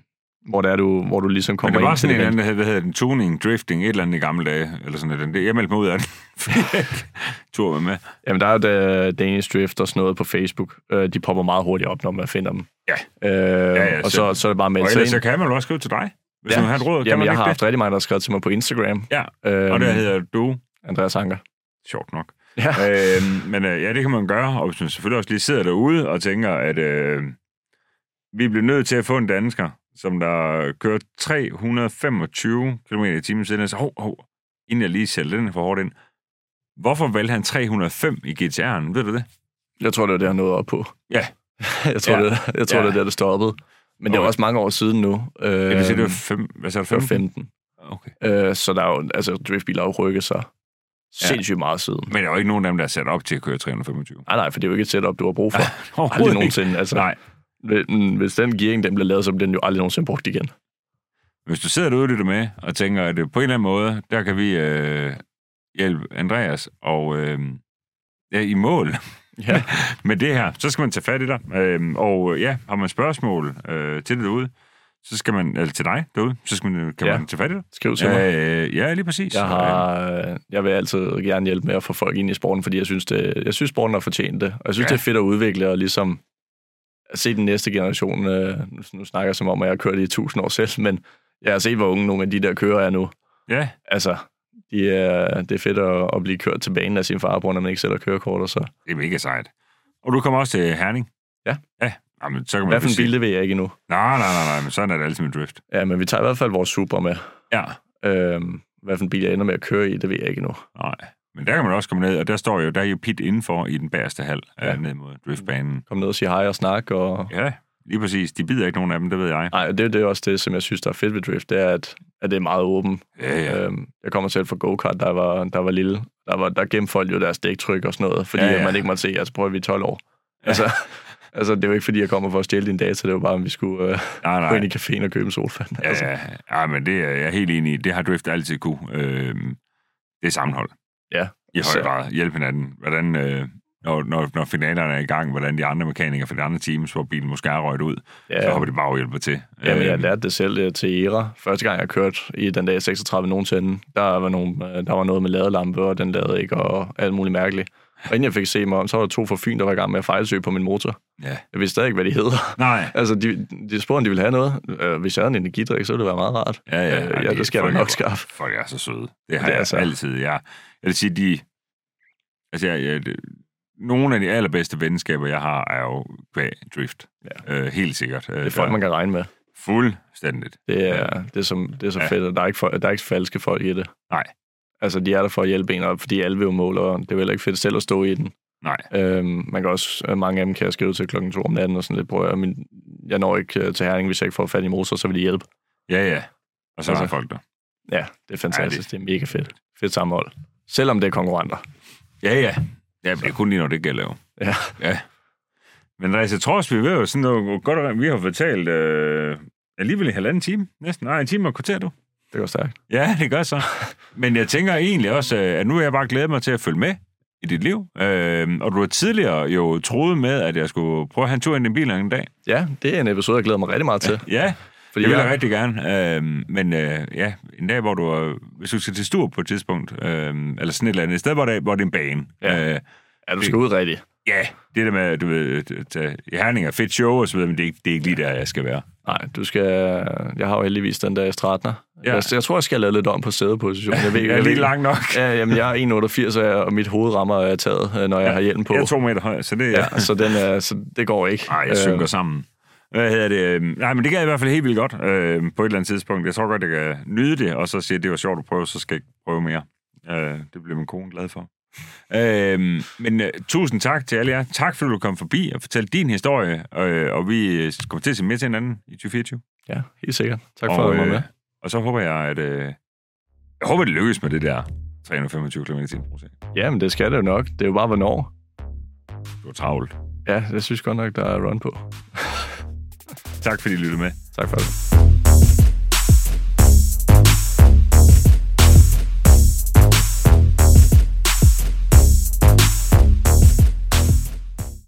S2: hvor, det er, du, hvor du ligesom
S1: men
S2: kommer
S1: det var
S2: ind til
S1: sådan en
S2: event.
S1: anden, der hed, hvad hedder den, tuning, drifting, et eller andet i gamle dage, eller sådan noget. Det- Jeg meldte mig ud af den, fordi jeg ikke turde være med.
S2: Jamen, der er jo da Danish Drift og sådan noget på Facebook. Øh, de popper meget hurtigt op, når man finder dem.
S1: Ja.
S2: Øh,
S1: Ja, ja, så-
S2: og så, så er det bare med
S1: Og
S2: at
S1: ellers så kan man jo også skrive til dig, hvis ja. man har et råd. Kan
S2: Jamen,
S1: man
S2: jeg
S1: ikke
S2: har
S1: det?
S2: haft rigtig mange, der har skrevet til mig på Instagram.
S1: Ja,
S2: øhm,
S1: Og der hedder du,
S2: Andreas Anker.
S1: sjovt nok.
S2: Ja.
S1: øhm, men øh, ja, det kan man gøre, og hvis man selvfølgelig også lige sidder derude og tænker, at øh, vi bliver nødt til at få en dansker, som der kører 325 km i timen siden, så hov, hov, inden jeg lige sælger den for hårdt ind, hvorfor valgte han 305 i GTR'en, ved du det?
S2: Jeg tror, det var det, han nåede op på.
S1: Ja.
S2: jeg tror,
S1: Ja.
S2: det, jeg tror
S1: Ja.
S2: det er der, det stoppede. Men det er
S1: Okay.
S2: okay. også mange år siden nu. Øh,
S1: Ja, du siger, det var fem, hvad sagde du,
S2: det var
S1: 15?
S2: 15.
S1: Okay.
S2: Øh, så der er jo, altså, driftbiler har jo rykket sig sindssygt meget siden. Ah,
S1: Men der er jo ikke nogen af dem, der er sat op til at køre 325.
S2: Nej, nej, for det er jo ikke et setup, du har brug for. aldrig
S1: Overhovedet ikke.
S2: nogensinde. Altså,
S1: Nej.
S2: Hvis- Hvis den gearing, den bliver lavet, så bliver den jo aldrig nogensinde brugt igen.
S1: Hvis du sidder derude og lytter med, og tænker, at øh, på en eller anden måde, der kan vi øh, hjælpe Andreas og øh, ja, i mål
S2: Ja.
S1: med det her, så skal man tage fat i dig. Øh, og øh, ja, har man spørgsmål øh, til det derude, så skal man, eller til dig derude, så skal man, øh, kan
S2: Ja.
S1: man tage fat i dig.
S2: Skriv til mig.
S1: Øh, ja, lige præcis.
S2: Jeg, har, øh, jeg vil altid gerne hjælpe med at få folk ind i sporten, fordi jeg synes, det, jeg synes sporten har fortjent det. Og jeg synes,
S1: Ja.
S2: ja. det er fedt at udvikle og ligesom at se den næste generation. Øh, nu- nu snakker jeg som om, at jeg har kørt i tusind år selv, men jeg har set, hvor unge nogle af de der kører er nu.
S1: Øh, Ja,
S2: Altså, de er, det er fedt at, at blive kørt til banen af sin far, på grund af, at man ikke selv har kørekort. Og så.
S1: det er mega sejt. Og du kommer også til Herning?
S2: Ja.
S1: Ja, Jamen, så kan man
S2: Hvad for
S1: jo
S2: en
S1: sige-
S2: bil, det ved jeg ikke endnu.
S1: Nej, nej, nej, nej, men sådan er det altid med drift.
S2: Ja, men vi tager i hvert fald vores super med.
S1: Ja.
S2: Øhm, hvad for en bil jeg ender med at køre i, det ved jeg ikke endnu.
S1: Nej. Men der kan man også komme ned, og der står jo, der er jo pit indenfor i den bagerste hal, ja.
S2: Ja.
S1: ned mod driftbanen.
S2: Kom ned og sige hej og snak. Og...
S1: Ja, lige præcis. De bider ikke nogen af dem, det ved jeg.
S2: Nej, det, det er også det, som jeg synes, der er fedt ved drift, det er, at, at det er meget åbent.
S1: Ja, ja.
S2: Øhm, jeg kommer selv fra go-kart, der var, der var lille. Der, var, der gemte folk jo deres dæktryk og sådan noget, fordi
S1: Ja,
S2: ja,
S1: ja.
S2: ja. man ikke måtte se, altså prøv at vi er 12 år. Altså, altså, det er jo ikke, fordi jeg kommer for at stjæle dine data, det var bare, om vi skulle øh,
S1: Nej,
S2: gå ind
S1: nej.
S2: i caféen og købe en solfan. Ja, altså,
S1: Ja, ja. ja, men det er jeg er helt enig i. Det har drift altid kunne. Øhm, det er sammenhold.
S2: Ja.
S1: I høj
S2: Så-
S1: grad. Hjælp hinanden. Hvordan, øh, når, når, når finalerne er i gang, hvordan de andre mekanikere fra de andre teams, hvor bilen måske er røget ud, ja. så
S2: ja.
S1: hopper de bare og hjælper til.
S2: Jamen, jeg
S1: Øhm,
S2: lærte det selv øh, til ERA. Første gang, jeg kørte i den dag 36 nogensinde, der var, nogle, øh, der var noget med ladelampe, og den lavede ikke, og alt muligt mærkeligt. Og inden jeg fik se mig om, så var der to fra Fyn, der var i gang med at fejlsøge på min motor.
S1: Ja.
S2: Jeg vidste stadig ikke, hvad de hedder.
S1: Nej.
S2: Altså, de, de spurgte, om de ville have noget. Øh, Hvis jeg havde en energidrik, så ville det være meget rart.
S1: Ja, ja.
S2: Øh,
S1: Ej,
S2: ja, det skal jeg
S1: folk
S2: da nok
S1: er-
S2: skaffe.
S1: Folk er så søde. Det har
S2: Det
S1: det
S2: er
S1: jeg
S2: så.
S1: altid. Jeg, jeg vil sige, de... Altså, jeg, jeg, det- nogle af de allerbedste venskaber, jeg har, er jo kvæg drift. Ja. Øh, helt sikkert.
S2: Det er folk, man kan regne med.
S1: Fuldstændigt.
S2: Det er, det er, som, det er så
S1: Ja.
S2: fedt, og der er, ikke for, der er ikke falske folk i det.
S1: Nej.
S2: Altså, de er der for at hjælpe en, og fordi alle vil jo måle, og det er jo heller ikke fedt selv at stå i den.
S1: Nej.
S2: Øhm, man kan også, øh, mange af dem kan jeg skrive til klokken to om natten og sådan lidt, prøv at, høre, min, jeg når ikke øh, til Herning, hvis jeg ikke får fat i motor, så vil de hjælpe.
S1: Ja, ja. Og så altså,
S2: Altså,
S1: er folk der.
S2: Ja, det er fantastisk.
S1: Ja,
S2: Ja, det... det er mega fedt. Fedt sammenhold. Selvom det er konkurrenter.
S1: Ja, ja. Ja, men det er kun lige, når det gælder jo.
S2: Ja.
S1: ja. Men Andreas, jeg tror også, vi er ved at sådan noget godt, og- vi har fortalt øh, alligevel i halvanden time. Næsten. Nej, en time og et kvarter, du.
S2: Det går stærkt.
S1: Ja, det gør så. Men jeg tænker egentlig også, øh, at nu er jeg bare glædet mig til at følge med i dit liv. Øh, og du har tidligere jo troet med, at jeg skulle prøve at have en tur ind i bilen en dag.
S2: Ja, det er en episode, jeg glæder mig rigtig meget til.
S1: Ja,
S2: Fordi
S1: det vil jeg
S2: jeg,
S1: rigtig gerne. Øh, men øh, ja, en dag, hvor du, øh, hvis du skal til Stur på et tidspunkt, øh, eller sådan et eller andet, et sted, hvor det, hvor det er en bane.
S2: Ja.
S1: Øh,
S2: ja, du skal ud rigtigt.
S1: ja, det der med, du ved, at tage herning er fedt show og så videre, men det er, ikke, det er ikke lige der, jeg skal være.
S2: Nej, du skal... Jeg har jo heldigvis den der stratner.
S1: Ja.
S2: Ja. Jeg, jeg, tror, jeg skal lave lidt om på sædepositionen. Jeg ved,
S1: Jeg er lige lang nok.
S2: Ja, jamen, jeg er 1,88, og jeg- og mit hoved rammer øh, taget, øh, når jeg har hjelm på.
S1: Jeg er to meter høj, så det er...
S2: Ja, så, den er, så det går ikke.
S1: Nej, jeg
S2: Øh.
S1: synker sammen. Hvad hedder det? Øhm, Nej, men det kan jeg i hvert fald helt vildt godt øh, på et eller andet tidspunkt. Jeg tror godt, jeg kan nyde det, og så sige, at det var sjovt at prøve, så skal jeg ikke prøve mere. Øh, det blev min kone glad for. Øh, men øh, tusind tak til alle jer. Tak fordi du kom forbi og fortalte din historie, øh, og vi øh, kommer til at se mere til hinanden i 2024.
S2: Øh, Ja, helt sikkert. Tak for
S1: og, øh,
S2: at du var med.
S1: og så håber jeg, at... Øh, jeg håber, det lykkes med det der 325 km i projekt.
S2: Jamen, det skal det jo nok. Det er jo bare, hvornår.
S1: Det var travlt.
S2: Ja, jeg synes godt nok, der er run på.
S1: Tak fordi I lyttede med.
S2: Tak for det.